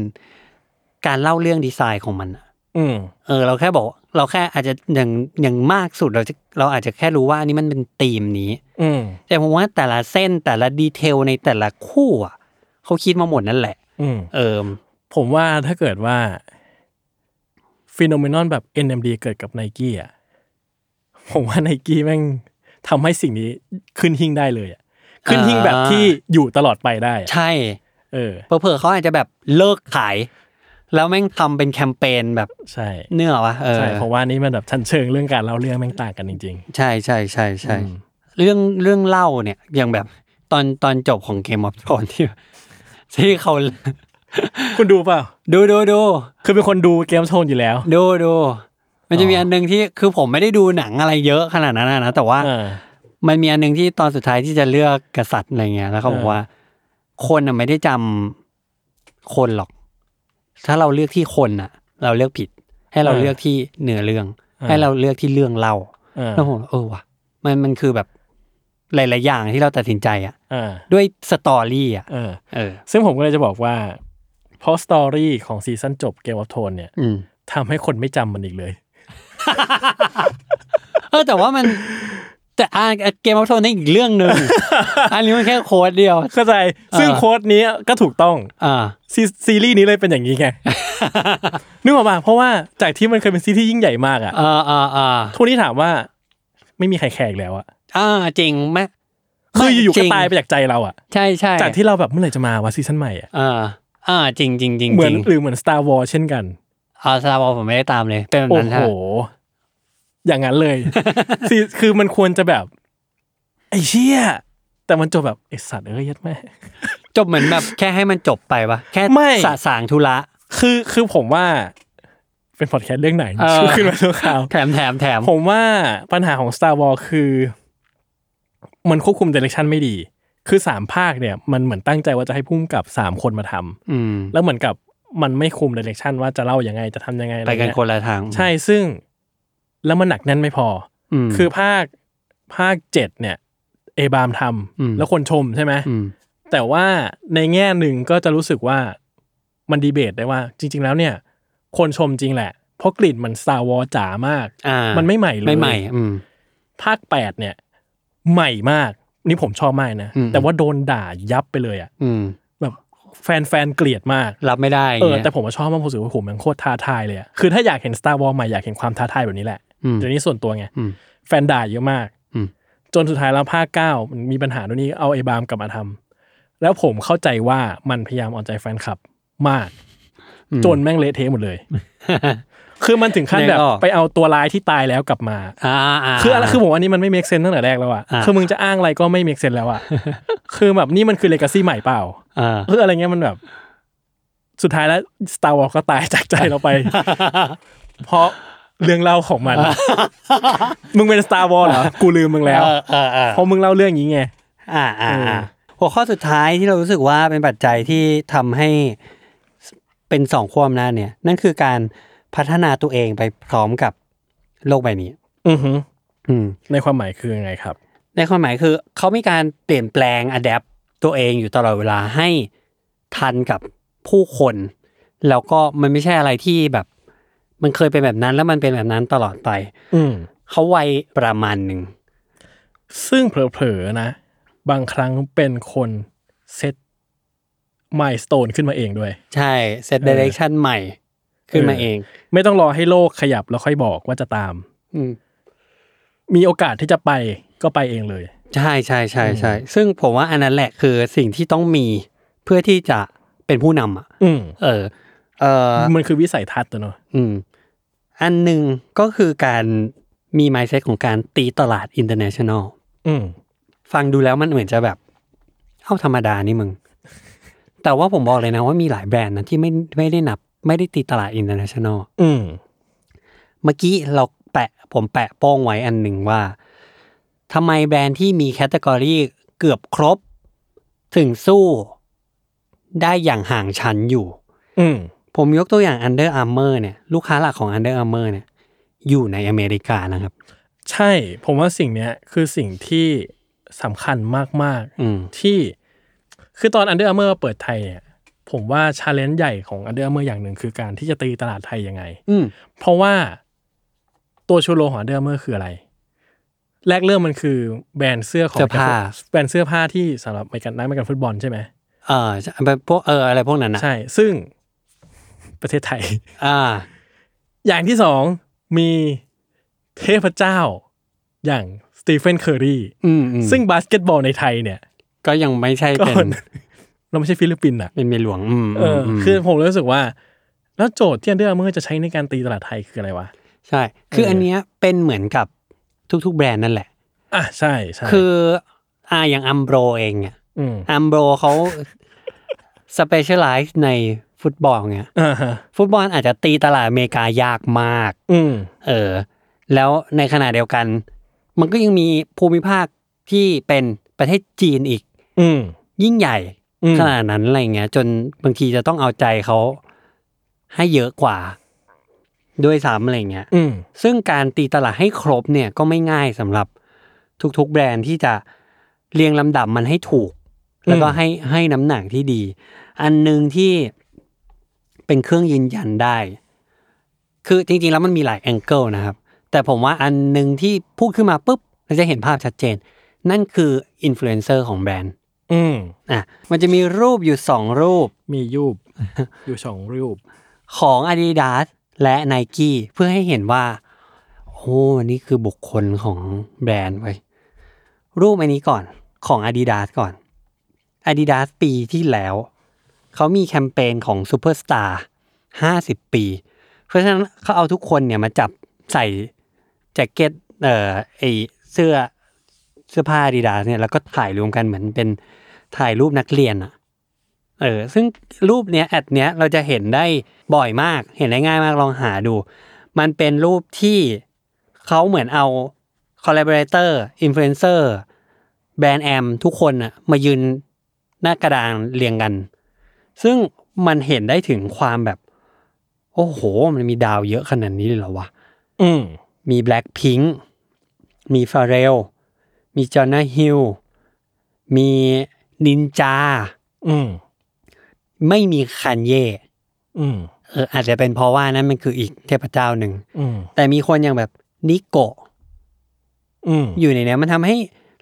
การเล่าเรื่องดีไซน์ของมันน่ะ
อืม
เออ เราแค่บอก เราแค่อาจจะอย่างอย่างมากสุดเราจะเราอาจจะแค่รู้ว่าอันนี้มันเป็นธีมนี้
อืม
แต่ผมว่าแต่ละเส้นแต่ละดีเทลในแต่ละคู่อ่ะเขาคิดมาหมดนั่นแหละ
อืม
เออ
ผมว่าถ้าเกิดว่าฟีโนเมนอนแบบ NMD เกิดกับไนกี้อ่ะผมว่าไนกี้แม่งทำให้สิ่งนี้ขึ้นหิ่งได้เลยอ่ะขึ้นหิ่งแบบที่อยู่ตลอดไปได้อะ
ใช่
เออ
เผลอๆเขาอาจจะแบบเลิกขาย แล้วแม่งทำเป็นแคมเปญแบบ
ใช่
เนื้อวะเออ
ใช่เพราะว่านี่มันแบบชั้นเชิงเรื่องการเล่าเรื่องแม่งต่างกันจริง
ใช่ใช่ใช่ใช่
อืม
เรื่องเรื่องเล่าเนี่ยอย่างแบบตอนตอนจบของเกมออฟทรอนที่ ที่เขา
ๆ คุณดูเปล่า
ดูดูดู
คือเป็นคนดูเกมโชนอยู่แล้ว
ดูดูมันจะมี
อ๋ออั
อันหนึ่งที่คือผมไม่ได้ดูหนังอะไรเยอะขนาดนั้นนะแต่ว่า
เออ
มันมีอันหนึ่งที่ตอนสุดท้ายที่จะเลือกกษัตริย์อะไรเงี้ยแล้วเขาบอก
เออ
ว่า คนน่ะไม่ได้จำคนหรอก ถ้าเราเลือกที่คนน่ะ เราเลือกผิด ให้เราเลือกที่เนื้อเรื่อง ให้เราเลือกที่เรื่องเล่า
เออ
แล้วผมเออว่ะมันมันคือแบบหลาย ๆ อย่างที่เราตัดสินใจอะ
เออ
ด้วยสตอรี่อะ
เออ
เออ
ซึ่งผมก็เลยจะบอกว่าเพราะสตอรี่ของซีซั่นจบเกม of โทนเนี่ย
อืม
ทำให้คนไม่จำมันอีกเลย
เออแต่ว่า มัน แต่อ่าเกมออฟโทนนี่อีกเรื่องหนึ่ง อันนี้มันแค่โค้ดเดียว
เข้าใจ ซึ่ง
เออ
โค้ดนี้ก็ถูกต้อง
อ่า
ซีซีรีส์นี้เลยเป็นอย่างนี้ ไง นึกออกป่ะเพราะว่าจากที่มันเคยเป็นซีรีส์ที่ยิ่งใหญ่มากอะ
อ่าอ่าอ่า
ทุกนี้ถามว่าไม่มีใครแข่งแล้วอะ
อ่าจริงไหม
คืออยู่ๆ
จ
ก็
ริง
ตายไปจากใจเราอะ
ใช่ใช่
จากที่เราแบบเมื่อไหร่จะมาวะซีซั่นใหม่อะ
อ่า อ่าจริงจริงจริง
เหมือ
จ
น
ริง
หรือเหมือน Star Wars เช่นกัน
อ่าสตาร์วอลผมไม่ได้ตามเลย เป็นแบบ
โอ้
นั้น
โห
ฮะ
อย่างนั้น เลย สิคือมันควรจะแบบ ไอ้เชี่ย แต่มันจบแบบไอ้สัตว์เอ้ยยัดแม่
จบเหมือนแบบแค่ให้มันจบไปปะแค่
ไม่
สะสางธุระ
คือคือผมว่า เป็นพอดแคสต์เรื่องไหน
เออ
ขึ้นมาทุกคราว
แถมแถมแถม
ผมว่าปัญหาของ Star Wars คือ มันควบคุมเดเรคชันไม่ดี คือสามภาคเนี่ย มันเหมือนตั้งใจว่าจะให้พุ่มกับสามคนมาทำ
อืม
แล้วเหมือนกับมันไม่คุมเดเรคชันว่าจะเล่ายังไงจะทำยังไงอะร
ไปกัน
เงี้ย
คนละทาง
ใช่ซึ่ง แล้วมันหนักแน่นไม่พอ
ม
คือภาคภาคเจ็ดเนี่ย เอบามท
อืม
ำแล้วคนชมใช่ไหม
อืม
แต่ว่าในแง่หนึ่งก็จะรู้สึกว่ามันดีเบตได้ว่า จริง ๆ แล้วเนี่ย คนชมจริงแหละ เพราะกลิ่นมันสตาร์วอจ๋ามาก
อ่ามั
มันไม่ใหม่เลย
ไม่ใหม่ อืม
ภาคแปดเนี่ย ใหม่มาก นี่ผมชอบมากนะ
อืม
แต่ว่าโดนด่ายับไปเลยอะ
อืม
แบบแฟนแฟนๆเกลียดมาก
รับไม่ได้ย่าง
เออ
งี้ย
แต่ผมว่าชอบมากผมรู้สึกว่าผมมันโคตรท้าทายเลยอะคือถ้าอยากเห็น Star Wars ใหม่อยากเห็นความท้าทายแบบนี้แหละ
อืม
เดี๋ยวนี้ส่วนตัวไง
อืม
แฟนด่าเยอะมาก
อืม
จนสุดท้ายแล้วภาคเก้ามันมีปัญหาตรงนี้เอาไอ้บามกลับมาทำแล้วผมเข้าใจว่ามันพยายามเอาใจแฟนคลับมาก จนแม่งเละเทะหมดเลย คือมันถึงขั้นแบบ
นึกออก
ไปเอาตัวร้ายที่ตายแล้วกลับมา
อ่าาา
คืออะไรคือผมว่านี่มันไม่ make sense ตั้งแต่แรกแล้วอะ
อ่า
คือมึงจะอ้างอะไรก็ไม่ make sense แล้ว อะ คือแบบนี่มันคือ legacy ใหม่เปล่า
อ่า
คืออะไรเงี้ยมันแบบ สุดท้ายแล้ว Star Wars ก็ตายจากใจเราไป เพราะเรื่องเล่าของมัน มึงเป็น Star Wars เหรอ กูลืมมึง แล้ว
เออเออเออ
เพราะมึงเล่าเรื่องนี้ไง
อ่าอ่า
เออ
อ่าหัวข้อสุดท้ายที่เรารู้สึกว่าเป็นปัจจัยที่ทำให้เป็นสองขั้วอำนาจเนี่ย นั่นคือการพัฒนาตัวเองไปพร้อมกับโลกใบนี้
อือหือ
อืม
ในความหมายคือยังไงครับ
ในความหมายคือเขามีการเปลี่ยนแปลงอัดแอปตัวเองอยู่ตลอดเวลาให้ทันกับผู้คน แล้วก็มันไม่ใช่อะไรที่แบบ มันเคยเป็นแบบนั้นแล้วมันเป็นแบบนั้นตลอดไป
อืม
เขาไวประมาณหนึ่ง
ซึ่งเผลอๆนะ บางครั้งเป็นคนเซต milestone ขึ้นมาเองด้วย
ใช่เซตเดเรคชั่นใหม่ ขึ้นมาเอง
ไม่ต้องรอให้โลกขยับแล้วค่อยบอกว่าจะตาม
อืม
มีโอกาสที่จะไปก็ไปเองเลย
ใช่ใช่ใช่ใช่ซึ่งผมว่าอันนั้นแหละคือสิ่งที่ต้องมีเพื่อที่จะเป็นผู้นำอ่ะ
อืม
เออ เออ
มันคือวิสัยทัศน์ตัวเนอะ
อืม อันหนึ่งก็คือการมี mindset ของการตีตลาด international
อืม
ฟังดูแล้วมันเหมือนจะแบบ เอ้าธรรมดานี่มึง แต่ว่าผมบอกเลยนะว่ามีหลายแบรนด์นะที่ไม่ไม่ได้นับ ไม่ได้ตีตลาด international
อืม
เมื่อกี้เราแปะผมแปะโป้งไว้อันหนึ่งว่าทำไมแบรนด์ที่มีแคตตากรีเกือบครบ ถึงสู้ได้อย่างห่างชั้นอยู่
อืม
ผมยกตัวอย่าง Under Armour เนี่ยลูกค้าหลักของ Under Armour เนี่ยอยู่ในอเมริกานะครับ
ใช่ ผมว่าสิ่งเนี้ยคือสิ่งที่สำคัญมาก
อืม
ๆ ที่คือตอน Under Armour เปิดไทยเนี่ย ผมว่าชาเลนจ์ใหญ่ของ Under Armour อย่างหนึ่งคือการที่จะตีตลาดไทยยังไง
อืม
เพราะว่าตัวชูโรงของ Under Armour คืออะไร แรกเริ่มมันคือแบรนด์เสื้อของ
เสื้อผ้า
แบรนด์เสื้อผ้าที่สำหรับไปกันนักไปกันฟุตบอลใช่ไหม
เออใช่แบบพวกเอออะไรพวกนั้นนะ
ใช่ ซึ่งประเทศไทย
อ่า
อย่างที่สองมีเทพเจ้าอย่างสตีเฟนเคอรี
อืมอืม
ซึ่งบาสเกตบอลในไทยเนี่ย
ก็ยังไม่ใช่
ก็
เป็น
เราไม่ใช่ฟิลิปปินส์อ่ะ
เป็นเมียหลวง อืม
เอออ
มม
คือผมรู้สึกว่า แล้วโจทย์ที่อันเดอร์เมื่อจะใช้ในการตีตลาดไทยคืออะไรวะ
ใช่ คือ
เอออั
อันเนี้ยเป็นเหมือนกับทุกๆ แบรนด์นั่นแหละ
อ่ะใช่ใช่
คืออ่าอย่างอัมโบรเองเนี่ย
ม
อัมโบรเขา สเปเชียลไลซ์ในฟุตบอลเนี่ย
อ่าฮะ
ฟุตบอลอาจจะตีตลาดอเมริกายากมาก
อืม
เออ แล้วในขณะเดียวกัน มันก็ยังมีภูมิภาคที่เป็นประเทศจีนอีก
อืม
ยิ่งใหญ่
อืม
ขนาดนั้นอะไรเงี้ย จนบางทีจะต้องเอาใจเขาให้เยอะกว่าด้วยซ้ำอะไรเงี้ย
อืม
ซึ่งการตีตลาดให้ครบเนี่ยก็ไม่ง่ายสำหรับทุกๆ แบรนด์ที่จะเรียงลำดับมันให้ถูก
อืม
แล้วก็ให้ให้น้ำหนักที่ดี อันหนึ่งที่เป็นเครื่องยืนยันได้ คือจริงๆ แล้วมันมีหลายแองเกิลนะครับ แต่ผมว่าอันหนึ่งที่พูดขึ้นมาปุ๊บเราจะเห็นภาพชัดเจน นั่นคืออินฟลูเอนเซอร์ของแบรนด์
อืม
อ่ะมันจะมีรูปอยู่สองรูป
มียู บ อยู่สองรูป
ของ Adidas และ n i กี้เพื่อให้เห็นว่า โอ้นี่คือบุคคลของแบรนด์ไว้ยรูปอันนี้ก่อนของ Adidas ก่อน Adidas ปีที่แล้ว เขามีแคมเปญของซูเปอร์สตาร์ห้าสิบปี เพราะฉะนั้นเขาเอาทุกคนเนี่ยมาจับใส่แจ็คเก็ตเอ่อไอเสื้อเสื้อผ้าดีดาเนี่ยแล้วก็ถ่ายรวมกันเหมือนเป็นถ่ายรูปนักเรียนอะเออซึ่งรูปเนี้ยแอดเนี้ยเราจะเห็นได้บ่อยมากเห็นได้ง่ายมากลองหาดู มันเป็นรูปที่เขาเหมือนเอาคอล l a b o r a t o r influencer แบรนด์แอมทุกคนอะมายืนหน้ากระดานเรียงกัน ซึ่งมันเห็นได้ถึงความแบบ โอ้โห มันมีดาวเยอะขนาดนี้เลยเหรอวะ
อืม
มีแบล็ k พิง k มีฟาเรล มีจอห์นฮิล มีนินจา
อืม
ไม่มีคันเย่
อืม
เอออาจจะเป็นเพราะว่านั้นมันคืออีกเทพเจ้าหนึ่ง
อืม
แต่มีคนอย่างแบบนิโกะ
อืม
อยู่ในเนี้ยมันทำให้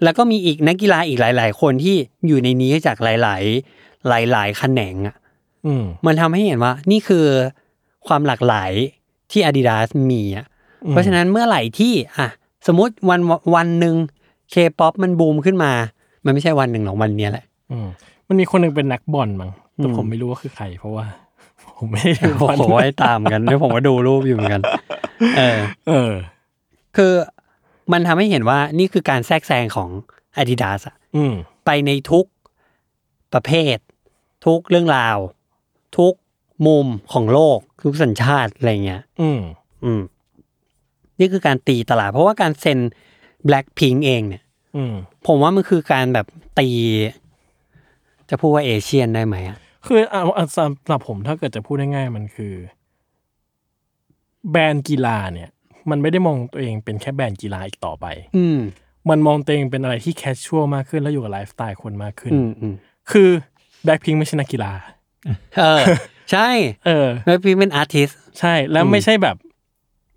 แล้วก็มีอีกนักกีฬาอีกหลาย ๆ คนที่อยู่ในนี้จากหลาย ๆ หลาย ๆ แขนงอ่ะ
อืม
มันทำให้เห็นว่านี่คือความหลากหลายที่ Adidas มีอ่ะ
อืม
เพราะฉะนั้นเมื่อไหร่ที่อ่ะสมมติวันวันหนึ่งเคป๊อปมันบูมขึ้นมา มันไม่ใช่วันหนึ่งหรอกวันเนี้ยแหละ
อืมมันมีคนหนึ่งเป็นนักบอลมั้งแต่
อืม
ผมไม่รู้ว่าคือใคร เพราะว่า ผมไม่ได้ดูบ
โอ้
อล
โหไว้ตามกันแล้วผมก็ดูรูปอยู่เหมือนกัน เออ
เออ
คือมันทำให้เห็นว่านี่คือการแทรกแซงของ Adidas อะ
อืม
ไปในทุกประเภท ทุกเรื่องราว ทุกมุมของโลก ทุกสัญชาติ อะไรเงี้ย
อืม
อืม นี่คือการตีตลาด เพราะว่าการเซ็น Blackpink เองเนี่ย
อืม
ผมว่ามันคือการแบบตี จะพูดว่าเอเชียนได้ไหมอะ
คือเอาเอาสำหรับผมถ้าเกิดจะพูดง่ายๆมันคือ แบรนด์กีฬาเนี่ย มันไม่ได้มองตัวเองเป็นแค่แบรนด์กีฬาอีกต่อไป
อืม
มันมองตัวเองเป็นอะไรที่แคชชวลมากขึ้นแล้วอยู่กับไลฟ์สไตล์คนมากขึ้น
อืมอืม
คือแบล็คพิงไม่ใช่นักกีฬา
เออ ใช่
เออ
Blackpink เป็นอาร์ติส
ใช่แล้ว
อืม
ไม่ใช่แบบ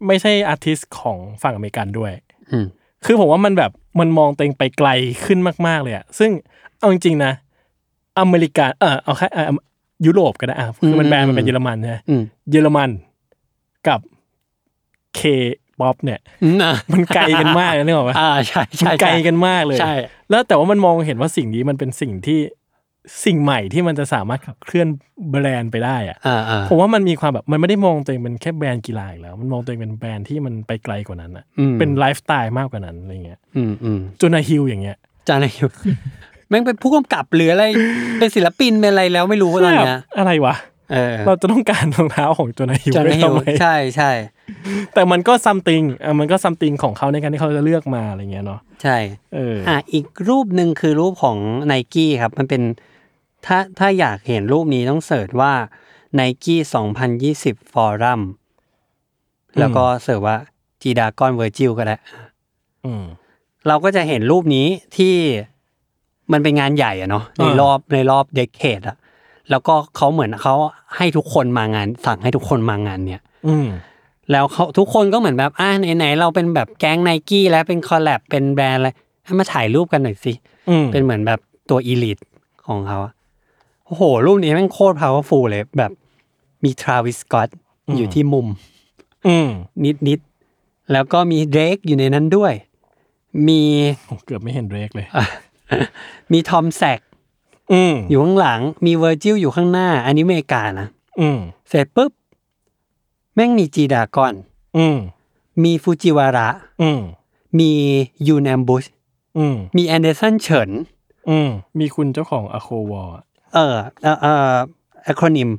ไม่ใช่อาร์ติสของฝั่งอเมริกันด้วย
อืม
คือผมว่ามันแบบมันมองตัวเองไปไกลขึ้นมาก ๆ เลยอะซึ่งเอาจริง ๆ นะ อเมริกาเออเอาแค่เอ่อยุโรปก็ได้อ่ะคือมันแบรนด์มันเป็นเยอรมันนะ
อืม
เยอรมันกับเคป๊อปเนี่ย
อืมอ่ะ
มันไกลกันมาก นะนึกออกปะ
อ่าใช่
มั
ใช่
น
ใช่
ไกลกันมากเลย
ใช่
แล้วแต่ว่ามันมองเห็นว่าสิ่งนี้มันเป็นสิ่งที่สิ่งใหม่ที่มันจะสามารถขับเคลื่อนแบรนด์ไปได้อะ
อ่าอ่า
ผมว่ามันมีความแบบมันไม่ได้มองตัวเองเป็นแค่แบรนด์กีฬาอีกแล้ว มันมองตัวเองเป็นแบรนด์ที่มันไปไกลกว่านั้นอะ
อืม
เป็นไลฟ์สไตล์มากกว่านั้นอะไรเงี้ย
อืมอืม
จนาฮิลอย่างเงี้ย
จานอายุ แม่งเป็นผู้กำกับหรืออะไร เป็นศิลปินเป็นอะไรแล้วไม่รู้ตอน
แบบ
เนี้ย
อะไรวะ
เออ
เราจะต้องการรองเท้าของจนาฮิล
จาน
ไป
อา
ทำ
ยุ
ไม
ใช่ใช่
แต่มันก็ซัมติงอ่ะมันก็ซัมติงของเขาในการที่เขาจะเลือกมาอะไรเงี้ยเนาะ
ใช่
เอออ
อ่ะอีกรูปหนึ่งคือรูปของไนกี้ครับ มันเป็นถ้าถ้าอยากเห็นรูปนี้ต้องเสิร์ชว่า n i กี้2020 Forum แล้วก็เสิร์ชว่าจีดากอนเวอร์จิลก็ได้
อืม
เราก็จะเห็นรูปนี้ที่มันเป็นงานใหญ่อะเนาะ
อ่า
ในรอบในรอบเดคเคดอะแล้วก็เขาเหมือนเขาให้ทุกคนมางาน สั่งให้ทุกคนมางานเนี่ย
อืม
แล้วเขาทุกคนก็เหมือนแบบอ่ะไหนๆเราเป็นแบบแก๊งไนกี้แล้วเป็นคอลแลบเป็นแบรนด์อะไรให้มาถ่ายรูปกันหน่อยสิ
อืม
เป็นเหมือนแบบตัวอีลิทของเขาอะโอ้โห รูปนี้แม่งโคตร powerful เลยแบบมีทราวิส s อ o t t อยู่ที่มุม
อืม
นิดๆ แล้วก็มีเดรกอยู่ในนั้นด้วย มี
ผมเกือบไม่เห็นเรกเลย
มีทอมแซก
อืม
อยู่ข้างหลัง มีเวอร์จิลอยู่ข้างหน้า อันนี้อเมริกานะ
อืม
เสร็จปุ๊บ แม่งมีจีดากอน
อืม
มีฟูจิวาระ
อืม
มียูแนมบุช
อืม
มีแอนเดอร์สันเฉิน
อืมมีคุณเจ้าของอโควอ
เออเออเออแอคโคนิม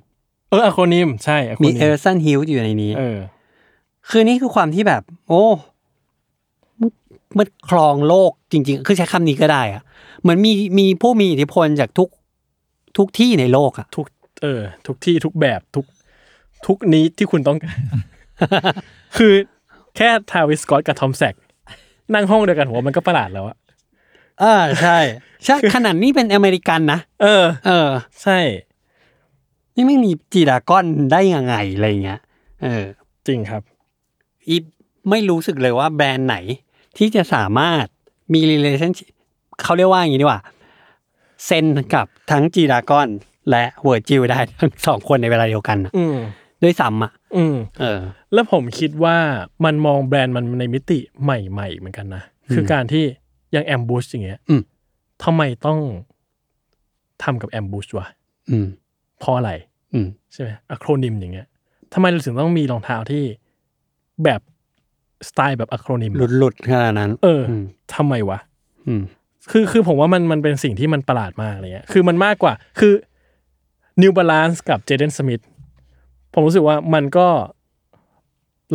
เอออโคนิม ใช่อโค
มี
นิ
แอนเดอร์สันฮิลอยู่ในนี้
เออ
คือนี่คือความที่แบบ โอ้มันมันครองโลกจริง ๆ คือใช้คำนี้ก็ได้อะเหมือนมีมีผู้มีอิทธิพลจากทุกทุกที่ในโลกอะ
ทุกเออ ทุกที่ทุกแบบทุก ทุกนี้ที่คุณต้องการ คือแค่ทาวิสกอตกับทอมแซกนั่งห้องเดียวกันหัวมันก็ประหลาดแล้วอะ
เอ่าใช่ ใช่ ขนาดนี้เป็นอเมริกันนะ
เออ
เออ
ใช่
นี่ไม่มีจีดากอนได้ยังไงอะไรเงี้ย เออ
จริงครับ
อีไม่รู้สึกเลยว่าแบรนด์ไหน ที่จะสามารถมี relation เขาเรียกว่าอย่างนี้ดีกว่าเซ็นกับทั้งจีดากอนและเวอร์จิลได้ทั้งสองคนในเวลาเดียวกันน่ะ
อืม
ด้วยซ้ำอ่ะ
อืม
เออ
แล้วผมคิดว่ามันมองแบรนด์มันในมิติใหม่ๆเหมือนกันนะ คือการที่อย่างแอมบูชอย่างเงี้ย
อืม
ทำไมต้องทำกับแอมบูชวะ
อืม
เพราะอะไร
อืม
ใช่ไหมอะโครนิมอย่างเงี้ยทำไมเราถึงต้องมีรองเท้าที่แบบสไตล์แบบอะโครนิม
หลุดหลุดขนาดนั้น
เอออ
ม
ทำไมวะ
อืม
คือคือผมว่ามันมันเป็นสิ่งที่มันประหลาดมากอะไรเงี้ย คือมันมากกว่า คือ New Balance กับ Jaden Smith ผมรู้สึกว่ามันก็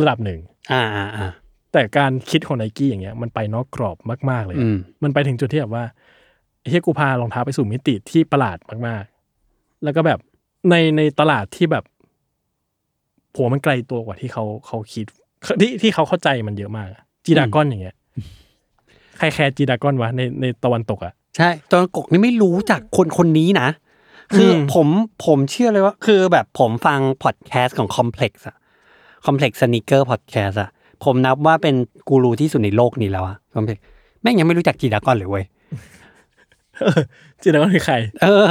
ระดับหนึ่ง
อ่าอ่าอ่า
แต่การคิดของไนกี้อย่างเงี้ยมันไปนอกกรอบมากๆเลยอะ
อืม
มันไปถึงจุดที่แบบว่าเฮียกูพารองเท้าไปสู่มิติที่ประหลาดมากๆ แล้วก็แบบในในตลาดที่แบบผัวมันไกลตัวกว่าที่เขาเขาคิดที่ที่เขาเข้าใจมันเยอะมากอะจีดากอนอย่างเงี้ย ใครแคร์จีดากอนวะในในตะวันตกอะ
ใช่ตอนกกนี่ไม่รู้จักคนคนนี้นะ คืออ
ม
ผมผมเชื่อเลยว่า คือแบบผมฟังพอดแคสต์ของ Complex อะ Complex Sneaker Podcast อะผมนับว่าเป็นกูรูที่สุดในโลกนี้แล้วอะ Complex แม่งยังไม่รู้จักจีดากอนเลยเว้ย
จีดากอนคือใคร
เออ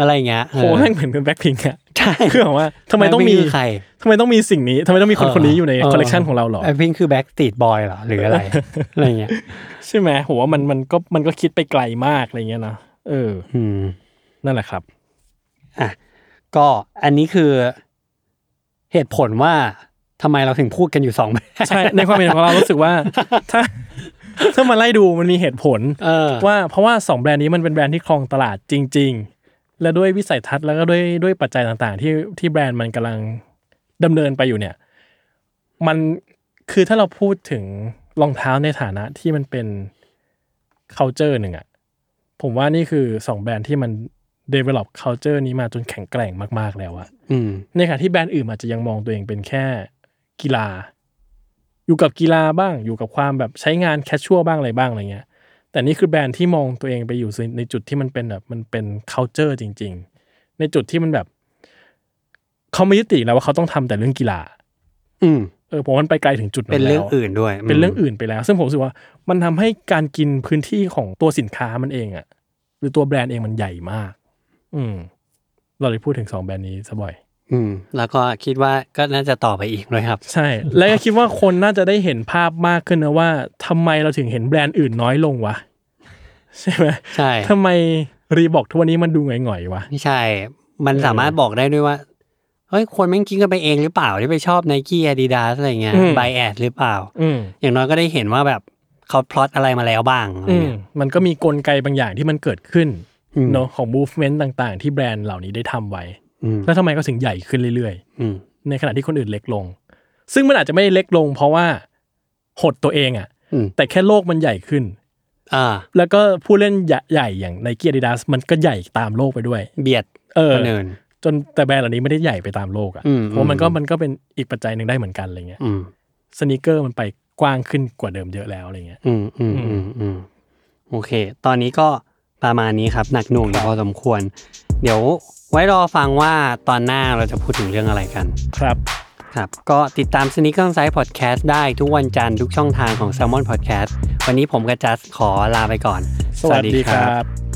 อะไรอย่างเงี้ยเอ
โห
อ
แม่งเหมือนเป็นแบ็คพิงค์อะ
ใช่
คือแบบว่าทำไมต้องมี
แบ็คพิค์คืใคร
ทำไมต้องมีสิ่งนี้ทำไมต้องมีคนคนนี้อยู่ใน
เ
คอลเลกชันของเราเหรอ
ไอพิงคือแบ็กสตีดบอยเหรอ หรืออะไร อะไรอย่างเงี้ย
ใช่ไหมผมว่ามันมันก็มันก็คิดไปไกลมากอะไรเงี้ยนะเออ
อืม
นั่นแหละครับ
ก็อันนี้คือเหตุผลว่าทำไมเราถึงพูดกันอยู่สองแบบ
ใช่ ในความเห็นของเรารู้สึกว่า ถ้าถ้ามาไล่ดูมันมีเหตุผล
เออ
ว่าเพราะว่าสองแบรนด์นี้มันเป็นแบรนด์ที่ครองตลาดจริง ๆ และด้วยวิสัยทัศน์แล้วก็ด้วยด้วยปัจจัยต่างๆ ที่ที่แบรนด์มันกำลังดำเนินไปอยู่เนี่ย มันคือถ้าเราพูดถึงรองเท้าในฐานะที่มันเป็น culture หนึ่งอะผมว่านี่คือสองแบรนด์ที่มัน develop culture นี้มาจนแข็งแกร่งมากๆแล้วอะ
อืม
ในขณะที่แบรนด์อื่นอาจจะยังมองตัวเองเป็นแค่กีฬา อยู่กับกีฬาบ้าง อยู่กับความแบบใช้งานแคชชัวบ้างอะไรบ้างอะไรเงี้ย แต่นี่คือแบรนด์ที่มองตัวเองไปอยู่ในจุดที่มันเป็นแบบมันเป็น c u เจอร์จริง ๆ ในจุดที่มันแบบเขาไม่ยึดติดแล้วว่าเขาต้องทำแต่เรื่องกีฬา
อืม
เออผมว่ามันไปไกลถึงจุดนั้
เป็น
นแล้ว
เรื่องอื่นด้วย
เป็นเรื่องอื่นไปแล้ว ซึ่งผมรู้สึกว่ามันทำให้การกินพื้นที่ของตัวสินค้ามันเองอะหรือตัวแบรนด์เองมันใหญ่มาก อืม เราเลยพูดถึงสองแบรนด์นี้ซะบ่อย
อืม แล้วก็คิดว่าก็น่าจะต่อไปอีกด้วย ครับ
ใช่ และก็คิดว่าคนน่าจะได้เห็นภาพมากขึ้นนะว่าทำไมเราถึงเห็นแบรนด์อื่นน้อยลงวะ ใช่ไหม
ใช่
ทำไมรีบอกทุกวันนี้มันดูหง่อยๆวะ
ไม่ใช่ มันสามารถบอกได้ด้วยว่า เฮ้ย คนแม่งกินกันไปเองหรือเปล่าที่ไปชอบไนกี้อาดิดาสอะไรเงี้ย
อืม
บายแอดหรือเปล่า
อืม
อย่างน้อยก็ได้เห็นว่าแบบเขาพล็อตอะไรมาแล้วบ้างอะไร
อืม
เงี้ย
มันก็มีกลไกบางอย่างที่มันเกิดขึ้น
อืม
เนาะของ movement ต่างๆ ที่แบรนด์เหล่านี้ได้ทำไว้
อืม
แล้วทำไมก็ถึงใหญ่ขึ้นเรื่อย
อืม
ๆ ในขณะที่คนอื่นเล็กลง ซึ่งมันอาจจะไม่ได้เล็กลง เพราะว่าหดตัวเองอะ
อืม
แต่แค่โลกมันใหญ่ขึ้น
อ่า
แล้วก็ผู้เล่นใหญ่ๆอย่างไนกี้อาดิดาสมันก็ใหญ่ตามโลกไปด้วย
เบียด
เออ
คนอื่น
จนแต่แบรนด์เหล่านี้ไม่ได้ใหญ่ไปตามโลก
อืม
อะ่ะเพราะมันก็
อืม
มันก็เป็นอีกปัจจัยหนึ่งได้เหมือนกันอะไรเงี้ย
อืม
สนิเกอร์มันไปกว้างขึ้นกว่าเดิมเยอะแล้วอะไรเงี้ย
อืมอืมอืมอืมโอเค ตอนนี้ก็ประมาณนี้ครับ หนักหน่วงอยู่พอสมควร เดี๋ยวไว้รอฟังว่าตอนหน้าเราจะพูดถึงเรื่องอะไรกัน
ครับ
ครับ ก็ติดตามสนิ a ก e r ไซ d ์พอดแคสต์ได้ทุกวันจันทร์ทุกช่องทางของ s ซ l m o n Podcast วันนี้ผมกับจัสขอลาไปก่อน
สวัสดีครับ